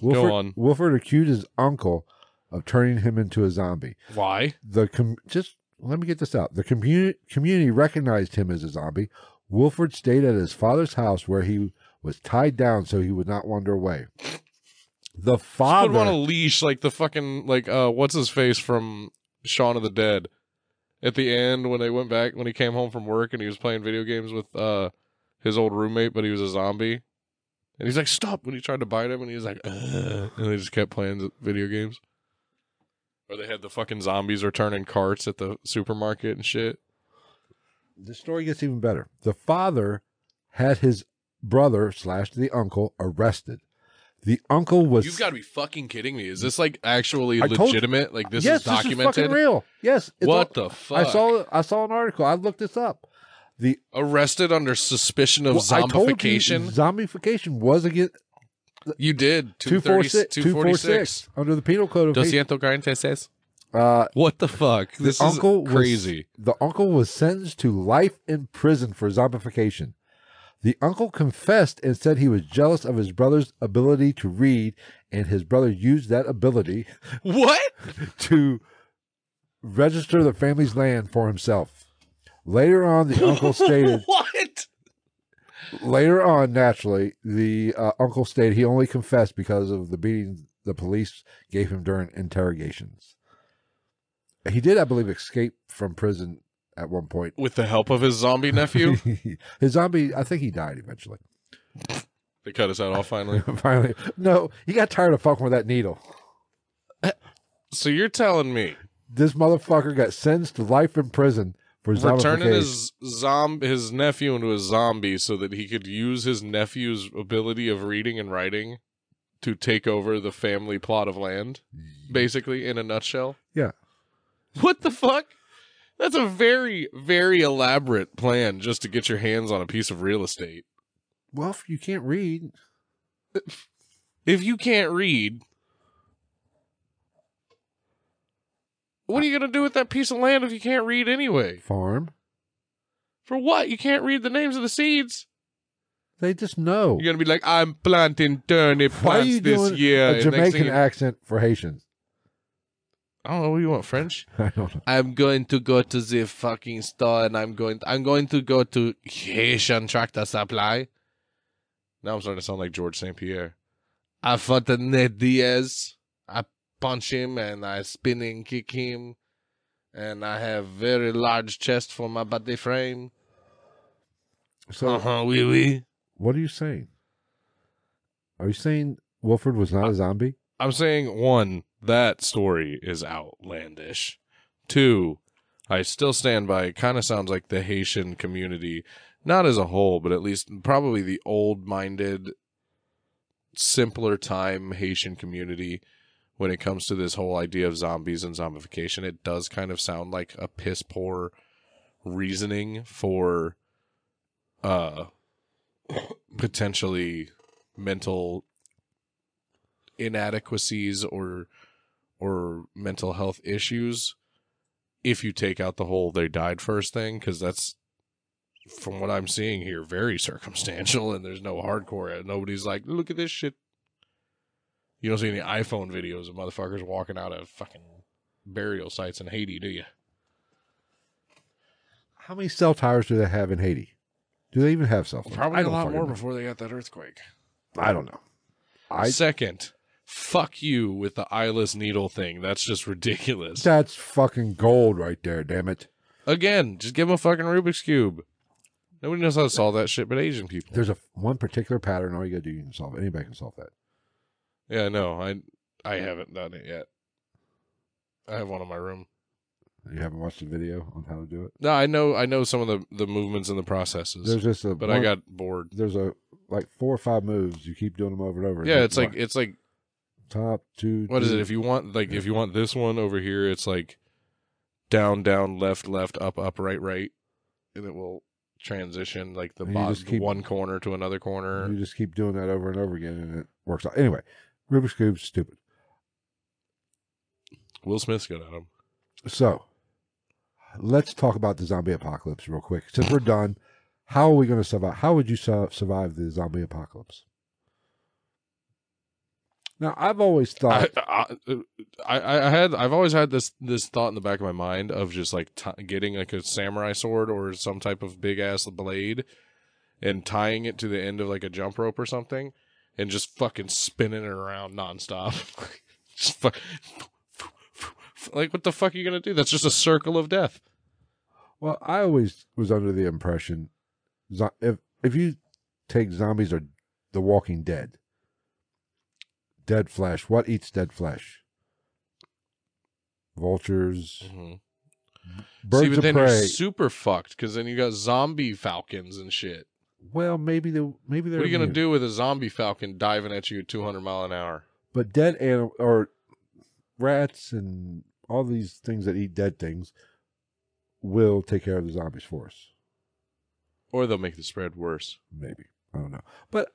Speaker 1: Wilford,
Speaker 2: on.
Speaker 1: Wilford accused his uncle of turning him into a zombie.
Speaker 2: why?
Speaker 1: the com- just let me get this out. The community community recognized him as a zombie. Wilford stayed at his father's house where he was tied down so he would not wander away. The
Speaker 2: I would
Speaker 1: father,
Speaker 2: want a leash like the fucking like uh what's his face from Shaun of the Dead. At the end when they went back when he came home from work and he was playing video games with uh his old roommate but he was a zombie. And he's like, stop when he tried to bite him and he was like, Ugh. and they just kept playing the video games. Or they had the fucking zombies returning carts at the supermarket and shit.
Speaker 1: the story gets even better. The father had his brother slash the uncle arrested. The uncle was.
Speaker 2: You've got to be fucking kidding me. Is this like actually
Speaker 1: I told you-
Speaker 2: legitimate? Like this
Speaker 1: yes,
Speaker 2: is
Speaker 1: This is
Speaker 2: documented?
Speaker 1: fucking real. Yes. it's
Speaker 2: what
Speaker 1: all-
Speaker 2: the fuck?
Speaker 1: I saw. I saw an article. I looked this up. The
Speaker 2: arrested under suspicion of
Speaker 1: well, I told you
Speaker 2: zombification.
Speaker 1: Zombification was against
Speaker 2: You, did
Speaker 1: 246,
Speaker 2: 246. 246.
Speaker 1: under the penal code of
Speaker 2: Lo
Speaker 1: Haiti.
Speaker 2: siento, Karen Fesses.
Speaker 1: Uh,
Speaker 2: What the fuck?
Speaker 1: the
Speaker 2: This is
Speaker 1: uncle
Speaker 2: crazy.
Speaker 1: Was, the uncle was sentenced to life in prison for zombification. The uncle confessed and said he was jealous of his brother's ability to read, and his brother used that ability
Speaker 2: what?
Speaker 1: to register the family's land for himself. Later on, the uncle stated
Speaker 2: what?
Speaker 1: Later on, naturally, the uh, uncle stated he only confessed because of the beating the police gave him during interrogations. He did, I believe, escape from prison at one point.
Speaker 2: With the help of his zombie nephew?
Speaker 1: His zombie, I think he died eventually.
Speaker 2: they cut his head off finally.
Speaker 1: Finally, no, he got tired of fucking with that needle.
Speaker 2: So you're telling me
Speaker 1: This motherfucker got sentenced to life in prison for
Speaker 2: returning
Speaker 1: zombification.
Speaker 2: his zomb his nephew into a zombie so that he could use his nephew's ability of reading and writing to take over the family plot of land, basically in a nutshell.
Speaker 1: Yeah.
Speaker 2: What the fuck? That's a very very elaborate plan just to get your hands on a piece of real estate.
Speaker 1: Well, if you can't read,
Speaker 2: If you can't read, what are you going to do with that piece of land if you can't read anyway?
Speaker 1: farm.
Speaker 2: For what? You can't read the names of the seeds.
Speaker 1: They just know.
Speaker 2: You're gonna be like, I'm planting turnip
Speaker 1: Why are
Speaker 2: plants
Speaker 1: you
Speaker 2: this
Speaker 1: doing
Speaker 2: year.
Speaker 1: a
Speaker 2: And next thing
Speaker 1: Jamaican
Speaker 2: you-
Speaker 1: accent for Haitians?
Speaker 2: I don't know what you want, French.
Speaker 1: I don't know.
Speaker 2: I'm going to go to the fucking store and I'm going I'm going to go to Haitian Tractor Supply. Now I'm starting to sound like George St. Pierre. I fought the Ned Diaz. I punch him and I spin and kick him. And I have very large chest for my body frame.
Speaker 1: So.
Speaker 2: Uh-huh, wee wee.
Speaker 1: What are you saying? Are you saying Wilford was not a zombie?
Speaker 2: I'm saying one, that story is outlandish. Two, I still stand by it kind of sounds like the Haitian community, not as a whole, but at least probably the old minded, simpler time Haitian community when it comes to this whole idea of zombies and zombification. It does kind of sound like a piss poor reasoning for uh potentially mental inadequacies or or mental health issues if you take out the whole they died first thing because that's from what i'm seeing here very circumstantial and there's no hardcore nobody's like look at this shit you don't see any iphone videos of motherfuckers walking out of fucking burial sites in haiti do you
Speaker 1: How many cell towers do they have in Haiti? Do they even have cell phones? I
Speaker 2: probably a
Speaker 1: don't
Speaker 2: lot
Speaker 1: fucking
Speaker 2: more
Speaker 1: know.
Speaker 2: before they got that earthquake
Speaker 1: I don't know. I
Speaker 2: second fuck you with the eyeless needle thing that's just ridiculous
Speaker 1: that's fucking gold right there. Damn it!
Speaker 2: Again, just give him a fucking Rubik's cube. Nobody knows how to solve that shit, but Asian people.
Speaker 1: There's a one particular pattern. All you gotta do, you can solve. it. Anybody can solve that.
Speaker 2: yeah, no, I I haven't done it yet. I have one in my room.
Speaker 1: You haven't watched the video on how to do it.
Speaker 2: No, I know I know some of the the movements and the processes,
Speaker 1: There's just a.
Speaker 2: but I
Speaker 1: one-
Speaker 2: got bored.
Speaker 1: There's a like four or five moves. You keep doing them over and over.
Speaker 2: Yeah, it's like it's like
Speaker 1: top two.
Speaker 2: what is
Speaker 1: two.
Speaker 2: it? If you want like if you want this one over here, it's like down, down, left, left, up, up, right, right, and it will transition like the
Speaker 1: And you
Speaker 2: bottom
Speaker 1: just keep-
Speaker 2: one corner to another corner.
Speaker 1: You just keep doing that over and over again, and it works out. Anyway, Rubik's cube's stupid.
Speaker 2: Will Smith's good at them.
Speaker 1: So let's talk about the zombie apocalypse real quick. Since we're done, how are we going to survive? How would you su- survive the zombie apocalypse? Now, I've always
Speaker 2: I,
Speaker 1: thought,
Speaker 2: I, I I had I've always had this this thought in the back of my mind of just like t- getting like a samurai sword or some type of big ass blade and tying it to the end of like a jump rope or something and just fucking spinning it around nonstop. just fuck, like what the fuck are you gonna do? That's just a circle of death.
Speaker 1: well, I always was under the impression zo- if if you take zombies or The Walking Dead, dead flesh, what eats dead flesh? Vultures, birds
Speaker 2: See, but
Speaker 1: Mm-hmm. of
Speaker 2: then
Speaker 1: prey.
Speaker 2: you're super fucked because then you got zombie falcons and shit.
Speaker 1: well, maybe the maybe they're
Speaker 2: What are you going to
Speaker 1: immune.
Speaker 2: do with a zombie falcon diving at you at 200 mile an hour?
Speaker 1: But dead animal or rats and all these things that eat dead things will take care of the zombies for us.
Speaker 2: Or they'll make the spread worse.
Speaker 1: Maybe I don't know, but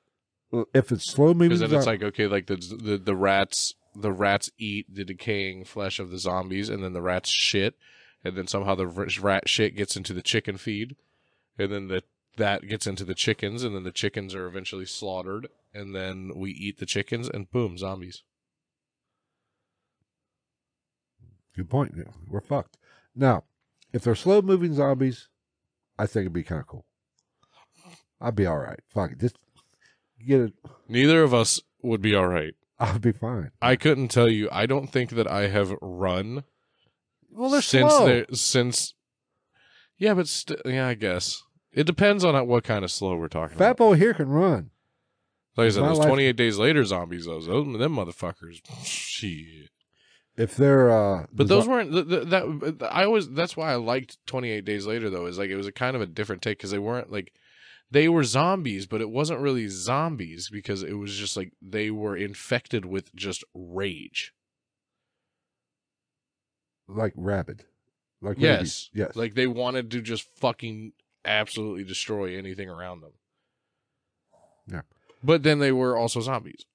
Speaker 1: uh, if it's slow moving,
Speaker 2: Because then it's like, okay, like the, the, the rats the rats eat the decaying flesh of the zombies and then the rats shit. And then somehow the r- rat shit gets into the chicken feed. And then the, that gets into the chickens. And then the chickens are eventually slaughtered. And then we eat the chickens and boom, zombies.
Speaker 1: Good point. Yeah, we're fucked. Now, if they're slow moving zombies, I think it'd be kind of cool. I'd be all right. Fuck it. Just get it.
Speaker 2: Neither of us would be all right.
Speaker 1: I'll be fine.
Speaker 2: I couldn't tell you. I don't think that I have run
Speaker 1: Well,
Speaker 2: since they're- since. Yeah, but st- yeah, I guess it depends on uh, what kind of slow we're talking
Speaker 1: Fat
Speaker 2: about.
Speaker 1: boy here can run.
Speaker 2: Like I said,
Speaker 1: my
Speaker 2: those
Speaker 1: life-
Speaker 2: twenty eight days later zombies. Those those them motherfuckers. Shit.
Speaker 1: If they're uh, the
Speaker 2: But
Speaker 1: zo-
Speaker 2: those weren't th th that. I always that's why I liked Twenty Eight Days Later though. Is like it was a kind of a different take because they weren't like they were zombies, but it wasn't really zombies because it was just like they were infected with just rage.
Speaker 1: like rabid. Like
Speaker 2: Yes.
Speaker 1: rabies. yes.
Speaker 2: Like they wanted to just fucking absolutely destroy anything around them.
Speaker 1: Yeah.
Speaker 2: But then they were also zombies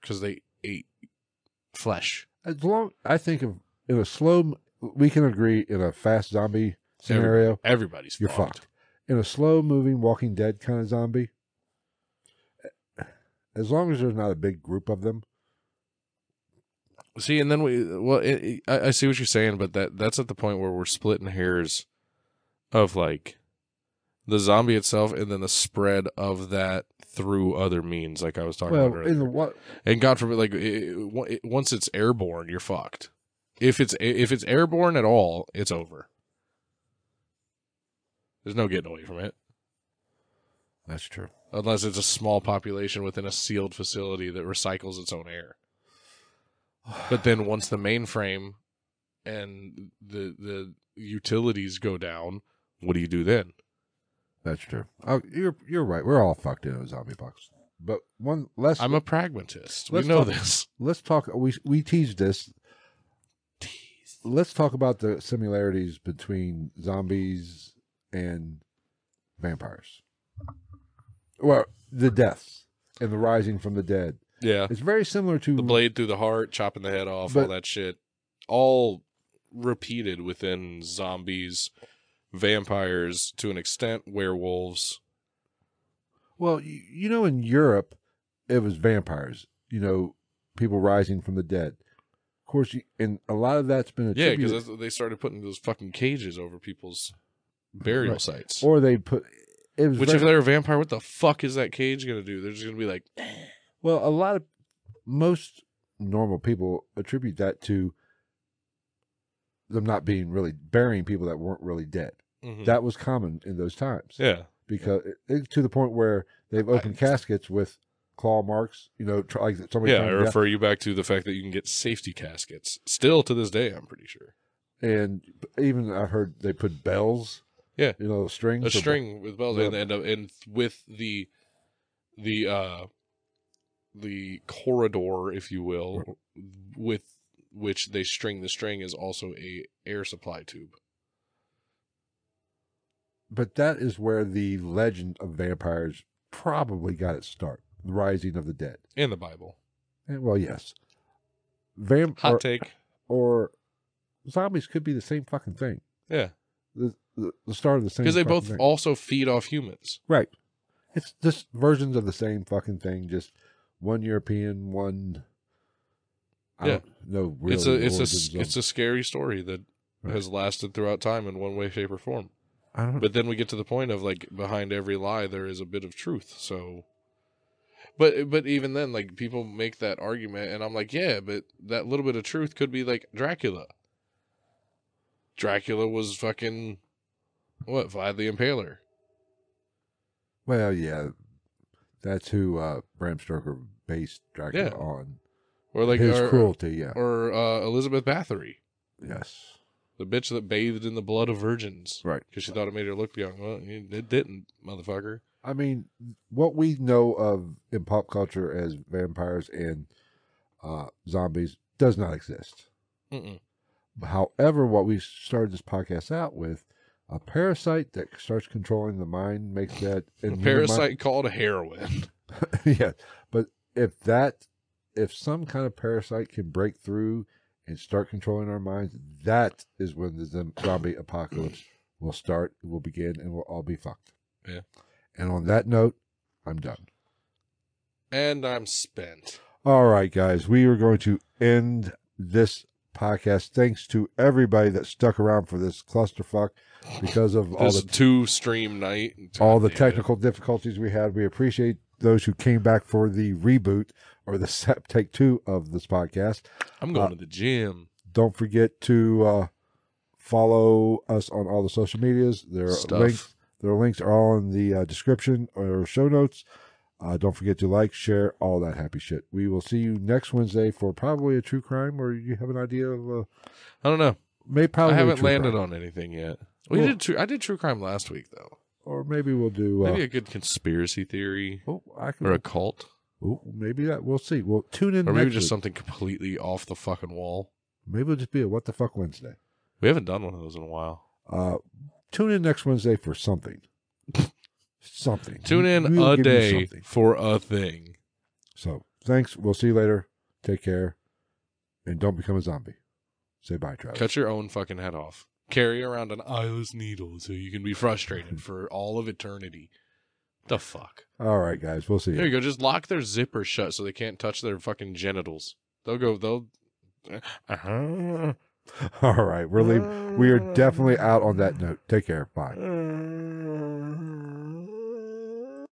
Speaker 2: because they ate flesh.
Speaker 1: as long I think of in a slow, m- we can agree in a fast zombie scenario,
Speaker 2: Everybody's
Speaker 1: you're
Speaker 2: fucked.
Speaker 1: fucked. In a slow moving Walking Dead kind of zombie, eh, as long as there's not a big group of them,
Speaker 2: See, and then we well, it, it- I, I see what you're saying, but that that's at the point where we're splitting hairs of like the zombie itself, and then the spread of that through other means, like I was talking
Speaker 1: well,
Speaker 2: about earlier.
Speaker 1: in the what
Speaker 2: and God forbid, like it, it- on- it- once it's airborne, you're fucked. If it's if it's airborne at all, it's over. There's no getting away from it
Speaker 1: that's true.
Speaker 2: unless it's a small population within a sealed facility that recycles its own air. But then once the mainframe and the the utilities go down, what do you do then?
Speaker 1: That's true. Oh, you're you're right. We're all fucked in a zombie box. But one let's
Speaker 2: I'm a pragmatist. We
Speaker 1: Let's
Speaker 2: know
Speaker 1: talk-
Speaker 2: this.
Speaker 1: let's talk. We we teased this. Let's talk about the similarities between zombies and vampires. Well, the deaths and the rising from the dead.
Speaker 2: Yeah.
Speaker 1: It's very similar to
Speaker 2: The blade through the heart, chopping the head off, all
Speaker 1: But-
Speaker 2: that shit. All repeated within zombies, vampires to an extent, werewolves.
Speaker 1: Well, you, you know, in Europe, it was vampires. You know, people rising from the dead. Of course, you, and a lot of that's been
Speaker 2: Yeah,
Speaker 1: attributed.
Speaker 2: because they started putting those fucking cages over people's burial
Speaker 1: Right.
Speaker 2: sites.
Speaker 1: or they put it was
Speaker 2: Which,
Speaker 1: very-
Speaker 2: if they're a vampire, what the fuck is that cage gonna do? They're just gonna be like,
Speaker 1: Well, a lot of most normal people attribute that to them not being really burying people that weren't really dead.
Speaker 2: mhm.
Speaker 1: That was common in those times
Speaker 2: yeah,
Speaker 1: because it, it- to the point where they've opened caskets with claw marks, you know, tr- like somebody
Speaker 2: yeah. I
Speaker 1: trying to get-
Speaker 2: refer you back to the fact that you can get safety caskets still to this day. I'm pretty sure
Speaker 1: and even I heard they put bells,
Speaker 2: Yeah.
Speaker 1: you know, strings,
Speaker 2: a
Speaker 1: or-
Speaker 2: string with bells
Speaker 1: Yeah.
Speaker 2: and and, and with the the uh the corridor, if you will, with which they string the string is also a air supply tube.
Speaker 1: But that is where the legend of vampires probably got its start: the rising of the dead.
Speaker 2: In the Bible,
Speaker 1: And, well, yes, vamp
Speaker 2: hot
Speaker 1: or-
Speaker 2: take.
Speaker 1: or zombies could be the same fucking thing.
Speaker 2: Yeah,
Speaker 1: The, the, the start of the same
Speaker 2: because they
Speaker 1: fucking
Speaker 2: both
Speaker 1: thing.
Speaker 2: also feed off humans.
Speaker 1: right. It's just versions of the same fucking thing. Just one European, one. I
Speaker 2: Yeah.
Speaker 1: don't know. Really
Speaker 2: it's a it's a
Speaker 1: origins
Speaker 2: s-
Speaker 1: of-
Speaker 2: it's a scary story that
Speaker 1: Right.
Speaker 2: has lasted throughout time in one way, shape, or form.
Speaker 1: I don't.
Speaker 2: But then we get to the point of like behind every lie there is a bit of truth. So but but even then like people make that argument and I'm like, yeah, but that little bit of truth could be like Dracula. Dracula was fucking what, Vlad the Impaler.
Speaker 1: well, yeah, that's who uh, Bram Stoker based Dracula
Speaker 2: Yeah.
Speaker 1: on.
Speaker 2: Or like
Speaker 1: His
Speaker 2: or,
Speaker 1: cruelty. Yeah.
Speaker 2: or uh, Elizabeth Bathory,
Speaker 1: yes.
Speaker 2: the bitch that bathed in the blood of virgins
Speaker 1: Right.
Speaker 2: because she thought it made her look young. Well, it didn't, motherfucker.
Speaker 1: I mean, what we know of in pop culture as vampires and uh, zombies does not exist.
Speaker 2: Mm-mm.
Speaker 1: However, what we started this podcast out with, a parasite that starts controlling the mind makes that
Speaker 2: A parasite called heroin.
Speaker 1: yeah, but if that, if some kind of parasite can break through and start controlling our minds, that is when the zom- zombie apocalypse will start, will begin, and we'll all be fucked.
Speaker 2: Yeah.
Speaker 1: And on that note, I'm done.
Speaker 2: And I'm spent.
Speaker 1: All right, guys, we are going to end this podcast. Thanks to everybody that stuck around for this clusterfuck because of all
Speaker 2: This
Speaker 1: the
Speaker 2: two stream night.
Speaker 1: all the
Speaker 2: Goddamn it.
Speaker 1: technical difficulties we had. We appreciate those who came back for the reboot or the sep- take two of this podcast.
Speaker 2: I'm going to the gym.
Speaker 1: Don't forget to uh, follow us on all the social medias. Their
Speaker 2: Stuff.
Speaker 1: links, their links are all in the uh, description or show notes. Uh, don't forget to like, share, all that happy shit. We will see you next Wednesday for probably a true crime, or you have an idea of uh,
Speaker 2: I don't know.
Speaker 1: may probably
Speaker 2: I
Speaker 1: be a
Speaker 2: haven't
Speaker 1: true
Speaker 2: landed
Speaker 1: crime.
Speaker 2: on anything yet. We
Speaker 1: Well-
Speaker 2: did. True, I did true crime last week though.
Speaker 1: or maybe we'll do uh,
Speaker 2: Maybe a good conspiracy theory
Speaker 1: oh I can
Speaker 2: or a cult,
Speaker 1: oh, maybe that we'll see. We'll tune in
Speaker 2: or maybe
Speaker 1: next
Speaker 2: just
Speaker 1: week.
Speaker 2: something completely off the fucking wall.
Speaker 1: Maybe it'll just be a what the fuck Wednesday.
Speaker 2: We haven't done one of those in a while.
Speaker 1: Uh, tune in next Wednesday for something. something.
Speaker 2: Tune in
Speaker 1: We'll
Speaker 2: a
Speaker 1: give you
Speaker 2: day
Speaker 1: something.
Speaker 2: for a thing.
Speaker 1: So thanks. We'll see you later. Take care, and don't become a zombie. Say bye, Travis.
Speaker 2: Cut your own fucking head off. Carry around an eyeless needle so you can be frustrated for all of eternity. The fuck.
Speaker 1: All right, guys. We'll see
Speaker 2: There
Speaker 1: you.
Speaker 2: you go. Just lock their zipper shut so they can't touch their fucking genitals. They'll go. They'll. Uh-huh.
Speaker 1: All right, we're leaving. We are definitely out on that note. Take care. Bye.
Speaker 2: Uh.